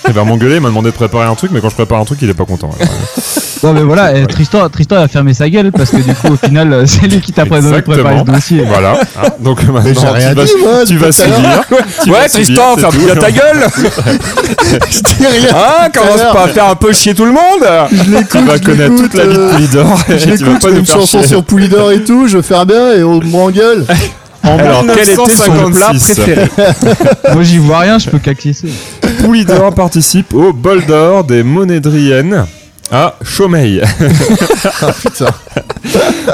B: Il va m'engueuler, il m'a demandé de préparer un truc, mais quand je prépare un truc, il est pas content. Alors, euh,
D: Non, mais voilà, eh, Tristan, Tristan a fermé sa gueule parce que du coup, au final, euh, c'est lui qui t'a préparé
B: Exactement.
D: le dossier.
B: voilà. hein. donc
C: Ah. Mais
B: maintenant,
C: j'ai rien
B: tu vas,
C: dit, moi.
B: tu vas
C: tout à l'heure.
B: subir. Tu vas
A: Ouais,
B: subir,
A: Tristan,
B: c'est
A: ferme
B: tout.
A: bien ta gueule
C: Je dis rien.
A: Hein Commence
C: l'heure.
A: pas à faire un peu chier tout le monde
C: Je l'écoute.
B: Tu vas
C: je
B: connaître
C: l'écoute,
B: toute la vie de
C: euh,
B: Poulidor et
C: Je
B: tu vas
C: l'écoute,
B: pas
C: je fais
B: nous
C: une
B: faire
C: chanson
B: chier.
C: sur Poulidor et tout, je vais faire bien et on m'engueule.
B: En
A: Alors, quel était son plat
B: 1956,
A: préféré
D: Moi, j'y vois rien, je peux qu'acquiescer.
B: Poulidor participe au bol d'or des Monédriennes à Chaumeil
C: Ah putain.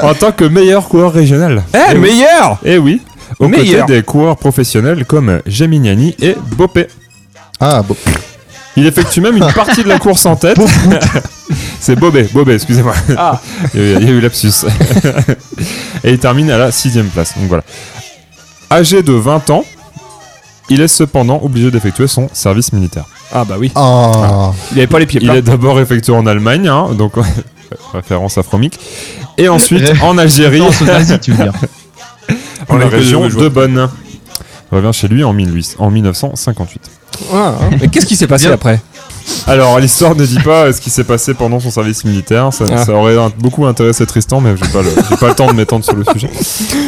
B: en tant que meilleur coureur régional.
A: Eh,
B: Eh oui.
A: meilleur
B: Eh oui, aux
A: Meilleur.
B: côtés des coureurs professionnels comme Gemignani et Bopé.
C: Ah bon.
B: Il effectue même une partie de la course en tête. C'est Bobé, Bobé, excusez-moi.
A: Ah.
B: Il, y a eu- il y a eu lapsus. Et il termine à la sixième place. Donc voilà. Âgé de 20 ans, il est cependant obligé d'effectuer son service militaire.
A: Ah bah oui,
C: Ah.
A: il avait pas les pieds
B: Il
A: plats.
B: est d'abord effectué en Allemagne, hein, donc référence à Fromic, et ensuite
D: Ré-
B: en Algérie,
D: Attends, ce nazi, tu veux dire.
B: en la
A: Référence
B: région
A: aux joueurs.
B: de Bonn. On revient chez lui en, 1800 en 1958.
A: Ah, hein. Mais qu'est-ce qui s'est passé
D: Bien.
A: après
B: Alors, l'histoire ne dit pas euh, ce qui s'est passé pendant son service militaire. Ça,
A: Ah.
B: ça aurait un- beaucoup intéressé Tristan, mais j'ai pas, le- j'ai pas le temps de m'étendre sur le sujet.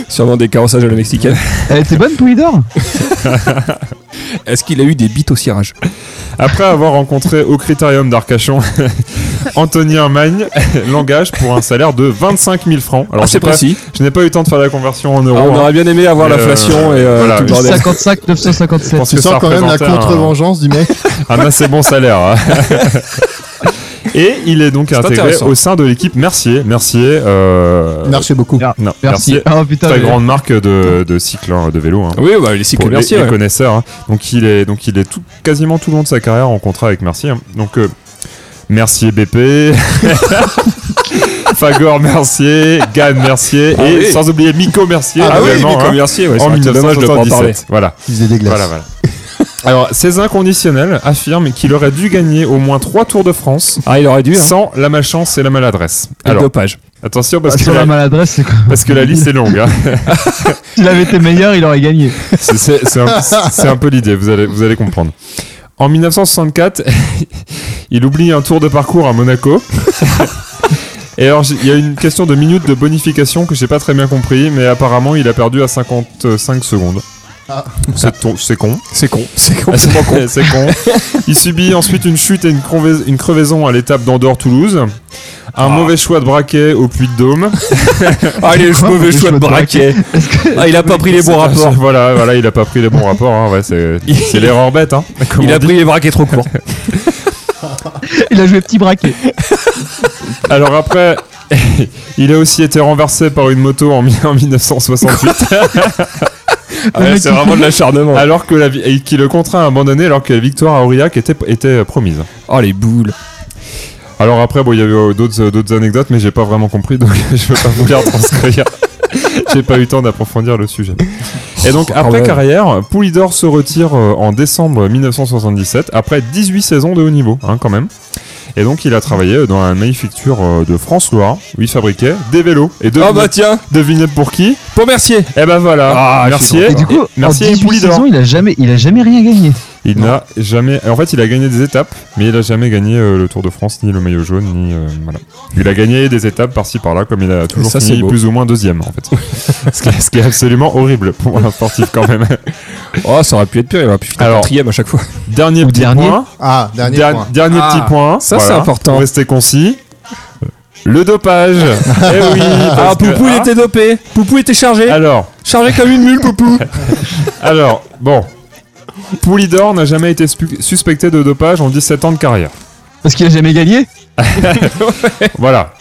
A: Sûrement des carrossages à la mexicaine.
D: Elle était Eh, bonne, Poulidor
A: Est-ce qu'il a eu des bites au cirage
B: Après avoir rencontré au Critérium d'Arcachon Anthony Hermagne, langage pour un salaire de 25 000 francs. Alors,
A: Ah,
B: je
A: c'est
B: sais pas-
A: précis.
B: je n'ai pas eu le temps de faire la conversion en euros.
A: Ah, on
B: hein.
A: aurait bien aimé avoir
B: Euh,
A: l'inflation et euh,
B: voilà,
A: tout le
B: oui.
A: bordel.
D: 55 957.
B: Parce
C: Tu
B: que ça
C: sens quand même la
B: représentait un-
C: contre-vengeance du mec.
B: un assez Ah, bon salaire. hein. Et il est donc intégré
A: intéressant.
B: au sein de l'équipe Mercier. Mercier, euh,
C: Marché beaucoup.
B: non,
D: Merci.
B: Mercier,
D: Ah putain,
B: très
D: mais-
B: grande marque de, de cycle, hein, de vélo. hein,
A: Oui, bah, les
B: Pour
A: cycles
B: les,
A: merci.
B: les
A: ouais.
B: connaisseurs. hein. Donc il est, donc il est tout, quasiment tout le long de sa carrière en contrat avec Mercier. hein. Donc euh, Mercier BP, Fagor Mercier, Gann Mercier
A: Ah
B: et
A: oui.
B: sans oublier Miko Mercier
A: Ah oui,
B: également,
A: Nico
B: hein,
A: Mercier, ouais, c'est
B: en
A: vrai que c'est dommage de pas en parler.
B: 1977. Voilà.
C: Il faisait des glaces.
B: Voilà, voilà. Alors, ces inconditionnels affirment qu'il aurait dû gagner au moins 3 Tours de France
A: Ah, il aurait dû. hein.
B: sans la malchance et la maladresse.
A: Et le
B: Alors,
A: dopage.
B: attention parce
D: Ah,
B: que
D: sur
B: la,
D: la maladresse, c'est quoi
B: parce que la liste est longue. hein.
D: S'il avait été meilleur, il aurait gagné.
B: C'est- C'est c'est un, c'est un peu l'idée, vous allez, vous allez comprendre. En 1964, il oublie un tour de parcours à Monaco. Et alors, j'ai- il y a une question de minutes de bonification que j'ai pas très bien compris, mais apparemment, il a perdu à 55 secondes.
C: Ah.
B: C'est ton- C'est con.
A: C'est con. C'est con.
B: Ah, C'est c'est con. Il subit ensuite une chute et une, crevais- une crevaison à l'étape d'Andorre-Toulouse. Un mauvais choix de braquet au Puy de Dôme.
A: Ah, il est mauvais choix de braquet. Ah, il a pas pris les bons rapports.
B: Voilà, voilà, il a pas pris les bons rapports. hein, ouais, c'est c'est l'erreur bête. hein, comme
A: Il
B: on
A: a
B: dit.
A: pris les braquets trop courts.
D: Il a joué petit braquet.
B: Alors après, il a aussi été renversé par une moto en, mi- en 1968.
A: Ah ouais, c'est vraiment de l'acharnement.
B: alors que la vi- et qui le contraint à abandonner alors que la victoire à Aurillac était, était promise.
A: Oh, les boules.
B: Alors après, bon, il y a eu euh, d'autres euh, d'autres anecdotes, mais j'ai pas vraiment compris, donc je vais pas vous les transcrire. j'ai pas eu le temps d'approfondir le sujet. Et donc,
A: Oh,
B: après
A: ouais.
B: carrière, Poulidor se retire euh, en décembre 1977, après 18 saisons de haut niveau, hein, quand même. Et donc, il a travaillé dans la manufacture euh, de France-Loire, où il fabriquait des vélos. Et devinez,
A: Ah, bah tiens,
B: devinez pour qui
A: pour Mercier.
B: Eh ben voilà,
A: Ah,
B: merci.
A: je
D: Et du coup,
B: merci
D: en 18
B: Poulidor.
D: saisons, il a jamais, il a jamais rien gagné.
B: Il n'a jamais. En fait, il a gagné des étapes, mais il a jamais gagné euh, le Tour de France, ni le maillot jaune, ni. euh, voilà. Il a gagné des étapes par-ci par-là, comme il a toujours
A: ça, c'est
B: fini
A: beau.
B: plus ou moins deuxième, en fait. ce, qui est, ce qui est absolument horrible pour un sportif, quand même.
A: Oh, ça aurait pu être pire, il aurait pu finir
B: Alors,
A: quatrième à chaque fois.
B: Dernier
D: Ou
B: petit
D: dernier.
B: point.
C: Ah, dernier
B: Der-
C: point.
B: dernier
A: Ah,
B: petit point.
A: ça, c'est important.
B: Pour rester concis. Le dopage. eh oui.
A: Ah,
B: parce que-
A: Poupou, il
B: ah,
A: était dopé. Poupou était chargé.
B: Alors,
A: Chargé comme une mule, Poupou.
B: alors, bon. Poulidor n'a jamais été spu- suspecté de dopage en 17 ans de carrière.
D: Parce qu'il a jamais gagné.
B: Voilà.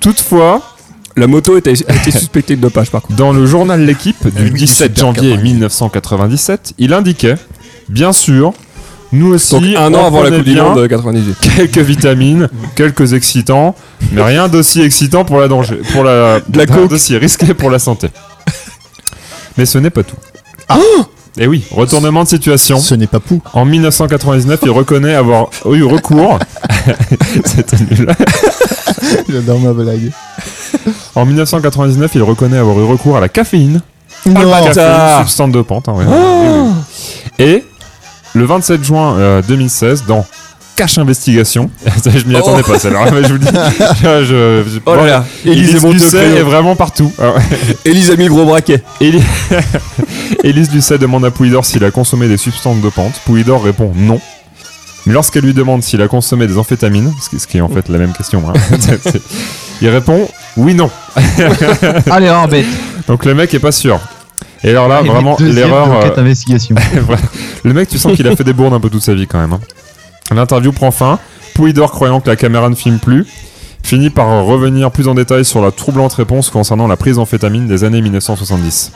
B: Toutefois,
A: La moto était, était suspectée de dopage, par contre.
B: Dans le journal L'équipe du
C: oui,
B: 17 janvier 1997, il indiquait Bien sûr, nous aussi,
A: Donc, un
B: on
A: an avant la
B: prenait
A: Coupe du
B: bien
A: Monde de 98.
B: quelques vitamines, quelques excitants, mais rien d'aussi excitant pour la danger, pour la,
A: De la
B: rien
A: coke.
B: d'aussi risqué pour la santé. Mais ce n'est pas tout.
A: Ah.
B: Et oui, retournement de situation.
C: Ce n'est pas pou.
B: En 1999, il reconnaît avoir eu recours. C'était nul.
C: J'adore ma blague.
B: En 1999, il reconnaît avoir eu recours à la caféine
A: Ah,
B: Caféine,
A: bâtard.
B: substance dopante. hein, ouais. Et, oui. Et le 27 juin euh, 2016, dans Cache Investigation, Ça, je m'y attendais pas celle-là, mais je vous le dis. Je- je- je-
A: Oh là là, Élise
B: Élise Lucet est
A: Lucet,
B: vraiment partout. Alors,
A: Élise a mis le gros braquet.
B: Éli- Élise Lucet demande à Pouidor s'il a consommé des substances dopantes. Pouidor répond non. Mais lorsqu'elle lui demande s'il a consommé des amphétamines, ce qui- ce qui est en fait la même question, hein, c'est- c'est- il répond oui, non.
D: Allez, en bête.
B: Donc le mec est pas sûr. Et alors là, Ah, vraiment, l'erreur. euh,
D: Enquête investigation.
B: Ouais. Le mec, tu sens qu'il a fait des bourdes un peu toute sa vie quand même. hein. L'interview prend fin. Pouidor, croyant que la caméra ne filme plus, finit par euh, revenir plus en détail sur la troublante réponse concernant la prise d'amphétamines des années 1970.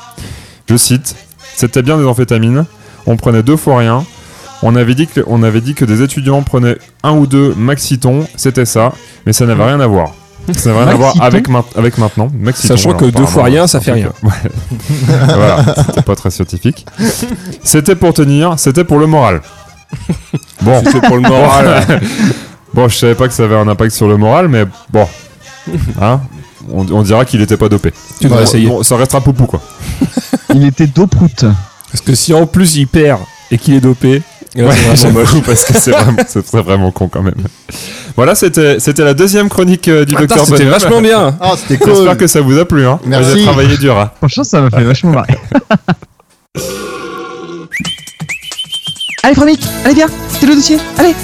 B: Je cite C'était bien des amphétamines, on prenait deux fois rien. On avait, dit que, on avait dit que des étudiants prenaient un ou deux maxiton, c'était ça, mais ça n'avait rien à voir. Ça n'avait rien à voir
D: Maxiton
B: avec, main- avec maintenant. Maxiton,
A: Sachant
B: alors,
A: que deux fois
B: apparemment,
A: rien, ça
B: un
A: fait
B: truc,
A: rien.
B: euh, ouais. voilà, c'était pas très scientifique. C'était pour tenir, c'était pour le moral. Bon, c'est pour le moral. bon, je savais pas que ça avait un impact sur le moral, mais bon. Hein on, on dira qu'il était pas dopé.
A: Tu devrais
B: Bon,
A: essayer.
B: bon, ça restera poupou quoi.
D: Il était doprout.
A: Parce que si en plus il perd et qu'il est dopé, là, c'est
B: Ouais,
A: vraiment moche.
B: j'avoue, parce que c'est vraiment, ce serait vraiment con quand même. Voilà, c'était c'était la deuxième chronique euh, du
A: Putain,
B: docteur
A: C'était
B: Bonhomme.
A: vachement bien.
C: Ah, c'était
B: J'espère
C: cool.
B: que ça vous a plu. Hein.
C: Merci.
B: J'ai travaillé dur. hein.
D: Franchement, ça m'a fait vachement marrer. allez, Fromic, allez, viens. C'est le dossier. Allez.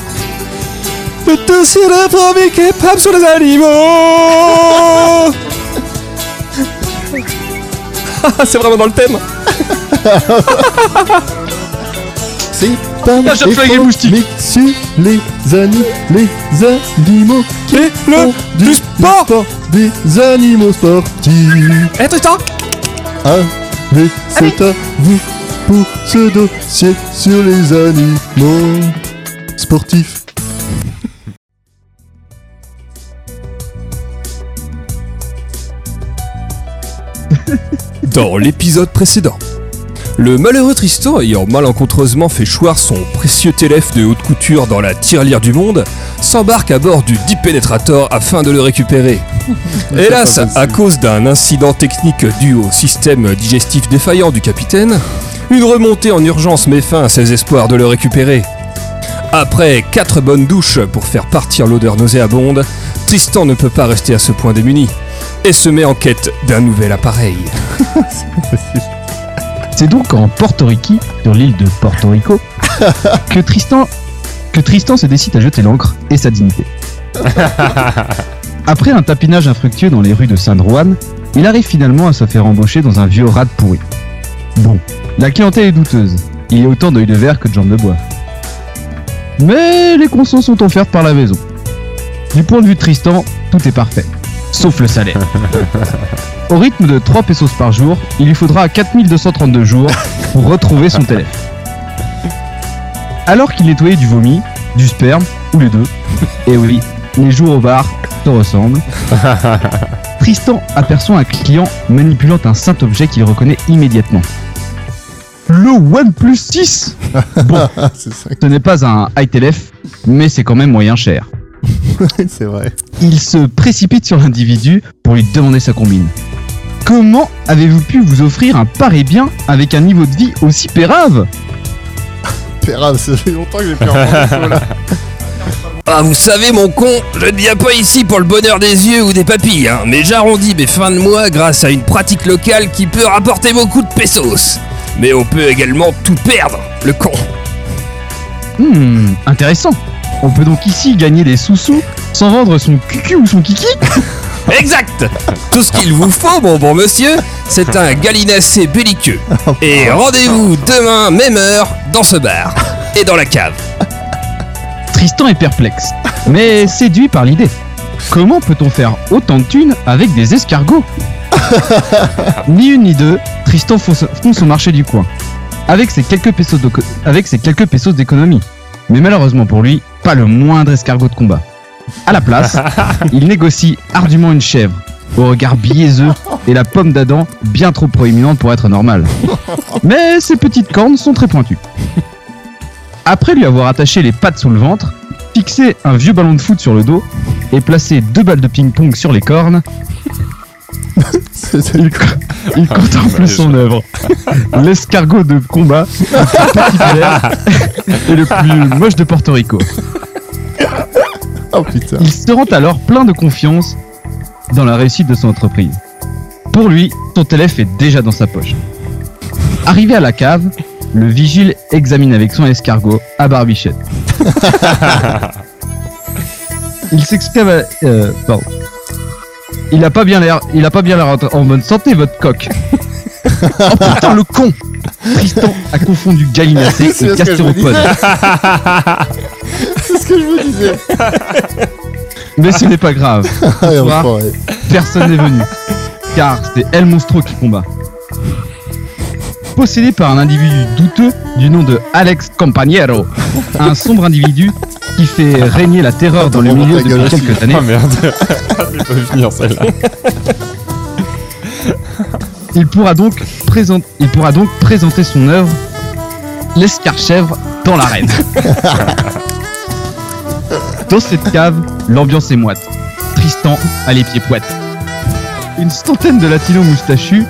A: Le tout sur le premier kebab sur les animaux Ah, C'est vraiment dans le thème
C: C'est pas
F: Ah, j'ai flingué le moustique.
C: économique sur les ani- les animaux qui
A: Et le
C: font
A: Oh,
C: du,
A: du sport.
C: des animaux sportifs.
A: Eh Tristan
C: Avec c'est à vous pour ce dossier sur les animaux sportifs.
A: Dans l'épisode précédent, le malheureux Tristan, ayant malencontreusement fait choir son précieux TLF de haute couture dans la tirelire du monde, s'embarque à bord du Deep Penetrator afin de le récupérer. Hélas, à cause d'un incident technique dû au système digestif défaillant du capitaine, une remontée en urgence met fin à ses espoirs de le récupérer. Après quatre bonnes douches pour faire partir l'odeur nauséabonde, Tristan ne peut pas rester à ce point démuni et se met en quête d'un nouvel appareil.
D: C'est donc en Porto Rico, sur l'île de Porto Rico, que Tristan, que Tristan se décide à jeter l'ancre et sa dignité. Après un tapinage infructueux dans les rues de San Juan, il arrive finalement à se faire embaucher dans un vieux rat de pourri. Bon, la clientèle est douteuse. Il y a autant d'œil de verre que de jambes de bois. Mais les consents sont offertes par la maison. Du point de vue de Tristan, tout est parfait. Sauf le salaire. Au rythme de 3 pesos par jour, il lui faudra 4232 jours pour retrouver son téléphone. Alors qu'il nettoyait du vomi, du sperme, ou les deux, et oui, les jours au bar se ressemblent, Tristan aperçoit un client manipulant un saint objet qu'il reconnaît immédiatement. Le OnePlus 6
C: Ah, c'est ça,
D: Ce n'est pas un high telef, mais c'est quand même moyen cher.
C: c'est vrai.
D: Il se précipite sur l'individu pour lui demander sa combine. Comment avez-vous pu vous offrir un pareil bien avec un niveau de vie aussi pérave
C: Pérave, ça fait longtemps que j'ai plus entendu ce mot-là.
A: Ah, vous savez, mon con, je ne viens pas ici pour le bonheur des yeux ou des papilles, hein, mais j'arrondis mes fins de mois grâce à une pratique locale qui peut rapporter beaucoup de pesos. Mais on peut également tout perdre, le con.
D: Hmm, intéressant. On peut donc ici gagner des sous-sous sans vendre son cucu ou son kiki
A: Exact Tout ce qu'il vous faut, mon bon monsieur, c'est un gallinacé belliqueux. Et rendez-vous demain, même heure, dans ce bar. Et dans la cave.
D: Tristan est perplexe, mais séduit par l'idée. Comment peut-on faire autant de thunes avec des escargots Ni une ni deux, Tristan fonce, fonce au marché du coin, avec ses quelques pesos de co- avec ses quelques pesos d'économie. Mais malheureusement pour lui, pas le moindre escargot de combat. À la place, il négocie ardument une chèvre, au regard biaiseux et la pomme d'Adam bien trop proéminente pour être normale. Mais ses petites cornes sont très pointues. Après lui avoir attaché les pattes sous le ventre, fixé un vieux ballon de foot sur le dos et placé deux balles de ping-pong sur les cornes,
C: C'est-
D: il, co- il contemple son œuvre. L'escargot de combat, le petit galère et le plus moche de Porto Rico.
C: Oh putain.
D: Il se rend alors plein de confiance dans la réussite de son entreprise. Pour lui, son TLF est déjà dans sa poche. Arrivé à la cave, le vigile examine avec son escargot à barbichette. il s'exclame à- euh, pardon. Il a pas bien l'air, il a pas bien l'air en- en bonne santé votre coq. oh putain le con Tristan a confondu gallinacé
C: C'est
D: et
C: ce que je me disais.
D: gastéropode.
C: C'est ce que je me disais.
D: Mais ce n'est pas grave.
C: Ah, et
D: Tu vois
C: enfin, ouais.
D: personne n'est venu. Car c'est El Monstro qui combat. Possédé par un individu douteux du nom de Alex Compañero, un sombre individu qui fait régner la terreur dans le
C: Vraiment
D: milieu
C: ta gueule
D: depuis
C: aussi.
D: quelques années,
B: Ah merde. Je peux finir celle-là.
D: il pourra donc, présent- il pourra donc présenter son œuvre L'escarchèvre dans l'arène. dans cette cave, l'ambiance est moite. Tristan a les pieds poites. Une centaine de latinos moustachus,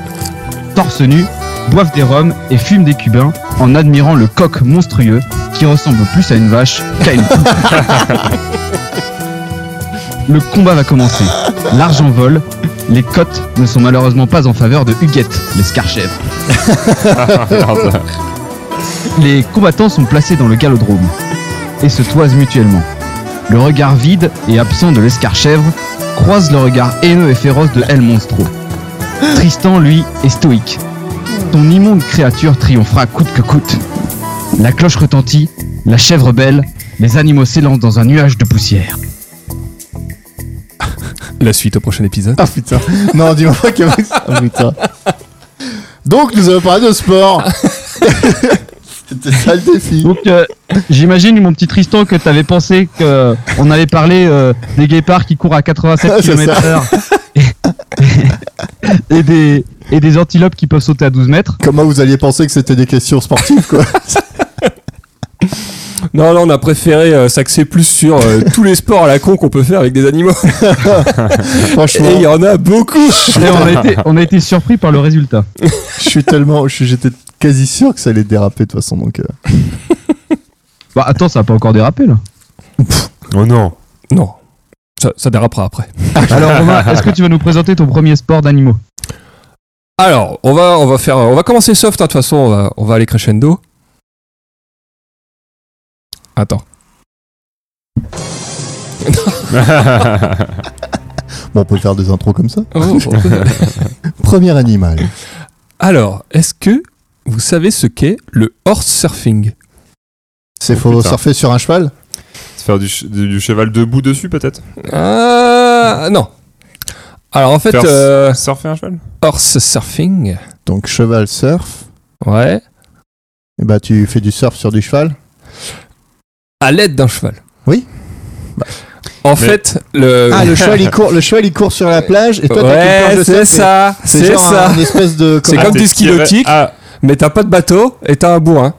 D: torse nu, boivent des rhums et fument des cubains en admirant le coq monstrueux qui ressemble plus à une vache qu'à une poule. Le combat va commencer. L'argent vole. Les cotes ne sont malheureusement pas en faveur de Huguette, l'escarchèvre.
B: Ah, merde.
D: Les combattants sont placés dans le galodrome et se toisent mutuellement. Le regard vide et absent de l'escarchèvre croise le regard haineux et féroce de El Monstro. Tristan, lui, est stoïque. Ton immonde créature triomphera coûte que coûte. La cloche retentit, la chèvre belle, les animaux s'élancent dans un nuage de poussière.
A: La suite au prochain épisode.
C: Ah putain. Non, dis-moi pas que. Ah putain. Donc, nous avons parlé de sport. C'était ça le défi.
D: Donc, euh, j'imagine, mon petit Tristan, que t'avais pensé qu'on allait parler euh, des guépards qui courent à 87
C: C'est
D: km/h et, et des, et des antilopes qui peuvent sauter à 12 mètres.
C: Comment vous alliez penser que c'était des questions sportives, quoi
A: Non, non, on a préféré euh, s'axer plus sur euh, tous les sports à la con qu'on peut faire avec des animaux.
C: Franchement,
A: Et il y en a beaucoup.
D: Et on, a été, on a été surpris par le résultat.
C: je suis tellement. je suis- J'étais quasi sûr que ça allait déraper de toute façon. Donc, euh,
D: Bah, attends, ça n'a pas encore dérapé là.
B: Oh non.
A: Non. Ça, ça dérapera après.
D: Alors, Romain, est-ce que tu vas nous présenter ton premier sport d'animaux
A: Alors, on va, on va faire, on va commencer soft. hein, De toute façon, on va, on va aller crescendo. Attends.
C: bon, on peut faire des intros comme ça.
A: Oh,
C: Premier animal.
A: Alors, est-ce que vous savez ce qu'est le horse surfing
C: C'est faut
B: putain.
C: surfer sur un cheval
B: Se faire du, ch- du- du cheval debout dessus peut-être
A: Ah non. Alors en fait,
B: Faire-
A: euh,
B: Surfer un cheval
A: horse surfing.
C: Donc, cheval surf.
A: Ouais.
C: Et bah, tu fais du surf sur du cheval.
A: À l'aide d'un cheval.
C: Oui.
A: En
B: Mais-
A: fait, le.
C: Ah, le cheval, il court, le cheval, il court sur la plage. Et toi, t'as qu'une planche
A: Euh. ouais,
C: de
A: c'est
C: surf et-
A: ça,
C: C'est
A: c'est
C: genre
A: ça.
C: un espèce de.
A: C'est comme
B: t'es
A: du ski
B: tiré-
A: nautique.
B: Ah,
A: Mais t'as pas de bateau et t'as un hein. bourrin.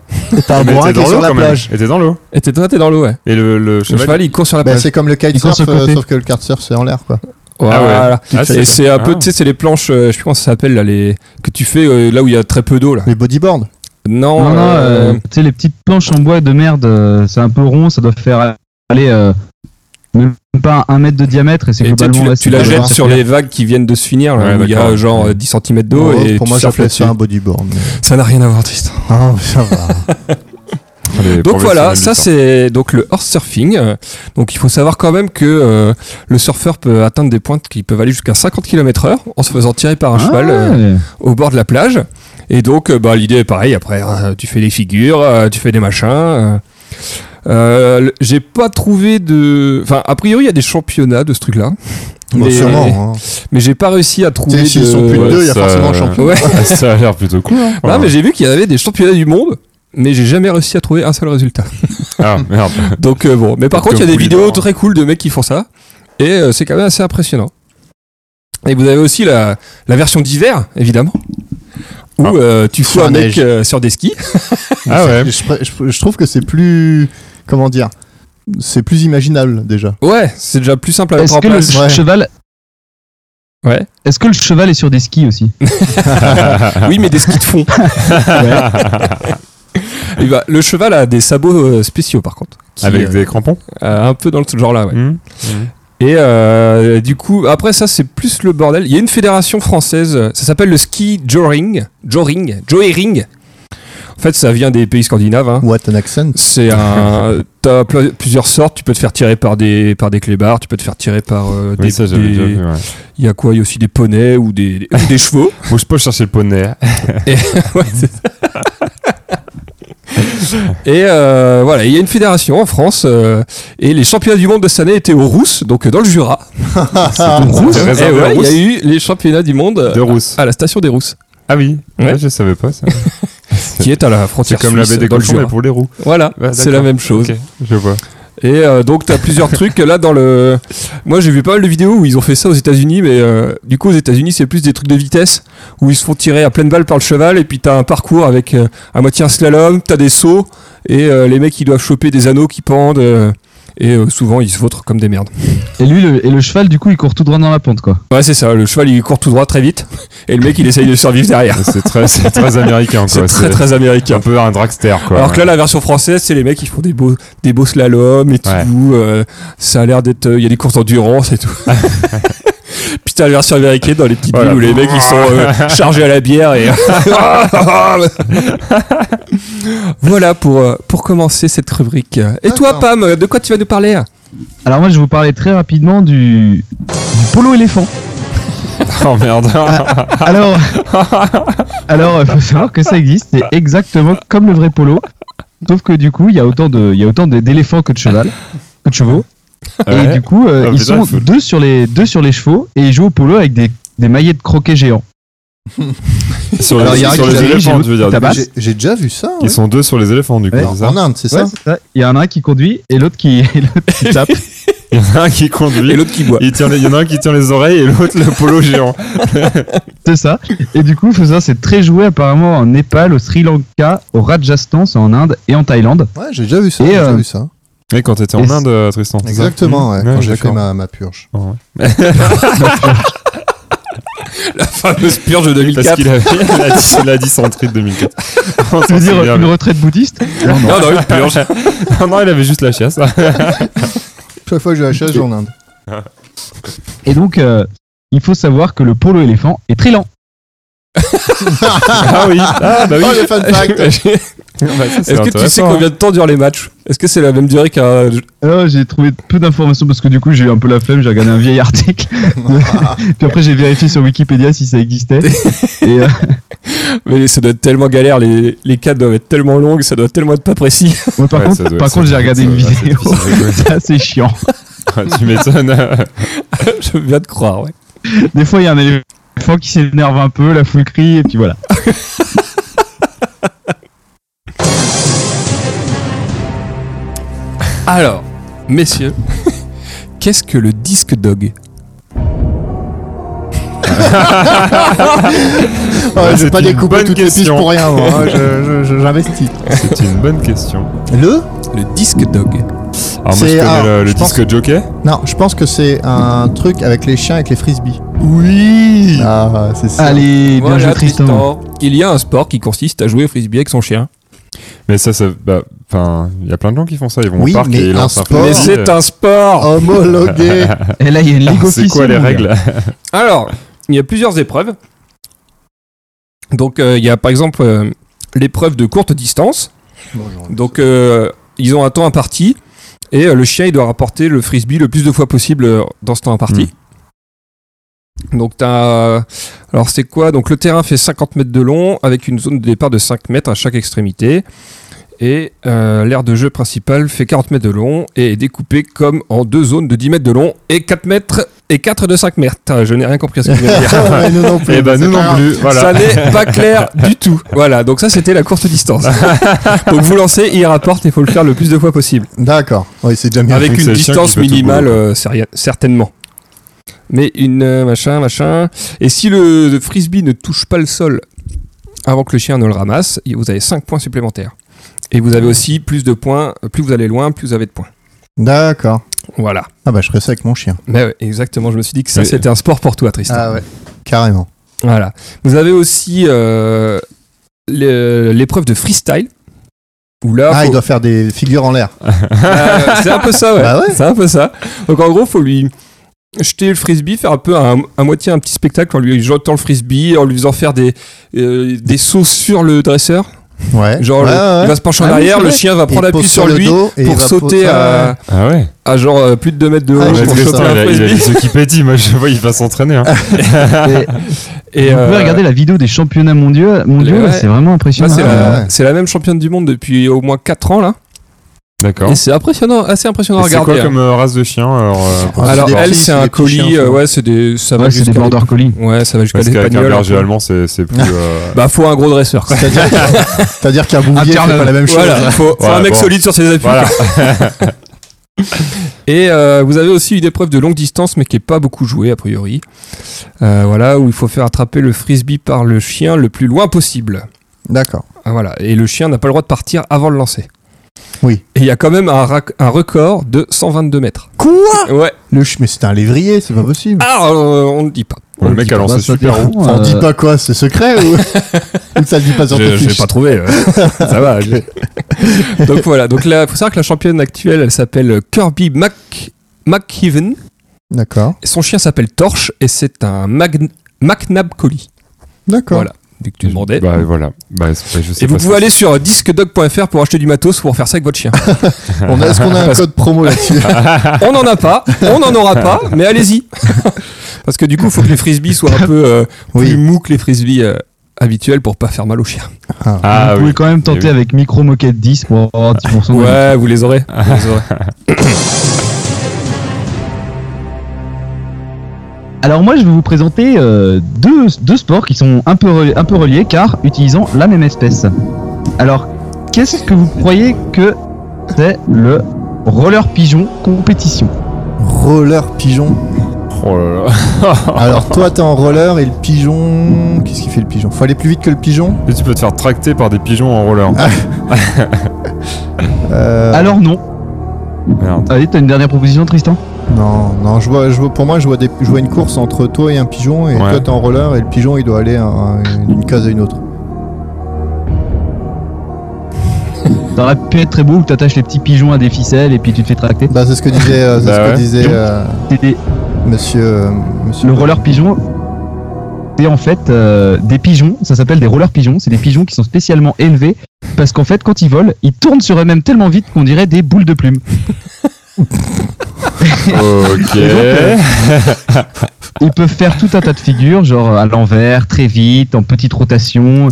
C: T'as
A: Ah
C: un
B: mais
C: bourrin
B: t'es
C: qui est
B: dans
C: sur
B: l'eau
C: la
B: quand même.
C: plage.
B: Et t'es dans l'eau.
A: Et t'es toi, t'es dans l'eau, ouais.
B: Et le, le
A: Le
B: cheval.
A: cheval, il court sur la
C: Bah,
A: plage.
C: c'est comme le kite
D: Il court
C: surf,
D: sur le côté.
C: sauf que le kite surf c'est en l'air quoi.
A: Voilà.
B: Ah, c'est-
A: Et c'est un peu,
B: ah.
A: tu sais, c'est les planches, euh, je sais plus comment ça s'appelle, là, les... que tu fais euh, là où il y a très peu d'eau, là.
C: Les bodyboards.
A: Non,
D: Non, non,
A: euh,
D: euh, tu sais, les petites planches en bois de merde, euh, c'est un peu rond, ça doit faire aller euh, même pas un mètre de diamètre et c'est
A: et tu sais,
D: globalement.
A: tu, la-
D: ouais,
A: tu
D: c'est
A: la
D: pas
A: jettes
D: grave.
A: sur les vagues qui viennent de se finir, là,
B: Ouais,
A: où il y a
B: d'accord.
A: euh, genre euh, 10 cm d'eau
C: Ouais,
A: et
C: pour
A: tu
C: moi
A: surfes
C: j'appelle
A: là-dessus.
C: ça un bodyboard. mais-
A: Ça n'a rien à voir, Tristan.
C: Ah, ça va.
B: Les
A: Donc voilà,
B: professionnels
A: ça
B: du surf.
A: c'est donc le horse surfing. Euh, Donc il faut savoir quand même que euh, le surfeur peut atteindre des pointes qui peuvent aller jusqu'à 50 km/h en se faisant tirer par un cheval
D: Ah,
A: euh,
D: ouais.
A: au bord de la plage. Et donc euh, bah, l'idée est pareille, après euh, tu fais des figures, euh, tu fais des machins. euh. Euh, le- J'ai pas trouvé de... Enfin, a priori il y a des championnats de ce truc-là.
C: Bon,
A: mais
C: sûrement. hein.
A: mais j'ai pas réussi à trouver...
C: T'sais, s'ils
A: de-
C: sont plus de
B: ouais,
C: deux, il y a
B: ça-
C: forcément un champion.
A: Ouais.
B: Ah, ça a l'air plutôt cool. hein.
A: Non, mais j'ai vu qu'il y avait des championnats du monde, mais j'ai jamais réussi à trouver un seul résultat.
B: Ah merde.
A: Donc euh, bon, mais par
B: Peut-être
A: contre, il y a
B: que
A: des
B: vous
A: vidéos
B: voulez voir.
A: très cool de mecs qui font ça, et euh, c'est quand même assez impressionnant. Et vous avez aussi la, la version d'hiver, évidemment, où
B: Ah.
A: euh, tu fous
C: Sur
A: un
C: la
A: mec
C: neige.
A: euh, sur des skis.
B: Ah ouais.
C: Je, pr- je- je trouve que c'est plus. Comment dire C'est plus imaginable déjà.
A: Ouais, c'est déjà plus simple à mettre
D: Est-ce
A: en
D: que
A: place.
D: le
C: ouais.
D: cheval.
A: Ouais.
D: Est-ce que le cheval est sur des skis aussi
A: Oui, mais des skis de fond. Et bah, le cheval a des sabots euh, spéciaux, par contre. qui,
B: Avec
A: euh,
B: des crampons.
A: euh, un peu dans ce genre-là, ouais.
B: Hmm.
A: Et euh, du coup, après ça, c'est plus le bordel. Il y a une fédération française, euh, ça s'appelle le ski joring, joring, joering. En fait, ça vient des pays scandinaves. hein.
C: What an accent.
A: C'est un, t'as pl- plusieurs sortes. Tu peux te faire tirer par des par des clébards, tu peux te faire tirer par euh,
B: Oui,
A: des.
B: ça j'avais
A: des-
B: déjà vu. ouais.
A: Il y a quoi Il y a aussi des poneys ou des des- ou des chevaux.
B: Faut que je peux chercher le poney.
A: Ouais, c'est ça. et euh, voilà, il y a une fédération en France euh, et les championnats du monde de cette année étaient aux Rousses, donc euh, dans le Jura.
B: Rousse.
A: Eh
B: Réservé
A: ouais,
B: aux
A: il y a
B: Rousses.
A: eu les championnats du monde euh,
B: De rousse.
A: à la station des Rousses,
B: Ah oui.
A: Ouais.
B: Ouais, Je savais pas ça.
A: qui est à la frontière
B: C'est comme la
A: suisse,
B: baie des
A: dans le
B: cochons mais
A: Jura.
B: pour les roues.
A: Voilà,
B: Ouais,
A: c'est
B: d'accord.
A: la même chose.
B: Ok, Je vois.
A: Et euh, donc t'as plusieurs trucs là dans le. Moi j'ai vu pas mal de vidéos où ils ont fait ça aux États-Unis, mais euh, du coup aux États-Unis c'est plus des trucs de vitesse où ils se font tirer à pleine balle par le cheval et puis t'as un parcours avec euh, à moitié un slalom, t'as des sauts et euh, les mecs ils doivent choper des anneaux qui pendent euh, et euh, souvent ils se vautrent comme des merdes.
D: Et lui, le, et le cheval, du coup, il court tout droit dans la pente, quoi.
A: Ouais c'est ça, le cheval il court tout droit très vite et le mec il essaye de survivre derrière.
B: C'est très, c'est très américain quoi.
A: C'est très très
B: C'est
A: américain.
B: un peu un dragster quoi.
A: Alors que là, la version française, c'est les mecs qui font des beaux, des beaux slaloms et tout.
B: Ouais.
A: euh, ça a l'air d'être. euh, Il y a des courses d'endurance et tout. Puis t'as la version américaine dans les petites
B: Voilà.
A: villes où les mecs ils sont euh, chargés à la bière et. voilà pour, euh, pour commencer cette rubrique. Et toi,
C: D'accord.
A: Pam, de quoi tu vas nous parler
D: Alors moi je vais vous parler très rapidement du, du polo éléphant.
B: Oh merde.
A: Ah,
D: Alors, alors il faut savoir que ça existe, c'est exactement comme le vrai polo, sauf que du coup il y a autant de, il y a autant de- d'éléphants que de cheval, que de chevaux.
B: Ouais.
D: Et du coup euh,
B: Ah,
D: ils
B: putain,
D: sont
B: il faut-
D: deux sur les deux sur les chevaux et ils jouent au polo avec des, des maillets de croquet géants.
B: Sur
C: Alors, il y
B: les,
C: a un
B: sur
C: qui
B: les
C: dirige
B: éléphants,
D: et
B: tu veux dire.
D: l'autre qui tabasse.
C: J'ai- J'ai déjà vu ça.
B: Ils
C: ouais.
B: sont deux sur les éléphants, du coup.
C: Ouais,
B: c'est ça
C: en Inde, c'est
D: Ouais,
C: ça
D: c'est ça. Il y en a un qui conduit et l'autre qui, et l'autre qui tape.
B: Il y en a un qui conduit.
A: Et l'autre qui boit.
B: Il, tient les- il y en a un qui tient les oreilles et l'autre le polo géant.
D: C'est ça. Et du coup, faut savoir, c'est très joué apparemment en Népal, au Sri Lanka, au Rajasthan, c'est en Inde et en Thaïlande.
C: Ouais, j'ai déjà vu ça.
D: Et,
C: J'ai déjà
D: euh,
C: vu ça.
B: Et quand t'étais en
D: Et-
B: Inde, euh, Tristan. c'est ça
C: Exactement, ouais,
B: Mmh.
C: quand j'ai fait
B: d'accord.
C: ma, ma purge.
A: Fameuse purge de 2004.
B: Parce qu'il avait la, dis- la dysenterie de 2004. On
D: Ça
B: s'en
D: veut dire
B: souvient,
D: une
B: mais-
D: retraite bouddhiste Non, non.
A: Non, non, une purge.
B: Ah non, il avait juste la chiasse.
C: Chaque fois que je la chasse, je vais en Inde.
D: Et donc, euh, il faut savoir que le polo éléphant est très lent.
B: Ah oui. Ah bah oui.
C: Oh, le fun fact
A: Est-ce que tu sais combien de temps durent les matchs Est-ce que c'est la même durée qu'un.
D: Euh, j'ai trouvé peu d'informations parce que du coup, j'ai eu un peu la flemme, j'ai regardé un vieil article.
C: Ah,
D: Puis après, j'ai vérifié sur Wikipédia si ça existait. Et, euh,
A: Mais ça doit être tellement galère, les, les cadres doivent être tellement longues, ça doit tellement être pas précis.
D: ouais, par contre, par contre, j'ai regardé une vidéo. C'est assez chiant.
B: tu m'étonnes.
A: Je viens de croire, ouais.
D: Des fois, il y a un éléphant qui s'énerve un peu, la foule crie, et puis voilà.
A: Alors, messieurs, qu'est-ce que le disque dog
C: Ah,
B: Ouais,
C: je
B: c'est
C: vais pas
B: une
C: découper
B: bonne
C: toutes les piges
B: question.
C: pour rien, moi. hein, je- je- je- J'investis.
B: C'est une bonne question.
C: Le
A: Le disque dog.
B: Alors moi, je
C: C'est-
B: connais
C: ah,
B: le, le
C: je pense-
B: disque jockey.
C: Non, je pense que c'est un truc avec les chiens, avec les frisbees.
D: Oui
C: Ah, c'est ça.
D: Allez, bien hein. joué, Tristan.
A: Il y a un sport qui consiste à jouer au frisbee avec son chien.
B: Mais ça, ça, bah, enfin, il y a plein de gens qui font ça. Ils vont
C: Oui,
B: au parc
C: mais
B: et ils
C: un
B: lancent un
C: sport-
B: frisbee.
A: Mais c'est un sport
C: Homologué.
D: Et là, il y a une ligue
B: Alors, C'est
D: officielle.
B: quoi les
D: mon gars.
B: règles
A: Alors, il y a plusieurs épreuves. Donc, euh, il y a par exemple euh, l'épreuve de courte distance. Donc, euh, ils ont un temps imparti. Et euh, le chien, il doit rapporter le frisbee le plus de fois possible euh, dans ce temps imparti. Donc, t'as. euh, Alors, c'est quoi Donc, le terrain fait 50 mètres de long avec une zone de départ de 5 mètres à chaque extrémité. Et euh, l'aire de jeu principale fait 40 mètres de long et est découpée comme en deux zones de 10 mètres de long et 4 mètres et 4 de 5 mètres. Putain, Je n'ai rien compris à ce que tu viens de dire.
C: Ah, mais nous non plus.
B: Eh ben
C: c'est
B: nous
C: pas
B: non
C: grave.
B: plus. Voilà.
A: Ça n'est pas clair du tout. Voilà, donc ça c'était la courte distance. donc vous lancez, il rapporte et il faut le faire le plus de fois possible.
C: D'accord. Oui, c'est déjà mieux.
A: Avec
B: donc c'est
A: une
B: le chien qui
A: distance
B: fait tout le
A: minimale,
B: boulot,
A: euh, c'est rien- certainement. Mais une euh, machin, machin. Et si le, le frisbee ne touche pas le sol avant que le chien ne le ramasse, y- vous avez 5 points supplémentaires. Et vous avez aussi plus de points, euh, plus vous allez loin, plus vous avez de points.
C: D'accord.
A: Voilà.
C: Ah bah je ferais ça avec mon chien.
A: Mais ouais, exactement, je me suis dit que ça
B: Mais-
A: c'était un sport pour toi, Tristan.
C: Ah ouais. Carrément.
A: Voilà. Vous avez aussi euh, le- l'épreuve de freestyle. Où là,
C: Ah,
A: faut-
C: il doit faire des figures en l'air.
A: Euh, c'est un peu ça, ouais.
C: Bah ouais.
A: C'est un peu ça. Donc en gros, faut lui jeter le frisbee, faire un peu un, à moitié un petit spectacle en lui jetant le frisbee, en lui faisant faire des, euh, des sauts sur le dresseur.
C: Ouais.
A: Genre, le-
C: Ouais, ouais.
A: il va se pencher en
C: Ah oui,
A: arrière,
C: c'est
A: le
C: vrai.
A: chien va prendre
C: Il
A: appui
C: pose
A: sur
C: le
A: lui
C: dos et il
A: pour
C: va
A: sauter
C: poser-
A: à,
B: Ah ouais.
A: à genre euh, plus de 2 mètres de haut
C: Ah,
A: pour
C: j'ai
B: Tristan,
C: trouvé
A: choper
C: ça.
A: un
B: il a, il a
A: frisbee.
B: des Wikipédia, moi je vois, il va s'entraîner. Hein.
D: Et-
A: Et,
D: vous
A: euh,
D: pouvez regarder la vidéo des championnats mondiaux, mondiaux
A: ouais.
D: là, c'est vraiment
A: là,
D: impressionnant.
A: bah, c'est
C: Ah,
A: la,
C: ouais.
A: c'est la même championne du monde depuis au moins 4 ans là.
B: D'accord.
A: Et c'est impressionnant, assez impressionnant
B: Et
A: à
B: C'est
A: regarder.
B: quoi
A: hein.
B: comme euh, race de chien alors, euh, pour-
C: Ah,
A: Alors
C: c'est des
A: elle
C: petits-
A: c'est un
C: des petits
A: colis,
C: chiens,
A: euh,
C: ça.
A: ouais c'est des, ça va
D: Ah, Ouais, c'est des
A: jusqu'à
D: border collies.
A: ouais ça va jusqu'à
B: Parce
A: des
B: qu'avec un
A: pagnoles.
B: berger allemand, c'est c'est plus. euh,
A: Bah faut un gros dresseur. quoi.
C: C'est-à-dire c'est-à-dire qu'un bouvier fait
D: Interne.
C: pas la même chose.
A: Voilà, faut, faut
B: Ouais,
A: un mec
B: bon.
A: solide sur ses appuis.
B: Voilà.
A: Et euh, vous avez aussi une épreuve de longue distance, mais qui est pas beaucoup jouée a priori. Euh, voilà, où il faut faire attraper le frisbee par le chien le plus loin possible.
C: D'accord.
A: Ah, Voilà, et le chien n'a pas le droit de partir avant le lancer.
C: Oui.
A: Et il y a quand même un, rac- un record de 122 mètres. Quoi Ouais.
C: Le ch- mais c'est un lévrier, c'est pas possible.
A: Ah, euh, on ne dit pas.
B: Le mec a lancé super
A: Ah,
B: haut.
C: On dit pas quoi, c'est secret ou ou ça le dit pas sur tes
A: euh. Je n'ai
C: fiches
A: pas trouvé. euh. Ça va. je- Donc voilà. Donc là, faut savoir que la championne actuelle, elle s'appelle Kirby Mc... McKeven.
C: D'accord.
A: Son chien s'appelle Torche et c'est un Mag... McNab Collie.
C: D'accord.
A: Voilà. vu que tu demandais.
B: Bah voilà. Bah, c'est- je sais
A: Et vous
B: pas
A: pouvez
B: ça.
A: aller sur disquedog.fr pour acheter du matos pour faire ça avec votre chien.
C: On a- Est-ce qu'on a un code promo là-dessus
A: on n'en a pas, on n'en aura pas, mais allez-y. Parce que du coup, il faut que les frisbees soient un peu euh, plus
C: Oui.
A: mous que les frisbees euh, habituels pour pas faire mal aux chiens.
B: Ah
D: vous
B: oui.
D: pouvez quand même
B: Mais
D: tenter
B: oui.
D: avec Micro Moquette 10 pour avoir 10% de-
A: Eh Ouais, vous les aurez. Vous les aurez.
D: Alors moi je vais vous présenter euh, deux, deux sports qui sont un peu, reli- un peu reliés car utilisant la même espèce. Alors qu'est-ce que vous croyez que c'est le roller pigeon compétition
C: Roller pigeon.
B: Oh là là.
C: Alors toi t'es en roller et le pigeon. Qu'est-ce qui fait le pigeon Faut aller plus vite que le pigeon
B: Et tu peux te faire tracter par des pigeons en roller.
C: Euh,
D: Alors Ah non.
B: Merde.
D: Allez t'as une dernière proposition Tristan
C: Non, non, je vois, je vois, pour moi je vois, des, je vois une course entre toi et un pigeon et
B: Ouais.
C: toi t'es en roller et le pigeon il doit aller un- d'une case à une autre.
D: T'aurais pu être très beau où t'attaches les petits pigeons à des ficelles et puis tu te fais tracter.
C: Bah c'est ce que disait, euh, c'est
B: Bah
C: ce que
B: ouais.
C: disait euh,
D: C'est des-
C: monsieur, euh, monsieur.
D: Le roller pigeon, c'est en fait euh, des pigeons, ça s'appelle des rollers pigeons, c'est des pigeons qui sont spécialement élevés parce qu'en fait quand ils volent, ils tournent sur eux-mêmes tellement vite qu'on dirait des boules de plumes.
B: ok.
D: Ils peuvent faire tout un tas de figures, genre euh, à l'envers, très vite, en petite rotation.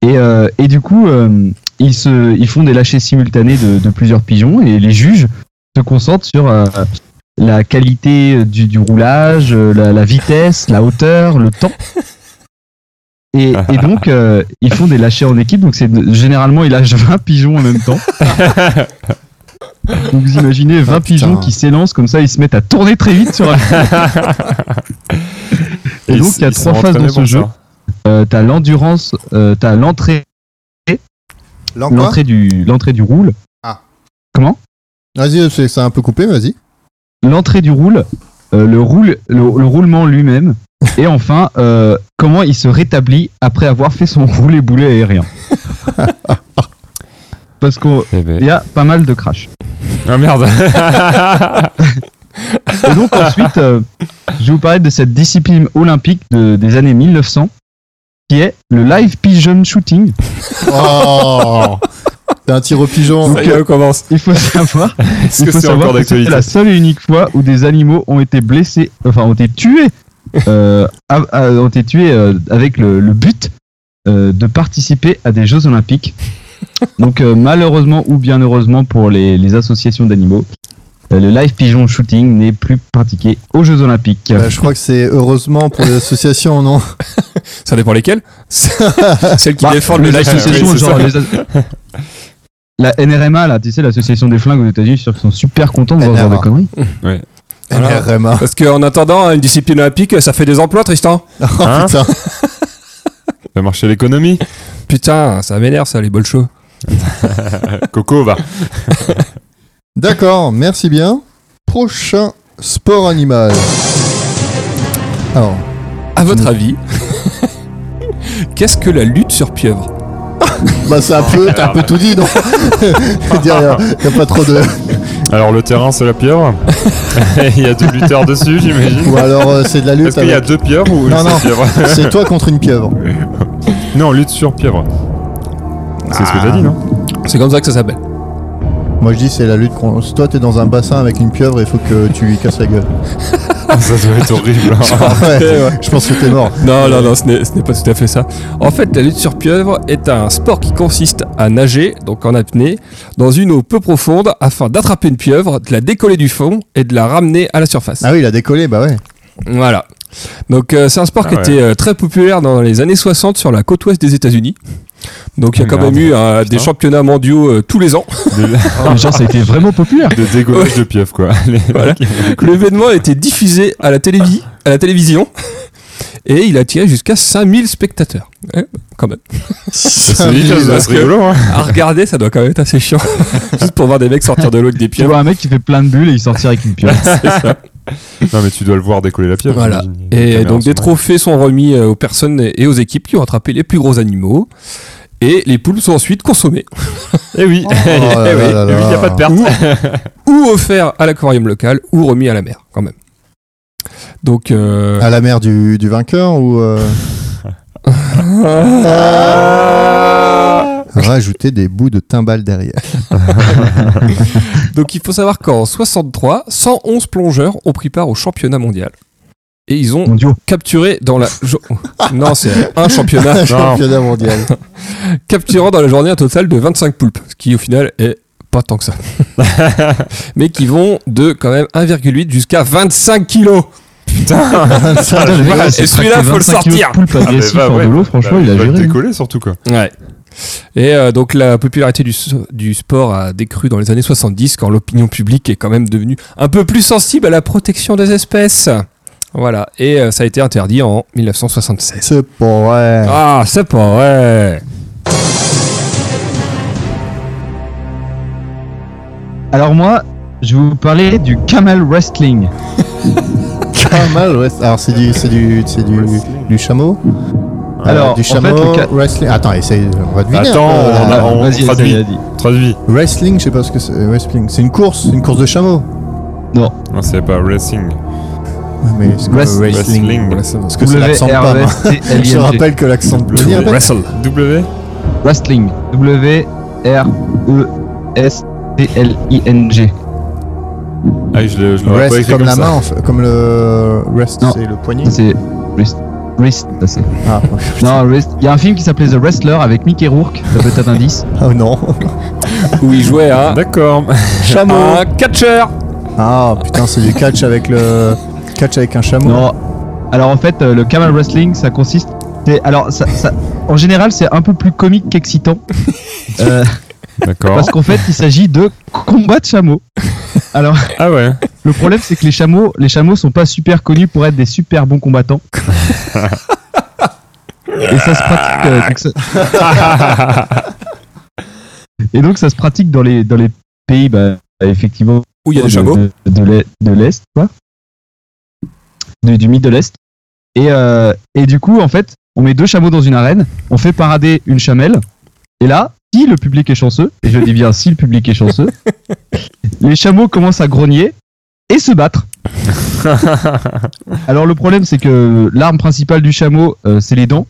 D: Et, euh, et du coup, euh, ils, se, ils font des lâchers simultanés de, de plusieurs pigeons et les juges se concentrent sur euh, la qualité euh, du, du roulage, euh, la, la vitesse, la hauteur, le temps. Et, et donc, euh, ils font des lâchers en équipe. Donc, c'est généralement, ils lâchent 20 pigeons en même temps. Donc, vous imaginez 20
C: Ah, putain.
D: pigeons qui s'élancent comme ça, ils se mettent à tourner très vite sur un Et donc, il y a trois phases dans ce jeu.
B: hein.
D: Euh, t'as l'endurance, euh, t'as l'entrée,
C: Lan- quoi
D: l'entrée du, l'entrée du roule,
C: Vas-y, c'est c'est un peu coupé, vas-y.
D: l'entrée du roule, euh, le roule, le, le roulement lui-même, et enfin euh, comment il se rétablit après avoir fait son roulé boulet aérien. Parce qu'il
B: Eh ben.
D: y a pas mal de crash.
B: Ah merde.
D: Et donc ensuite, euh, je vais vous parler de cette discipline olympique de- des années 1900, qui est le live pigeon shooting.
C: Oh T'es un tir au pigeon.
A: Donc, euh, on commence.
D: Il faut savoir
B: Est-ce
D: Il
B: que
D: faut
B: c'est
D: savoir
B: encore
D: que c'était
B: d'actualité
D: la seule et unique fois où des animaux ont été blessés, enfin ont été tués, euh, à- à- ont été tués euh, avec le, le but euh, de participer à des Jeux Olympiques. Donc euh, malheureusement ou bien heureusement pour les, les associations d'animaux, euh, le live pigeon shooting n'est plus pratiqué aux Jeux Olympiques.
C: Euh, je crois que c'est heureusement pour les associations, non
A: Ça dépend lesquelles. Celles qui
D: Bah,
A: défendent le
D: les
A: live
D: associations,
A: stream,
D: genre
A: c'est ça.
D: les as- la NRMA là, tu sais l'association des flingues aux États-Unis, je suis sûr qu'ils sont super contents de voir ce genre de
C: NRMA.
D: conneries.
B: Ah
A: Voilà.
C: RMA.
A: Parce qu'en attendant, hein, une discipline olympique, ça fait des emplois, Tristan.
C: Oh
B: Hein
C: putain.
B: Ça marche à l'économie.
A: Putain, ça m'énerve, ça, les bolchos.
B: Coco va.
C: D'accord, merci bien. Prochain sport animal. Alors,
A: À votre avis, qu'est-ce que la lutte sur pieuvre
C: bah c'est un peu, t'as un peu tout dit, non Je veux dire, y a, y a pas trop de.
B: Alors le terrain c'est la pieuvre. Il y a deux lutteurs dessus j'imagine.
C: Ou alors euh, c'est de la lutte.
B: Est-ce qu'il y a
C: avec-
B: deux pieuvres ou une
C: Non,
B: seule
C: non.
B: pieuvre
C: C'est toi contre une pieuvre.
B: Non, lutte sur pieuvre. C'est ce que t'as dit non
A: C'est comme ça que ça s'appelle.
C: Moi je dis c'est la lutte contre. Toi t'es dans un bassin avec une pieuvre et il faut que tu lui casses la gueule.
B: Ça doit être horrible. hein.
C: Ouais, Je pense que t'es mort.
A: Non, non, non, ce n'est ce n'est pas tout à fait ça. En fait, la lutte sur pieuvre est un sport qui consiste à nager, donc en apnée, dans une eau peu profonde afin d'attraper une pieuvre, de la décoller du fond et de la ramener à la surface.
C: Ah oui, il a décollé, bah ouais.
A: Voilà. Donc euh, c'est un sport
B: Ah
A: qui
B: ouais.
A: était euh, très populaire dans les années 60 sur la côte ouest des États-Unis. Donc il y a
B: Oh,
A: quand même
B: merde.
A: eu euh, des
B: Putain.
A: championnats mondiaux euh, tous les ans.
D: Mais genre ça a été vraiment populaire.
B: De dégommage de pieuvre quoi. Les-
A: Voilà. L'événement a été diffusé à la, télévi- à la télévision et il a attiré jusqu'à 5000 spectateurs. Eh, quand même.
B: C'est vite, ça doit
A: Parce
B: être
A: que-
B: rigolo hein.
A: À regarder, ça doit quand même être assez chiant. Juste pour voir des mecs sortir de l'eau avec des
D: Tu
A: pieds.
D: vois un mec qui fait plein de bulles et il sortir avec une pieuvre.
B: Non mais tu dois le voir décoller la pieuvre.
A: Voilà.
B: j'imagine. Les
A: Et
B: caméras
A: donc
B: sont
A: des trophées sont remis euh, aux personnes et aux équipes qui ont attrapé les plus gros animaux. Et les poulpes sont ensuite consommées
B: Eh oui, eh oui,
C: Oh là
B: eh oui,
C: là là
B: il n'y a
C: là.
B: pas de perte.
A: ou offerts à l'aquarium local ou remis à la mer quand même. Donc euh,
C: Ah. À la mère du, du vainqueur ou. euh, Rajouter des bouts de timbales derrière.
A: Donc il faut savoir qu'en 63, 111 plongeurs ont pris part au championnat mondial. Et ils ont
D: Mon dieu.
A: capturé dans la... jo- non, c'est un championnat.
C: Championnat mondial.
A: capturant dans la journée un total de 25 poulpes, ce qui au final est pas tant que ça. Mais qui vont de quand même 1,8 jusqu'à 25 kilos.
C: Ah,
D: Putain, le gars,
A: Et
D: il s'est
A: celui-là,
D: traqué
A: faut le
D: 25 kilos de
A: sortir.
D: poulpe agressif
B: bah,
D: hors
B: ouais.
D: de l'eau, franchement,
B: Bah,
D: il a
B: va le
D: géré.
B: décoller surtout quoi.
A: Ouais. Et euh, donc la popularité du, s- du sport a décru dans les années 70 quand l'opinion publique est quand même devenue un peu plus sensible à la protection des espèces. Voilà, et euh, ça a été interdit en 1976.
C: C'est pour ouais.
A: Ah, c'est pas vrai
D: Alors moi, je vais vous parler du camel wrestling.
C: Pas mal, ouais. Alors c'est du, c'est du, c'est du, du chameau.
D: Alors,
C: Euh, du
D: en
C: chameau,
D: fait, le ca-
C: wrestling. Attends, essaye, on va deviner.
B: Attends,
C: un peu,
B: on
C: là.
B: a- on
D: Vas-y,
B: traduit.
D: vas-y, vas-y.
B: Traduit.
C: Wrestling, je sais pas ce que c'est. Wrestling, c'est une course, une course de chameau.
B: Non, c'est pas wrestling.
C: Mais c'est quoi,
B: Wrestling.
D: Wrestling.
C: Parce que c'est l'accent de Parme.
D: E
C: Je te
D: W-R-E-S-T-L-I-N-G.
C: rappelle que l'accent de Vas-y, répète.
B: Wrestle. W.
D: Wrestling. E W-R-E-S-T-L-I-N-G.
B: Ah, je le, je l'aurais pas
C: Wrest
B: écrit
C: comme, la
B: ça.
C: main, en fait, comme le wrest,
D: Non.
C: c'est le poignet.
D: Ça c'est wrist. Wrist, ça c'est.
C: Ah,
D: Non, wrist. Il y a un film qui s'appelait The Wrestler avec Mickey Rourke. Ça peut être un indice.
C: oh non.
A: Où il jouait
B: Ah.
A: à
B: D'accord.
A: un catcher
C: Ah putain, c'est du catch avec le catch avec un chameau.
D: Non. Alors en fait, euh, le camel wrestling, ça consiste. c'est- Alors, ça, ça- en général, c'est un peu plus comique qu'excitant. Euh,
B: D'accord.
D: parce qu'en fait, il s'agit de combat de chameaux. Alors,
B: Ah ouais.
D: le problème, c'est que les chameaux, les chameaux sont pas super connus pour être des super bons combattants. Et ça se pratique. euh, donc ça- Et donc, ça se pratique dans les dans les pays, bah, effectivement,
A: Où il y a des
D: de-
A: chameaux
D: de, de l'E- de l'Est, quoi. Du, du Middle Est. Et, euh, et du coup, en fait, on met deux chameaux dans une arène, on fait parader une chamelle, et là, si le public est chanceux, et je dis bien si le public est chanceux, les chameaux commencent à grogner et se battre. Alors le problème, c'est que l'arme principale du chameau, euh, c'est les dents.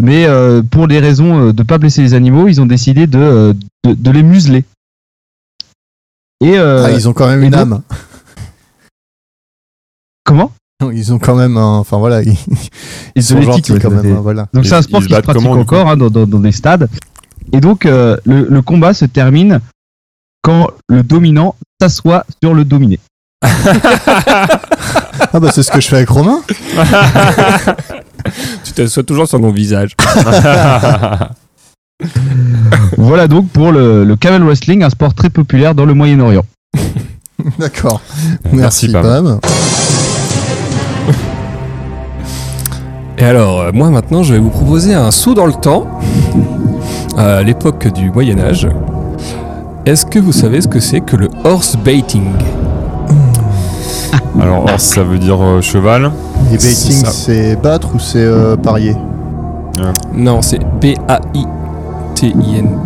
D: Mais euh, pour des raisons euh, de pas blesser les animaux, ils ont décidé de, euh, de, de les museler. Et euh,
C: Ah, ils ont quand même
D: et
C: une
D: donc-
C: âme.
D: comment
C: Non, Ils ont quand même un... Enfin voilà, ils,
D: de
C: ils sont
D: l'éthique,
C: gentils
D: ouais,
C: quand
D: des-
C: même. hein, voilà.
D: Donc
B: Ils-
D: c'est un
B: ils
D: sport
B: se
D: qui se
B: battent
D: pratique
B: comment, du
D: encore hein, dans, dans- dans des stades. Et donc euh, le, le combat se termine quand le dominant s'assoit sur le dominé.
C: Ah bah c'est ce que je fais avec Romain.
A: Tu t'assois toujours sur mon visage.
D: voilà donc pour le, le camel wrestling, un sport très populaire dans le Moyen-Orient.
C: D'accord.
A: Euh,
B: Merci,
C: Merci,
B: Pam.
C: Pam.
A: Et alors, euh, moi maintenant, je vais vous proposer un saut dans le temps, euh, à l'époque du Moyen-Âge. Est-ce que vous savez ce que c'est que le horse baiting
B: Alors, horse, ça veut dire euh, cheval.
C: Et
A: C'est
C: baiting,
A: ça.
C: c'est battre ou c'est euh, parier
A: Non, c'est B-A-I-T-I-N.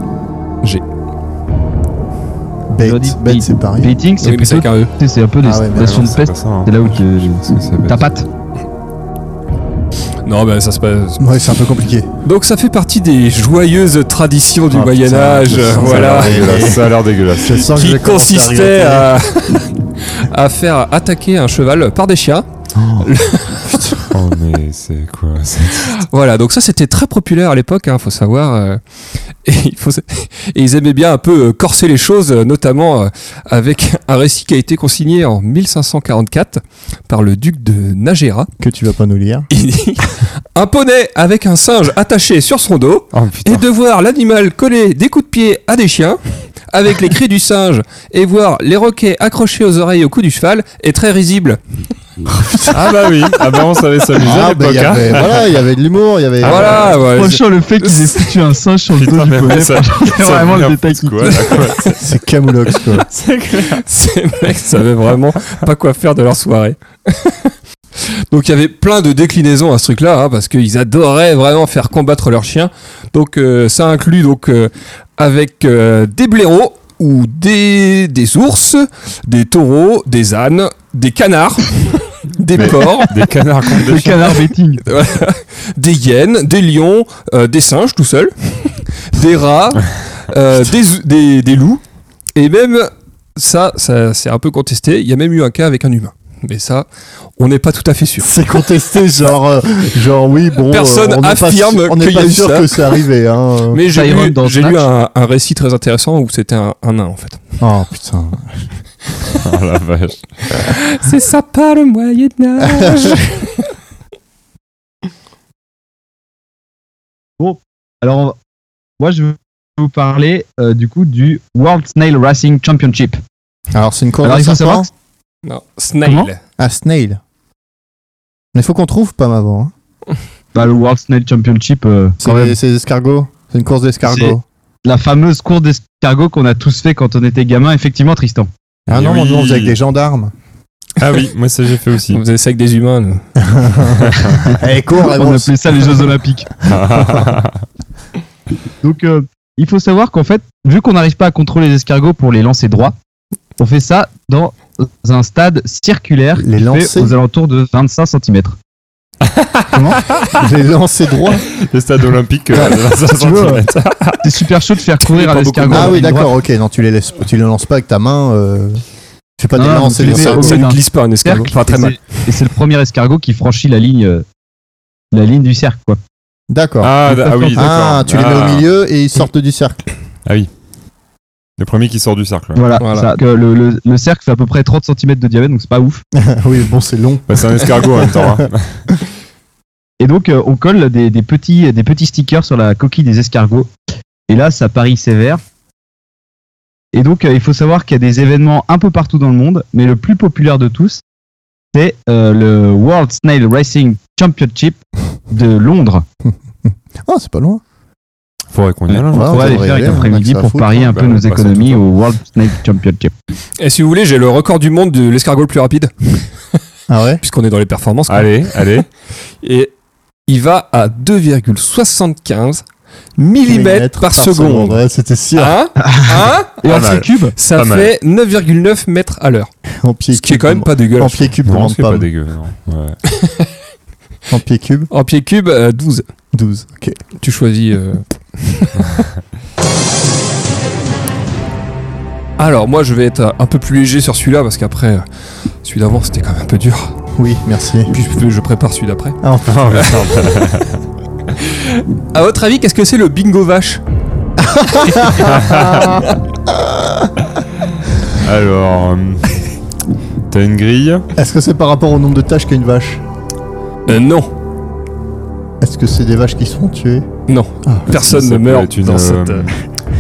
C: Bait,
D: J'aurais dit
C: bait
D: bait.
C: c'est parier.
D: Baiting, c'est
A: Oui, mais c'est
D: plutôt,
A: avec un E.
D: tu sais, c'est un peu des
C: Ah ouais, mais
D: stations
B: Non,
D: de
B: c'est
D: peste.
B: pas ça. hein.
D: C'est là où tu
B: Qu'est-ce que ça veut
D: ta
B: dire
D: patte.
A: Non, ben ça se passe.
C: Ouais, c'est un peu compliqué.
A: Donc ça fait partie des joyeuses traditions du
C: Ah,
A: Moyen-Âge,
C: putain,
A: euh,
C: ça a l'air
A: voilà,
C: horrible.
B: Dégueulasse, Ça a l'air dégueulasse.
C: Je sens que je
A: qui
C: vais commencer à
A: consistait
C: rigoler.
A: à, à faire attaquer un cheval par des chiens.
B: Oh, mais c'est quoi ça
A: Voilà, donc ça c'était très populaire à l'époque, hein, faut savoir. euh, et, il faut sa- et ils aimaient bien un peu euh, corser les choses, euh, notamment euh, avec un récit qui a été consigné en 1544 par le duc de Najera.
C: Que tu vas pas nous lire.
A: Il dit, un poney avec un singe attaché sur son dos
B: Oh
A: et
B: putain.
A: de voir l'animal coller des coups de pied à des chiens avec les cris du singe et voir les roquets accrochés aux oreilles au cou du cheval est très risible.
B: Ah bah oui. Ah bah on savait s'amuser à
C: bah,
B: l'époque.
C: il y
B: hein.
C: avait, voilà, il y avait de l'humour, il y avait.
B: Ah,
A: voilà, voilà,
D: Franchement, le fait qu'ils aient foutu un singe sur le dos
B: Putain,
D: du
B: mais
D: poney,
B: ça-
D: franchement, c'est
B: ça
D: vraiment
B: vient
D: le détail
B: foutre
D: qui
B: quoi, là, quoi.
C: euh, C'est Camoulox quoi.
B: C'est clair.
A: Ces mecs savaient vraiment pas quoi faire de leur soirée. Donc il y avait plein de déclinaisons à ce truc-là, hein, parce qu'ils adoraient vraiment faire combattre leurs chiens. Donc euh, ça inclut donc euh, avec euh, des blaireaux ou des, des ours, des taureaux, des ânes, des canards, des
B: Mais-
A: porcs,
B: Des canards contre des
D: Le
B: chiens.
D: canard betting.
A: des hyènes, des lions, euh, des singes tout seuls, des rats, euh, des, ou- des, des loups, et même ça, ça c'est un peu contesté. Il y a même eu un cas avec un humain. Mais ça, on n'est pas tout à fait sûr.
C: C'est contesté, genre, euh, genre oui, bon. euh,
A: Personne
C: on n'est pas
A: affirme
C: sûr- On n'est
A: qu'il y a
C: pas
A: eu
C: sûr
A: ça.
C: que c'est arrivé. Hein.
A: Mais j'ai
D: Tyrone
A: lu,
D: dans
A: j'ai lu
D: Snatch.
A: un, un récit très intéressant où c'était un, un nain en fait.
C: Oh putain.
B: Oh la vache.
A: C'est sympa le Moyen Âge.
D: Alors, on- moi, je vais vous parler euh, du coup du World Snail Racing Championship.
C: Alors c'est une course
D: Alors,
C: de
D: il faut
C: serpent
D: savoir
A: non,
D: Comment
A: Snail.
C: à Snail. Mais faut qu'on trouve pas avant. hein.
D: Bah, le World Snail Championship, euh,
C: C'est
D: quand même.
C: des- c'est des escargots. C'est une course d'escargots.
D: la fameuse course d'escargot qu'on a tous fait quand on était gamin, effectivement, Tristan.
C: Ah non,
B: Oui.
C: nous on faisait avec des gendarmes.
B: Ah oui, moi ça j'ai fait aussi.
A: Vous faisait ça avec des humains. nous.
C: Allez, Eh, cours,
D: on
C: réponse.
D: appelait ça les Jeux Olympiques. Donc, euh, il faut savoir qu'en fait, vu qu'on n'arrive pas à contrôler les escargots pour les lancer droits, on fait ça dans un stade circulaire
C: Les
D: qui fait
C: lancer
D: aux alentours de 25 cm.
C: J'ai lancé droit.
B: Les stades olympiques euh, de 25
C: Tu vois.
B: centimètres.
D: C'est super chaud de faire courir à
A: pas beaucoup de
D: l'escargot.
C: Ah oui,
D: Droit.
C: d'accord, ok. Non, tu les laisses, tu les lances pas avec ta main. Euh... Tu fais pas des
D: Non,
C: lances et
D: tu
C: des
D: les mets
A: Ça,
D: au-
C: sacs.
A: ça ne
D: d'un
A: glisse pas un escargot.
D: cercle,
A: Enfin, très
D: et
A: mal.
D: c'est- Et c'est le premier escargot qui franchit la ligne, euh, la ligne du cercle, quoi.
C: D'accord. Ah,
B: Ah, d- ah oui, d'accord.
C: tu les mets au milieu et ils sortent du cercle.
B: Le premier qui sort du cercle. ouais.
D: Voilà.
A: Voilà.
D: ça- que le, le- le cercle fait à peu près 30 cm de diamètre, donc c'est pas ouf.
C: oui, bon, c'est long.
B: Bah, c'est un escargot en même temps. hein.
D: Et donc, euh, on colle des, des petits, des petits stickers sur la coquille des escargots. Et là, ça parie sévère. Et donc, euh, il faut savoir qu'il y a des événements un peu partout dans le monde, mais le plus populaire de tous, c'est euh, le World Snail Racing Championship de Londres.
C: Ah, c'est pas loin.
B: Faudrait qu'on y aille.
C: Ouais,
B: hein.
D: on va
C: Ah, devrait
D: aller
C: y
D: faire
C: aller,
D: avec
C: on a que
D: après-midi
C: ça à
D: pour
C: foutre.
D: parier un
B: Bah,
D: peu
B: on
D: nos
B: passe à tout
D: économies au World Snail Championship.
A: Et si vous voulez, j'ai le record du monde de l'escargot le plus rapide,
C: Ah ouais
A: puisqu'on est dans les performances. quoi.
B: Allez, allez.
A: Et il va à 2,75 mm
C: Millimètres
A: par seconde.
C: Ouais, c'était sûr.
A: Hein Hein
D: Et
B: Pas
C: bah,
D: en
B: mal.
D: cube
A: Ça
B: Pas mal.
A: fait 9,9 mètres à l'heure.
C: En pied
A: Ce qui est
C: cube.
A: quand même pas
C: En
A: dégueulasse.
C: pied cube,
B: Non,
C: demande
B: c'est
C: pas.
B: pas dégueu. non. Ouais.
C: En pied cube,
A: En pied cube, euh, 12.
C: 12. Ok.
A: Tu choisis. euh. Alors, moi, je vais être euh, un peu plus léger sur celui-là, parce qu'après, euh, celui d'avant, c'était quand même un peu dur.
C: Oui, merci.
A: Puis je- je prépare celui d'après.
B: Ah, mais attends.
A: À votre avis, qu'est-ce que c'est le bingo vache
B: Alors, euh, t'as une grille
C: Est-ce que c'est par rapport au nombre de tâches qu'a une vache
A: Euh, Non,
C: Est-ce que c'est des vaches qui sont tuées
A: non.
B: Ah.
A: Personne
B: Ça
A: ne
B: peut
A: meurt
B: être une,
A: dans
B: euh,
A: cette, euh,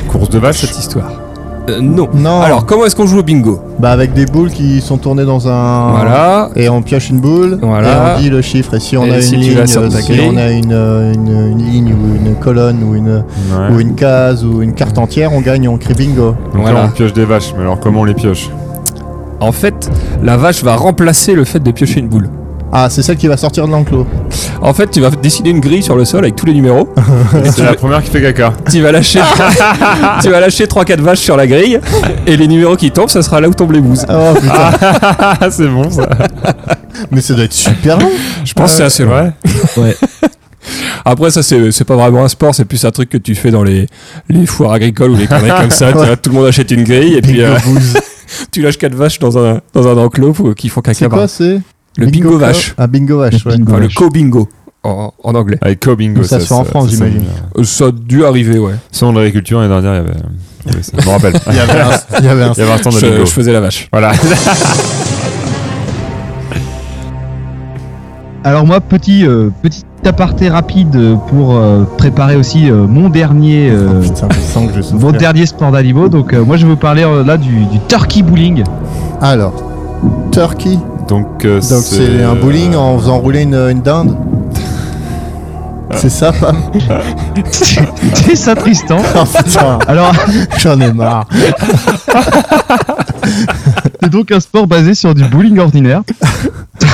B: course de vache.
A: cette histoire. Euh, non.
C: Non.
A: Alors, comment est-ce qu'on joue au bingo
C: Bah avec des boules qui sont tournées dans un.
A: Voilà.
C: Et on pioche une boule.
A: Voilà.
C: Et on dit le chiffre. Et si on
A: Et
C: a
A: si
C: une
A: tu
C: ligne,
A: la sors
C: euh,
A: de ta
C: si
A: grille.
C: on a une, euh, une, une ligne ou une colonne ou une
B: Ouais.
C: ou une case ou une carte entière, on gagne. On crie bingo.
B: Donc
A: Voilà.
B: là, on pioche des vaches. Mais alors, comment on les pioche
A: En fait, la vache va remplacer le fait de piocher une boule.
C: Ah, c'est celle qui va sortir de l'enclos.
A: En fait, tu vas dessiner une grille sur le sol avec tous les numéros.
B: C'est la première qui fait caca.
A: tu vas lâcher, tu vas lâcher 3-4 vaches sur la grille. Et les numéros qui tombent, ça sera là où tombent les bouses.
C: Oh putain.
B: Ah, c'est bon ça.
C: Mais ça doit être super long.
A: Je pense que c'est assez vrai. Après, ça, c'est c'est pas vraiment un sport, c'est plus un truc que tu fais dans les, les foires agricoles ou les conneries comme ça. Tu vois, tout le monde achète une grille et puis
C: Bingo
A: euh,
C: booze.
A: tu lâches 4 vaches dans un, dans un enclos pour- qui font caca.
C: C'est quoi c'est
A: le bingo,
C: co-
A: vache.
C: Ah bingo vache. Ouais.
D: Bingo
A: Enfin, le
D: vache.
A: co-bingo en, en anglais.
B: Avec Cobingo,
C: Ça se fait en France,
B: ça, ça me
C: j'imagine.
B: dit.
A: Euh, Ça a dû arriver, ouais.
B: Sans l'agriculture, l'année dernière, il y avait. oui, ça, je me rappelle.
C: Il y avait un. Il y avait un.
B: Il y avait un stand de
A: Je,
B: bingo.
A: je faisais la vache.
B: Voilà.
D: Alors moi, petit, euh, petit aparté rapide euh, pour euh, préparer aussi euh, mon dernier, euh,
C: Putain, je sens que je souffre.
D: mon dernier sport d'animaux. Donc euh, moi, je vais vous parler euh, là du, du turkey bowling.
C: Alors, turkey.
B: Donc, euh,
C: Donc c'est un bowling en faisant rouler une, une dinde. C'est ça, Pam
D: C'est ça, Tristan.
C: Oh putain,
D: Alors,
C: j'en ai marre.
D: c'est donc un sport basé sur du bowling ordinaire.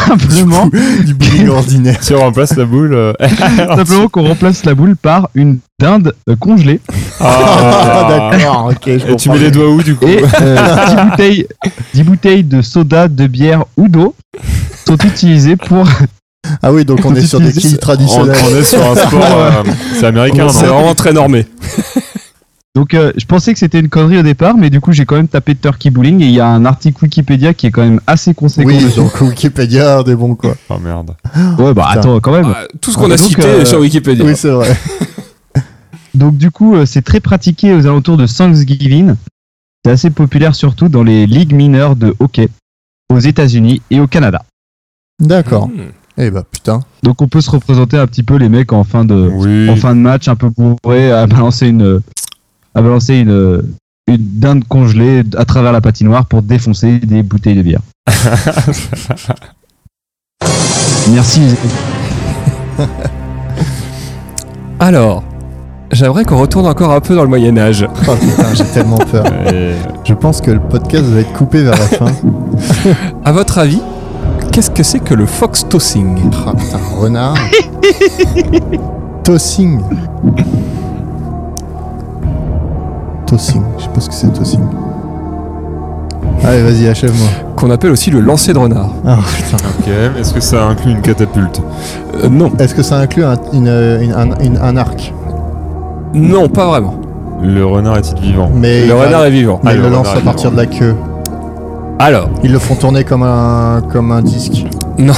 D: Simplement,
C: Du bowling ordinaire.
B: Si on remplace la boule. euh,
D: simplement qu'on remplace la boule par une dinde euh, congelée.
B: ah,
C: D'accord, ok, je
B: Et
C: comprends.
B: tu mets les doigts où du coup
C: Ah.
D: et euh, 10, bouteilles, 10 bouteilles de soda, de bière ou d'eau, sont utilisés pour
C: Ah oui, donc on est sur des quilles
B: On,
C: traditionnelles.
B: on est sur un sport, euh, c'est américain,
A: C'est
B: non
A: vraiment très normé.
D: Donc euh, je pensais que c'était une connerie au départ, mais du coup j'ai quand même tapé Turkey Bowling et il y a un article Wikipédia qui est quand même assez conséquent.
C: Oui,
D: dessus.
C: donc Wikipédia, des bons quoi.
B: Ah merde.
D: Ouais bah
C: Putain.
D: attends quand même.
A: Ah, tout ce qu'on
D: Ah,
A: a
D: donc,
A: cité
D: euh,
A: sur Wikipédia.
C: Oui, c'est vrai.
D: Donc du coup euh, c'est très pratiqué aux alentours de Thanksgiving. C'est assez populaire surtout dans les ligues mineures de hockey aux États-Unis et au Canada.
C: D'accord.
A: Hmm.
C: Eh bah putain.
D: Donc on peut se représenter un petit peu les mecs en fin de
B: Oui.
D: en fin de match un peu bourré à balancer une à balancer une une dinde congelée à travers la patinoire pour défoncer des bouteilles de bière. Merci.
A: Alors, j'aimerais qu'on retourne encore un peu dans le Moyen Âge.
C: Oh putain, j'ai tellement peur.
B: Et-
C: Je pense que le podcast va être coupé vers la fin.
A: À votre avis, qu'est-ce que c'est que le fox tossing
C: Ah putain, renard. Tossing. Tossing. Je sais pas ce que c'est tossing. Allez, vas-y, achève-moi.
A: qu'on appelle aussi le lancer de renard
C: Ah putain.
B: Ok, est-ce que ça inclut une catapulte
A: Euh, Non,
C: Est-ce que ça inclut un, une, une- un, une- un arc
A: non, pas vraiment.
B: Le renard est-il vivant
C: Mais
A: le
C: il va-
A: renard est vivant.
C: mais
B: Ah,
C: il
B: le
C: le
B: renard
C: lance
B: est
C: à
B: vivant.
C: partir de la queue.
A: Alors,
C: Ils le font tourner comme un, comme un disque.
A: Non.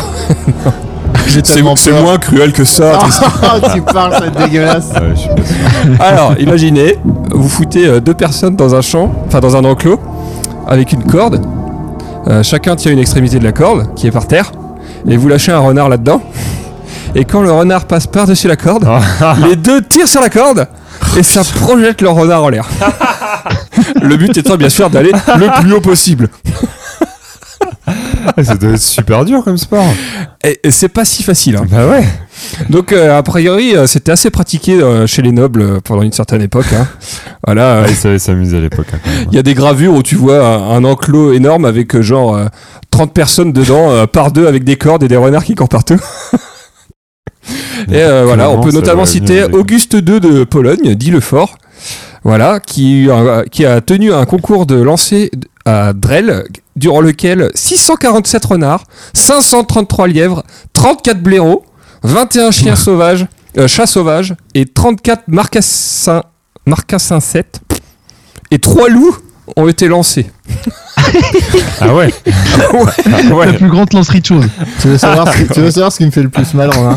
C: J'ai
A: c'est
C: tellement
A: c'est
C: peur.
A: moins cruel que ça. Tristan.
C: Ah, tu parles, c'est dégueulasse.
B: Ah ouais, je sais pas si-
A: Alors, imaginez, vous foutez euh, deux personnes dans un champ, enfin dans un enclos, avec une corde. Euh, chacun tient une extrémité de la corde qui est par terre, et vous lâchez un renard là-dedans. Et quand le renard passe par-dessus la corde,
B: Ah.
A: les deux tirent sur la corde
B: Oh,
A: et ça projette le renard en l'air. le but étant bien sûr d'aller le plus haut possible.
B: Ah, ça doit être super dur comme sport.
A: Et et c'est pas si facile. hein.
B: Bah ouais.
A: Donc euh, a priori, euh, c'était assez pratiqué euh, chez les nobles euh, pendant une certaine époque. hein. Voilà. euh,
B: Ah, ils savaient s'amuser à l'époque. hein, quand même.
A: Il y a des gravures où tu vois un, un enclos énorme avec euh, genre euh, 30 personnes dedans, euh, par deux avec des cordes et des renards qui courent partout. Et euh, voilà, on peut
B: ça
A: notamment
B: va venir
A: citer
B: avec-
A: Auguste II de Pologne, dit le fort, voilà, qui, euh, qui a tenu un concours de lancer à Drel, durant lequel 647 renards, 533 lièvres, 34 blaireaux, 21 chiens sauvages, euh, chats sauvages et 34 marcassins, marcassins 7 et 3 loups ont été lancés.
B: Ah ouais. Ah
D: La
B: ouais.
D: plus grande lancerie de choses.
C: Tu veux, savoir ce, qui- tu veux savoir ce qui me fait le plus mal, Romain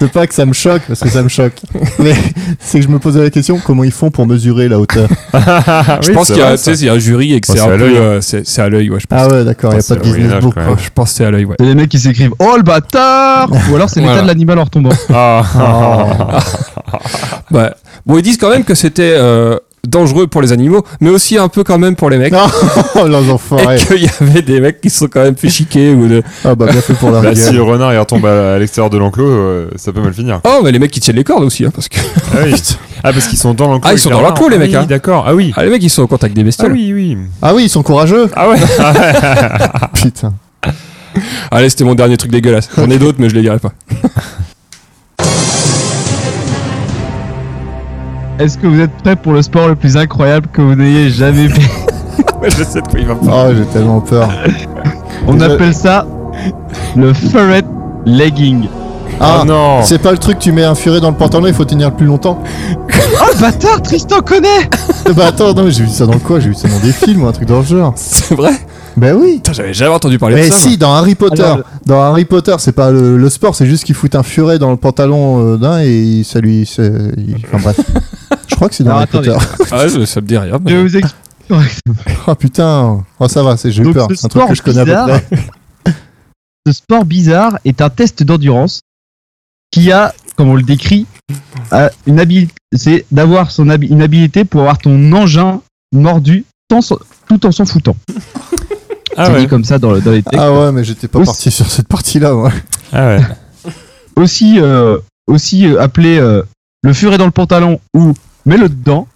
C: C'est pas que ça me choque, parce que ça me choque. Mais c'est que je me posais la question comment ils font pour mesurer la hauteur
A: je pense qu'il y, a- tu sais, il y a un jury et que
B: Oh,
A: c'est
B: c'est
A: un
B: à
A: peu,
B: l'œil, hein.
A: euh, c'est c'est à l'œil, ouais, je pense.
C: Ah ouais, d'accord, il a
B: Putain,
C: pas de
B: c'est le Moyen
C: business
B: Âge,
C: book.
B: quand même.
A: Oh, je pense que c'est à l'œil, ouais.
D: C'est les mecs qui s'écrivent Oh le bâtard Ou alors c'est l'état
A: Voilà.
D: de l'animal en retombant.
B: Ah.
A: Ouais. Bon, ils disent quand même que c'était euh, dangereux pour les animaux, mais aussi un peu quand même pour les mecs.
C: Oh, les
A: et
C: enfoirés.
A: qu'il y avait des mecs qui se sont quand même fait chiquer ou de...
C: Ah bah, bien fait pour leur
B: Bah, si
C: gueule.
B: le renard il retombe à, à l'extérieur de l'enclos, euh, ça peut mal finir.
A: Oh, mais les mecs qui tiennent les cordes aussi, hein, parce que...
B: Ah, oui. Ah, parce qu'ils sont dans l'enclos.
A: Ah, ils
B: avec
A: sont
B: le
A: dans
B: renard.
A: l'enclos, les
B: Ah
A: mecs,
B: oui,
A: hein.
B: D'accord. Ah oui.
A: Ah, les mecs, ils sont au contact des
B: Ah
A: bestioles.
B: oui, oui.
C: Ah oui, ils sont courageux
B: Ah ouais.
C: Putain.
A: Allez, c'était mon dernier truc dégueulasse. J'en ai d'autres, mais je les dirai pas.
D: Est-ce que vous êtes prêts pour le sport le plus incroyable que vous n'ayez jamais fait
B: je sais de quoi il va
C: Oh, j'ai tellement peur.
D: On
C: Je-
D: appelle ça le ferret legging.
C: Ah,
B: non.
C: c'est pas le truc, tu mets un furet dans le pantalon, il faut tenir plus longtemps.
D: Oh le bâtard Tristan connaît
C: Bah attends, non, mais j'ai vu ça dans quoi J'ai vu ça dans des films ou un truc dans le genre.
A: C'est vrai
C: Bah oui.
A: Putain, j'avais jamais entendu parler
C: Mais
A: de ça. moi.
C: si, dans Harry Potter,
D: Alors,
C: dans Harry Potter, c'est pas le, le sport, c'est juste qu'il fout un furet dans le pantalon euh, d'un et il- ça lui, c'est- il- enfin bref. Je crois que c'est dans
D: Alors,
C: Harry
D: attendez.
C: Potter.
A: Ah, ça, ça me dit rien.
D: Je
A: mais-
D: vais vous expliquer.
C: Oh putain, oh ça va, c'est j'ai eu
D: Donc,
C: peur.
D: ce
C: C'est un truc que je
D: sport
C: connais à
D: bizarre,
C: peu près.
D: Ce sport bizarre est un test d'endurance qui a, comme on le décrit, euh, une habil- c'est d'avoir son habi- une habilité pour avoir ton engin mordu tant s'en- tout en s'en foutant.
B: Ah
D: C'est
B: ouais.
D: dit comme ça dans, le- dans les textes.
C: Ah ouais, mais j'étais pas
D: Aussi-
C: parti sur cette partie-là. moi.
B: Ah ouais.
D: Aussi, euh, aussi euh, appelé euh, le furet dans le pantalon ou mets-le dedans.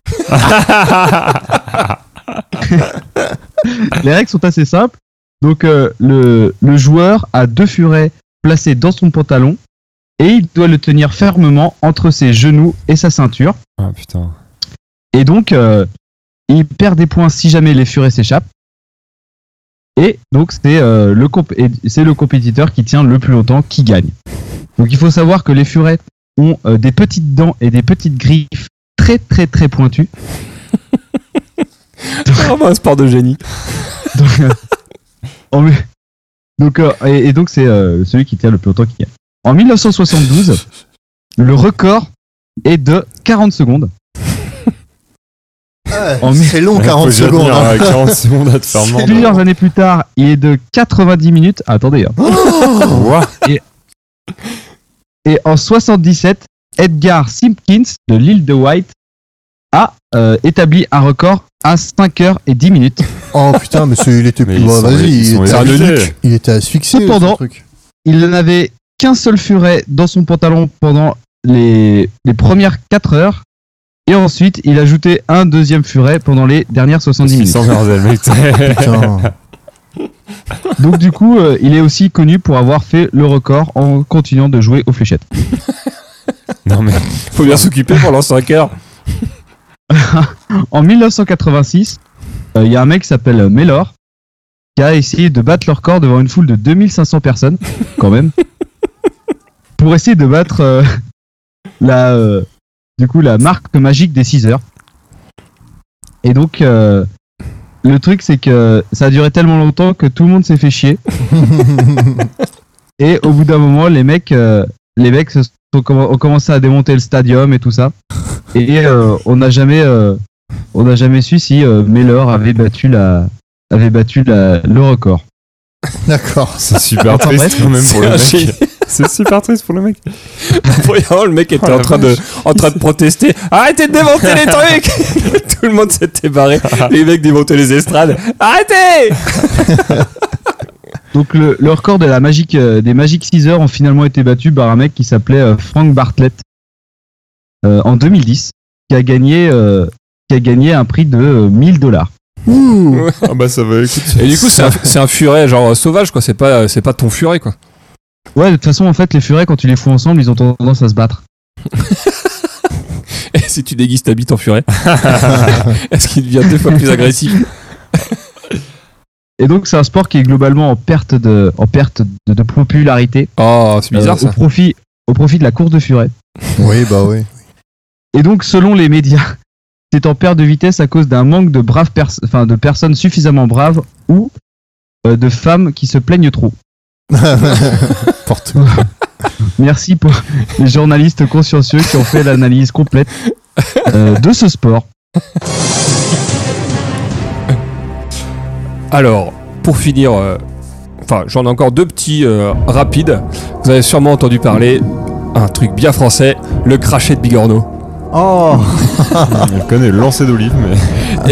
D: les règles sont assez simples. Donc euh, le, le joueur a deux furets placés dans son pantalon et il doit le tenir fermement entre ses genoux et sa ceinture.
B: Ah putain.
D: Et donc euh, il perd des points si jamais les furets s'échappent. Et donc c'est euh, le comp- et c'est le compétiteur qui tient le plus longtemps qui gagne. Donc il faut savoir que les furets ont euh, des petites dents et des petites griffes très très très pointues.
A: C'est vraiment Ah, un sport de génie.
D: Donc, euh, en mi- donc, euh, et, et donc c'est euh, celui qui tient le plus longtemps qui gagne. En 1972, le record est de 40 secondes. En mi-
C: C'est long, 40
B: Faut que
C: secondes.
B: j'admire,
C: hein.
B: euh, 40 secondes à te faire mordre.
D: Plusieurs années plus tard, il est de 90 minutes. Attendez. hein.
B: Ouah.
D: Et en 77, Edgar Simpkins de l'île de White a euh, établi un record à 5 heures et 10 minutes.
C: Oh putain, mais celui, il était
B: Mais
C: plus.
B: ils
C: Bah,
B: sont- ils
C: Vas-y, il
B: sont
C: était à
B: épuisés.
C: nuque. Il était asphyxié. ce
D: Cependant-
C: truc.
D: Il n'avait qu'un seul furet dans son pantalon pendant les, les premières 4 heures. Et ensuite, il ajoutait un deuxième furet pendant les dernières 70
B: Il
D: minutes.
B: s'emmerdait, le mec.
C: Putain.
D: Donc du coup, euh, il est aussi connu pour avoir fait le record en continuant de jouer aux fléchettes.
B: Non, mais
A: Faut bien s'occuper pendant 5 heures.
D: En 1986, euh, il y a un mec qui s'appelle euh, Mellor qui a essayé de battre leur corps devant une foule de 2500 personnes, quand même, pour essayer de battre euh, la, euh, du coup, la marque magique des 6 heures. Et donc, euh, le truc, c'est que ça a duré tellement longtemps que tout le monde s'est fait chier. Et au bout d'un moment, les mecs, euh, les mecs se sont comm- ont commencé à démonter le stadium et tout ça. Et euh, on n'a jamais, euh, on n'a jamais su si euh, Mellor avait battu la, avait battu la, le record.
C: D'accord.
B: c'est super
D: Enfin,
B: triste
D: bref.
B: quand même pour le
A: C'est un
B: mec. C'est super triste pour le mec.
A: Voyons, le mec était
B: Oh, la
A: en, train de, en train de protester. Arrêtez de démonter les trucs Tout le monde s'était barré. Les mecs démontaient les estrades. Arrêtez
D: Donc le, le record de la magique, euh, des Magic Scissors ont finalement été battus par un mec qui s'appelait euh, Frank Bartlett euh, en 2010, qui a gagné, euh, qui a gagné un prix de euh, 1000 dollars.
B: Ah bah ça va, écoute.
A: Et du coup, c'est un, c'est un furet, genre euh, sauvage, quoi. C'est pas, euh, c'est pas ton furet, quoi.
D: Ouais, de toute façon en fait les furets quand tu les fous ensemble ils ont tendance à se battre.
A: Et si tu déguises ta bite en furet, est-ce qu'il devient deux fois plus agressif
D: Et donc c'est un sport qui est globalement en perte de, en perte de, de popularité
A: Oh, c'est bizarre,
D: euh, au
A: ça.
D: profit, au profit de la course de furet.
C: Oui, bah oui.
D: Et donc, selon les médias, c'est en perte de vitesse à cause d'un manque de braves pers- enfin, de personnes suffisamment braves ou euh, de femmes qui se plaignent trop.
C: Pour tout.
D: Merci pour les journalistes consciencieux qui ont fait l'analyse complète euh, de ce sport.
A: Alors, pour finir, euh, enfin, j'en ai encore deux petits euh, rapides. Vous avez sûrement entendu parler un truc bien français, le crachet de Bigorneau.
C: Oh
B: On le connaît, le lancer d'olive, mais.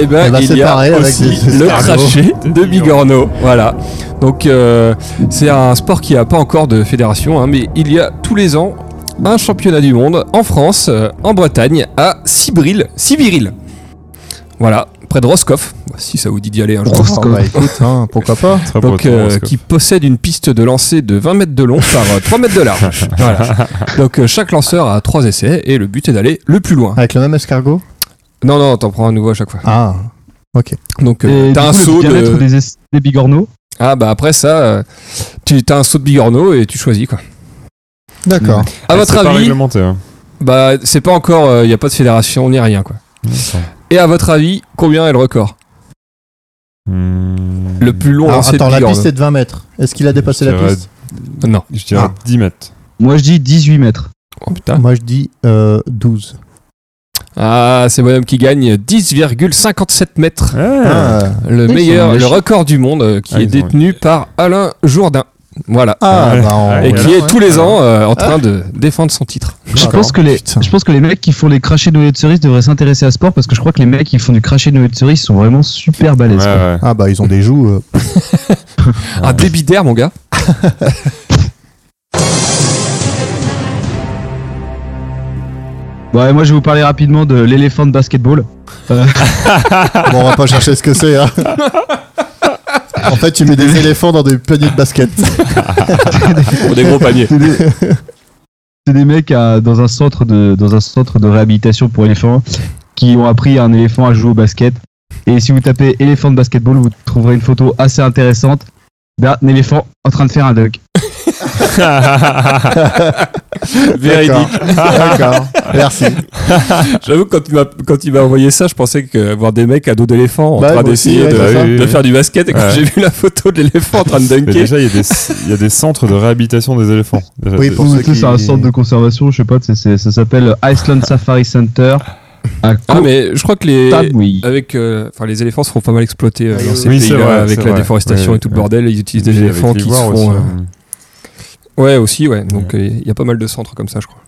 A: Eh ben,
C: Eh ben,
A: il
C: c'est
A: y a
C: pareil avec
A: aussi
C: les- les
A: le
C: escargots.
A: crachet
B: De
A: de Bigorneau. Voilà. Donc, euh, c'est un sport qui n'a pas encore de fédération, hein, mais il y a tous les ans un championnat du monde en France, euh, en Bretagne, à Sibiril. Sibiril. Voilà, près de Roscoff, si ça vous dit d'y aller un jour.
C: Bah écoute, hein, pourquoi pas
B: Très
A: Donc,
B: breton,
A: euh,
B: parce que-
A: qui possède une piste de lancer de 20 mètres de long par euh, 3 mètres de large. Voilà. Donc, euh, chaque lanceur a 3 essais et le but est d'aller le plus loin.
C: Avec le même escargot
A: Non, non, t'en prends un nouveau à chaque fois.
C: Ah
A: Donc, euh,
D: Et
A: t'as
D: du
A: un
D: coup, le
A: saut
D: diamètre
A: de.
D: des, es- des bigorneaux.
A: Ah, bah après ça, euh, tu as un saut de bigorneau et tu choisis quoi.
C: D'accord.
A: À
B: Ah,
A: votre
B: c'est pas
A: avis,
B: réglementé, hein.
A: bah, c'est pas encore, il n'y a pas de fédération ni rien quoi. Et à votre avis, combien est le record
B: Hmm,
A: Le plus long
C: Alors,
A: lancé
C: attends,
A: de
C: la
A: bigorneau
C: piste est de 20 mètres. Est-ce qu'il a dépassé la
B: C'est vrai.
C: piste
A: Non.
B: Je dirais
A: Ah.
B: 10 mètres.
D: Moi, je dis 18 mètres.
A: Oh putain.
C: Moi je dis euh, 12.
A: Ah, c'est bonhomme qui gagne 10,57 mètres.
B: Ah.
C: Ah,
A: Le
D: Oui,
A: meilleur,
D: c'est un
A: le
D: méchant.
A: record du monde euh, qui
B: Ah,
A: est
B: ils ont
A: détenu par Alain Jourdain. Voilà.
C: Ah,
B: Ouais.
C: bah on-
B: Ah,
A: Et qui
C: voilà,
A: est
C: ouais.
A: tous les ans euh, en train de défendre son titre.
D: Je
C: D'accord.
D: pense, que les,
C: Putain.
D: je pense que les mecs qui font les crachets de noyaux de cerise devraient s'intéresser à ce sport parce que je crois que les mecs qui font du crachet de noyaux de cerise sont vraiment super
B: Ouais,
D: balèzes. quoi.
B: ouais.
C: Ah bah ils ont des joues. euh,
A: Un débit d'air, mon gars.
D: Ouais, moi je vais vous parler rapidement de l'éléphant de basketball.
C: Bon, on va pas chercher ce que c'est. hein. En fait, tu mets des éléphants dans des paniers de basket.
A: Pour des gros paniers.
D: C'est des... c'est des mecs à- dans un centre de dans un centre de réhabilitation pour éléphants qui ont appris à un éléphant à jouer au basket Et si vous tapez éléphant de basketball, vous trouverez une photo assez intéressante d'un éléphant en train de faire un dunk.
C: D'accord. D'accord. Merci.
A: J'avoue que quand il m'a- quand il m'a envoyé ça, je pensais que voir des mecs à dos d'éléphant en
C: Bah,
A: train
C: moi aussi,
A: d'essayer
C: ouais,
A: de,
C: c'est
B: ça.
A: de faire du basket et quand
B: Ouais.
A: j'ai vu la photo de l'éléphant en train de
B: Mais
A: dunker,
B: déjà, il y, a des- il y a des centres de réhabilitation des éléphants. Déjà,
C: Oui,
B: c'est-
C: pour-
D: Ou
C: ceux
D: tu sais,
C: qui-
D: c'est un centre de conservation, je sais pas, tu sais, c'est- ça s'appelle Iceland Safari Center. À
A: ah mais je crois que les
D: Koh-Tadwi.
A: avec euh, enfin les éléphants se font pas mal exploiter euh, dans ces
B: Oui, c'est
A: pays-là
B: vrai,
A: avec
B: c'est
A: la
B: vrai.
A: déforestation
B: Ouais,
A: et tout le
B: ouais.
A: bordel, ils utilisent des
B: Avec
A: éléphants qui se
B: l'ivoire
A: font
B: aussi,
A: euh,
B: hein.
A: Ouais, aussi, ouais. Donc euh, il y a pas mal de centres comme ça, je crois.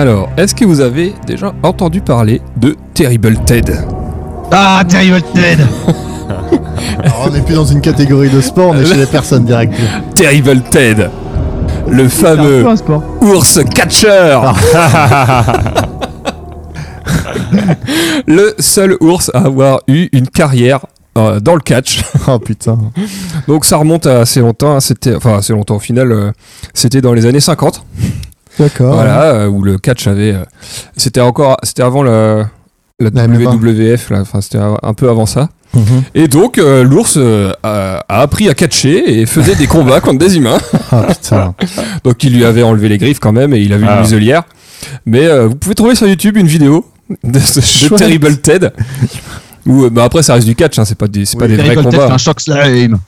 A: Alors, est-ce que vous avez déjà entendu parler de Terrible Ted
D: Ah, Terrible Ted
C: Alors, on n'est plus dans une catégorie de sport, on est chez les personnes directes.
A: Terrible Ted Le fameux
D: C'est un sport.
A: ours catcher Le seul ours à avoir eu une carrière euh, dans le catch.
C: Oh putain.
A: Donc ça remonte à assez longtemps, hein, c'était enfin assez longtemps au final, euh, c'était dans les années 50.
C: D'accord.
A: voilà, euh, où le catch avait. euh, c'était encore, c'était avant la, la
C: La MMA.
A: WWF, là, enfin c'était un un peu avant ça.
C: Mhm.
A: Et donc euh, l'ours euh, a, a appris à catcher et faisait des combats contre des humains.
C: Ah putain.
A: Donc il lui avait enlevé les griffes quand même et il avait
B: Ah.
A: une muselière. Mais euh, vous pouvez trouver sur YouTube une vidéo de ce show
C: Chouette.
A: Terrible Ted. Où, euh, bah après ça reste du catch, hein, c'est pas des, c'est pas des vrais
D: Terrible Ted fait
A: combats. hein.
D: un shock slam.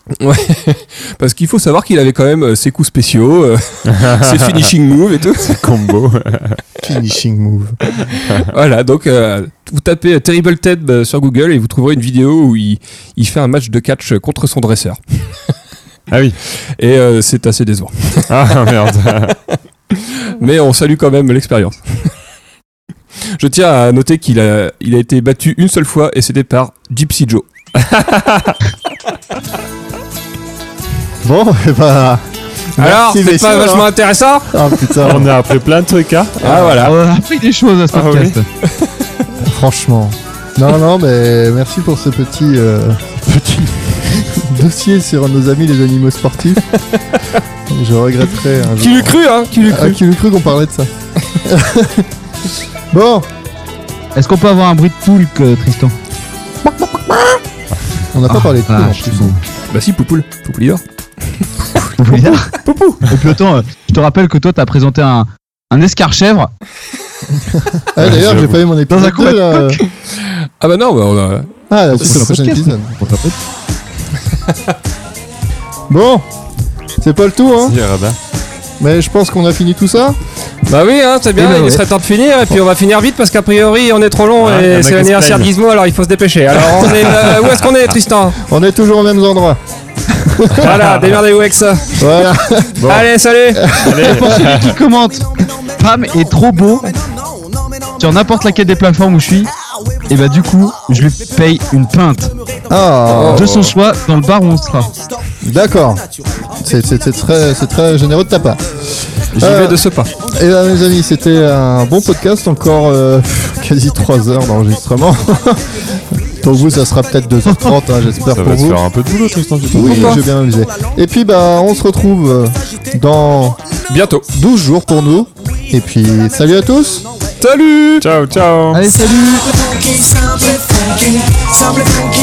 A: Parce qu'il faut savoir qu'il avait quand même euh, ses coups spéciaux, euh, ses finishing moves et tout.
B: combo.
C: Finishing move.
A: Voilà, donc euh, vous tapez euh, Terrible Ted euh, sur Google et vous trouverez une vidéo où il, il fait un match de catch euh, contre son dresseur.
B: Ah oui.
A: Et euh, c'est assez décevant.
B: Ah merde.
A: Mais on salue quand même l'expérience. Je tiens à noter qu'il a, il a été battu une seule fois et c'était par Gypsy Joe.
C: Bon, et bah.
A: Alors,
C: merci,
A: c'est pas
C: messieurs,
A: vachement
C: hein.
A: intéressant
C: Ah putain,
B: On a appris plein de trucs, hein.
A: Ah voilà.
D: On a appris des choses à ce
B: Ah,
D: podcast.
C: franchement. Non, non, mais merci pour ce petit. euh, petit. dossier sur nos amis les animaux sportifs. Je regretterai un jour.
A: Qui l'eût cru, hein Qui l'eût
C: Ah,
A: cru
C: qui l'eût cru qu'on parlait de ça Bon,
D: Est-ce qu'on peut avoir un bruit de poule, que, Tristan
C: on n'a pas
D: Ah,
C: parlé de tout en
D: vache,
C: plus.
D: c'est bon.
A: Bah si, Poupoule. Poupoule Idor.
D: Poupou. Et puis autant, euh, je te rappelle que toi, t'as présenté un, un escarchèvre.
C: Ah, d'ailleurs, j'ai
B: J'avoue.
C: pas eu mon épisode.
D: Dans un combat
C: 2, là.
A: Ah bah non, bah on a...
C: Ah, là, c'est
D: Sur
C: le
D: le
C: prochain
D: podcast.
C: épisode. Bon, c'est pas le tout, hein.
B: Si, Rabat.
C: Mais je pense qu'on a fini tout ça.
A: Bah oui, hein, c'est bien,
C: Eh ben
A: il
C: ouais.
A: serait temps de finir, et puis on va finir vite parce qu'a priori on est trop long
B: Ouais, y en a
A: et
B: qui se
A: c'est l'anniversaire de
B: plaignent.
A: Gizmo alors il faut se dépêcher. Alors on est, euh, où est-ce qu'on est Tristan
C: On est toujours aux mêmes endroits.
A: Voilà, démerdez-vous avec ça.
C: Voilà.
A: Allez, salut
B: Allez.
D: Qui commente Pam est trop beau sur n'importe laquelle des plateformes où je suis. Et bah du coup, je lui paye une pinte
C: Ah,
D: de son choix dans le bar où on sera.
C: d'accord. C'est c'est- c'est très, c'est très généreux de ta part.
A: J'y
C: Euh,
A: vais de ce pas.
C: Et là, mes amis, c'était un bon podcast, encore euh, quasi 3 heures d'enregistrement. pour vous, ça sera peut-être 2h30, hein,
B: Ça
C: j'espère pour
B: va se
C: vous.
B: faire un peu de boulot, Tristan. je pense.
C: Oui,
A: Pourquoi
C: j'ai bien amusé. Et puis, bah, on se retrouve euh, dans
A: Bientôt.
C: 12 jours pour nous. Et puis, salut à tous
A: Salut
B: Ciao, ciao.
D: Allez, salut
G: funky, sounds funky, sounds funky.